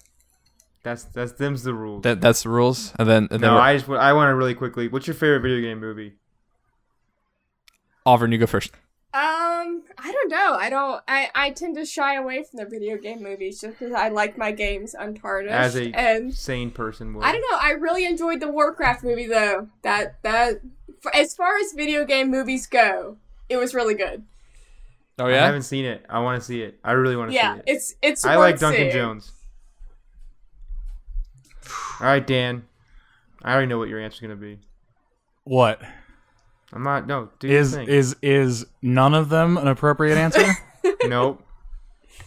That's that's them's the rules. That that's the rules. And then and then no, we're- I just wa- I want to really quickly. What's your favorite video game movie? Auburn, you go first. Um, I don't know. I don't. I, I tend to shy away from the video game movies just because I like my games untarnished. As a- and Sane person would. I don't know. I really enjoyed the Warcraft movie though. That that for, as far as video game movies go, it was really good. Oh I yeah. haven't seen it. I want to see it. I really want to Yeah, see it. it's it's. I worth like Duncan seeing. Jones. All right, Dan. I already know what your answer's gonna be. What I'm not. No, do your is thing. is is none of them an appropriate answer? nope.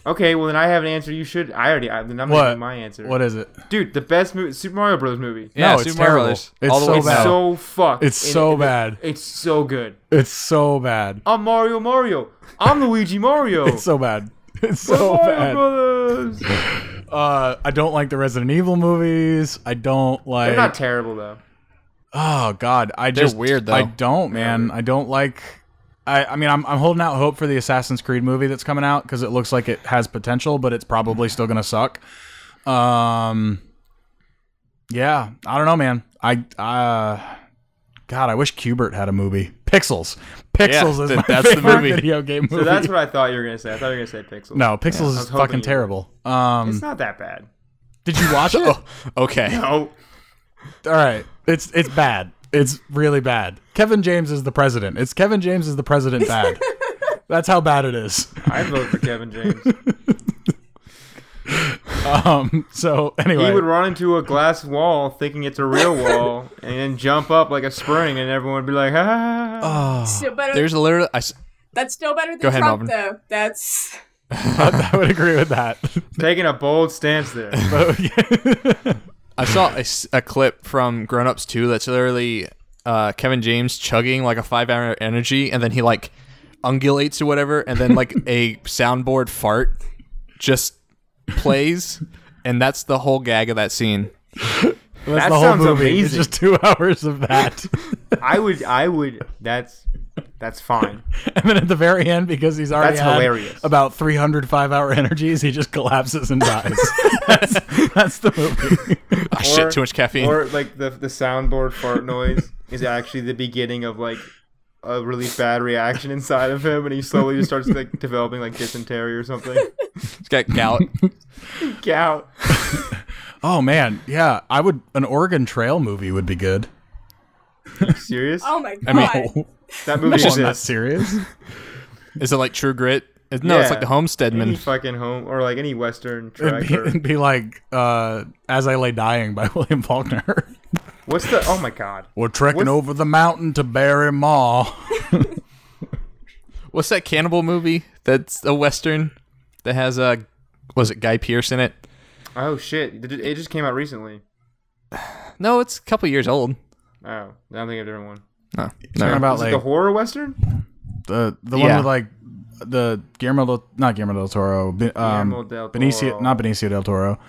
Okay, well then I have an answer. You should. I already. I, then I'm What? giving my answer. what is it? Dude, the best movie, Super Mario Bros. movie. Yeah, No, it's Super Mario terrible. Brothers. It's All the way so It's bad. down. so fucked. It's And so it- bad. It's so good. It's so bad. I'm Mario Mario. I'm Luigi Mario. It's so bad. It's We're Oh so Mario bad. Brothers. Uh, I don't like the Resident Evil movies. I don't like. They're not terrible though. oh God, I just weird, though. I don't, man. I don't like. I, I mean, I'm, I'm holding out hope for the Assassin's Creed movie that's coming out because it looks like it has potential, but it's probably still gonna suck. Um, yeah, I don't know, man. I uh, God, I wish Cubert had a movie. Pixels, Pixels is th- my that's the favorite movie. video game So movie. that's what I thought you were gonna say. I thought you were gonna say Pixels. no, Pixels is was hoping fucking you- terrible. Um, it's not that bad. did you watch it? Okay. No, All right. It's it's bad. It's really bad. Kevin James is the president. It's Kevin James is the president bad. That's how bad it is. I vote for Kevin James. Um so anyway. He would run into a glass wall thinking it's a real wall, and then jump up like a spring, and everyone would be like, "Ah." "Ha, ha, Oh. ha, ha." Still better. There's literally I, s- that's still better than Go ahead, Trump Melvin. though. That's I, I would agree with that. taking a bold stance there." But, yeah. I saw a, s- a clip from Grown Ups 2 that's literally uh, Kevin James chugging like a five hour energy and then he like ungulates or whatever and then like a soundboard fart just plays and that's the whole gag of that scene. That's That the whole sounds movie. It's amazing. just 2 hours of that. I would, I would. That's that's fine. and then at the very end because he's already That's had hilarious. about 300 5-hour energies, he just collapses and dies. that's, that's the movie. Ah, shit, too much caffeine. Or like the the soundboard fart noise is actually the beginning of like a really bad reaction inside of him, and he slowly just starts like developing like dysentery or something. It's got gout. Gout. oh man, yeah, I would an Oregon Trail movie would be good. Serious? oh my god. mean- that movie Well, I'm not exists. serious. Is it like True Grit? It- No, it's Yeah. like the Homesteadman. Any fucking home or like any western It'd track. be, Or, it'd be like uh, "As I Lay Dying" by William Faulkner. what's the? Oh my god. We're trekking What's- over the mountain to Barry Maw. What's that cannibal movie? That's a western that has a uh, was it Guy Pearce in it? Oh shit! Did It it just came out recently. No, it's a couple years old. Oh, I don't think of a different one. No, Talking no. about Is it the like horror western? the the one Yeah. with like the Guillermo del, not Guillermo del Toro, Be- um, Guillermo del Toro. Benicio not Benicio del Toro.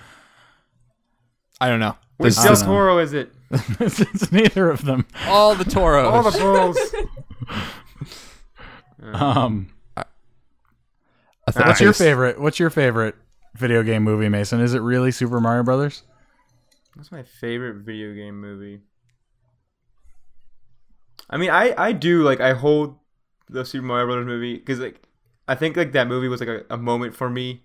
I don't know. Which There's Del know. Toro is it? it's, it's neither of them. all the Toros. All the Toros. Um, I thought what's I your just- favorite? What's your favorite video game movie, Mason? Is it really Super Mario Brothers? That's my favorite video game movie. I mean, I I do like I hold the Super Mario Brothers movie because like I think like that movie was like a, a moment for me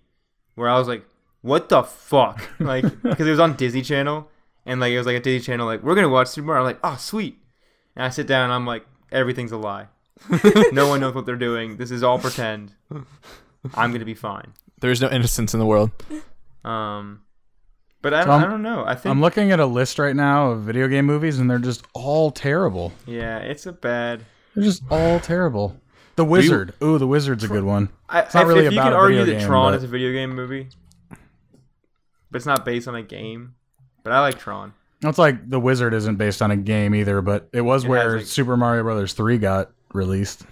where I was like, what the fuck, like because it was on Disney Channel and like it was like a Disney Channel like we're gonna watch Super Mario. I'm like, oh sweet, and I sit down and I'm like, everything's a lie. no one knows what they're doing. This is all pretend. I'm gonna be fine. There's no innocence in the world. Um, but I, So I'm- I don't know. I think I'm looking at a list right now of video game movies, and they're just all terrible. yeah, it's a bad. They're just all terrible. The Wizard. Ooh, The Wizard's a good one. I, not if, really if you about can a argue video that game, Tron but- is a video game movie, but it's not based on a game. But I like Tron. It's like The Wizard isn't based on a game either, but it was It has, where like- Super Mario Brothers 3 got released.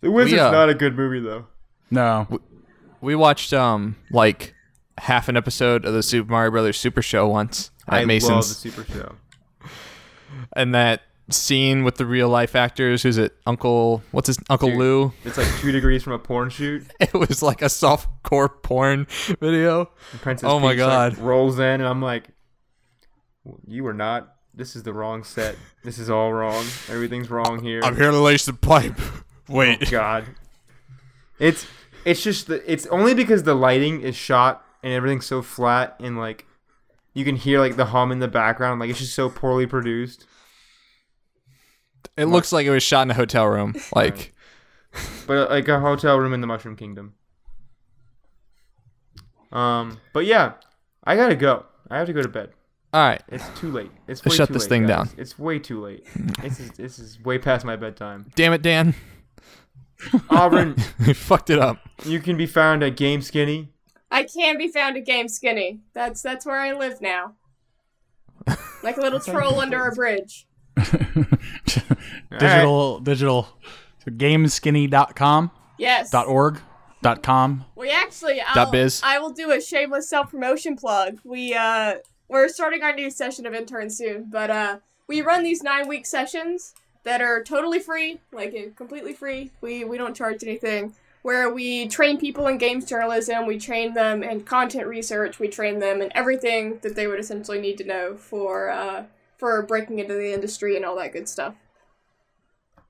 The Wizard's uh, not a good movie though. No. We watched um like half an episode of the Super Mario Brothers Super Show once at I love the Mason's, Super Show. and that scene with the real life actors. Who's it? Uncle what's his Uncle Dude. Lou? It's like two degrees from a porn shoot. It was like a soft core porn video. And Princess Oh my Peach, like, God. rolls in, and I'm like, you are not. This is the wrong set. This is all wrong. Everything's wrong here. here to lace the pipe. Wait. God. It's it's just the, it's only because the lighting is shot and everything's so flat and like you can hear like the hum in the background like it's just so poorly produced. It looks like it was shot in a hotel room. Like But uh, like a hotel room in the Mushroom Kingdom. Um but yeah, I got to go. I have to go to bed. all right. It's too late. It's way Let's shut too this late, thing guys. down. It's way too late. this is this is way past my bedtime. Damn it, Dan. Auburn, you fucked it up. you can be found at Game Skinny. I can be found at Game Skinny. That's that's where I live now. Like a little troll under a bridge. digital, digital. So gameskinny.com, Yes. dot org, dot com. We actually, I'll, Dot biz. I will do a shameless self promotion plug. We uh, we're starting our new session of interns soon, but uh, we run these nine week sessions that are totally free, like uh, completely free. We we don't charge anything. Where we train people in games journalism, we train them in content research, we train them in everything that they would essentially need to know for uh, for breaking into the industry and all that good stuff.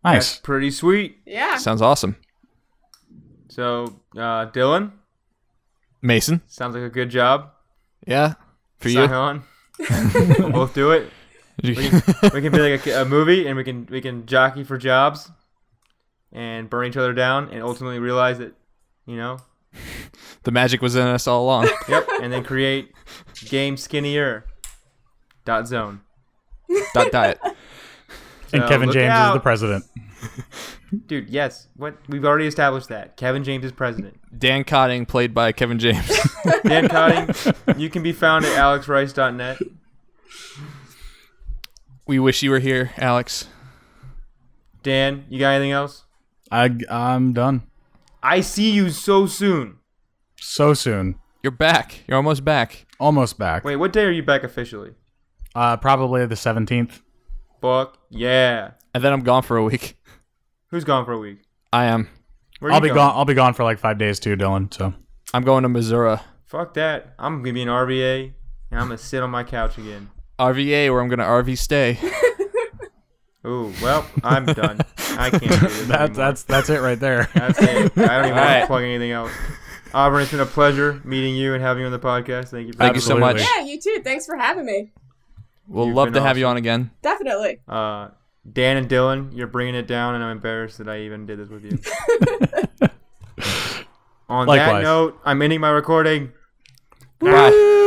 That's Nice. pretty sweet. Yeah. Sounds awesome. So, uh, Dylan, Mason. sounds like a good job. Yeah. For Sign you. on. we'll both do it. We can, we can be like a, a movie, and we can we can jockey for jobs, and burn each other down, and ultimately realize that, you know, the magic was in us all along. yep, and then create game skinnier. Dot zone. Dot diet. And So Kevin look James is out. the president. Dude, yes. What we've already established that Kevin James is president. Dan Cotting played by Kevin James. Dan Cotting, you can be found at alexrice.net. we wish you were here, Alex. Dan, you got anything else? I, I'm done. I see you so soon. So soon. You're back. You're almost back. Almost back. Wait, what day are you back officially? Uh, probably the 17th. Fuck yeah. And then I'm gone for a week. Who's gone for a week? I am. Where I'll you be going? gone. I'll be gone for like five days too, Dylan. So I'm going to Missouri. Fuck that. I'm gonna be an RVA and I'm gonna sit on my couch again. RVA where I'm gonna RV stay. Ooh, well, I'm done. I can't do this. that, anymore. that's that's it right there. that's it. I don't even want to Alright. plug anything else. Auburn, it's been a pleasure meeting you and having you on the podcast. Thank you. For Thank you so Absolutely. much. Yeah, you too. Thanks for having me. We'll You've love been to have you awesome. on again. Definitely. Uh, Dan and Dylan, you're bringing it down, and I'm embarrassed that I even did this with you. on Likewise. that note, I'm ending my recording. Bye.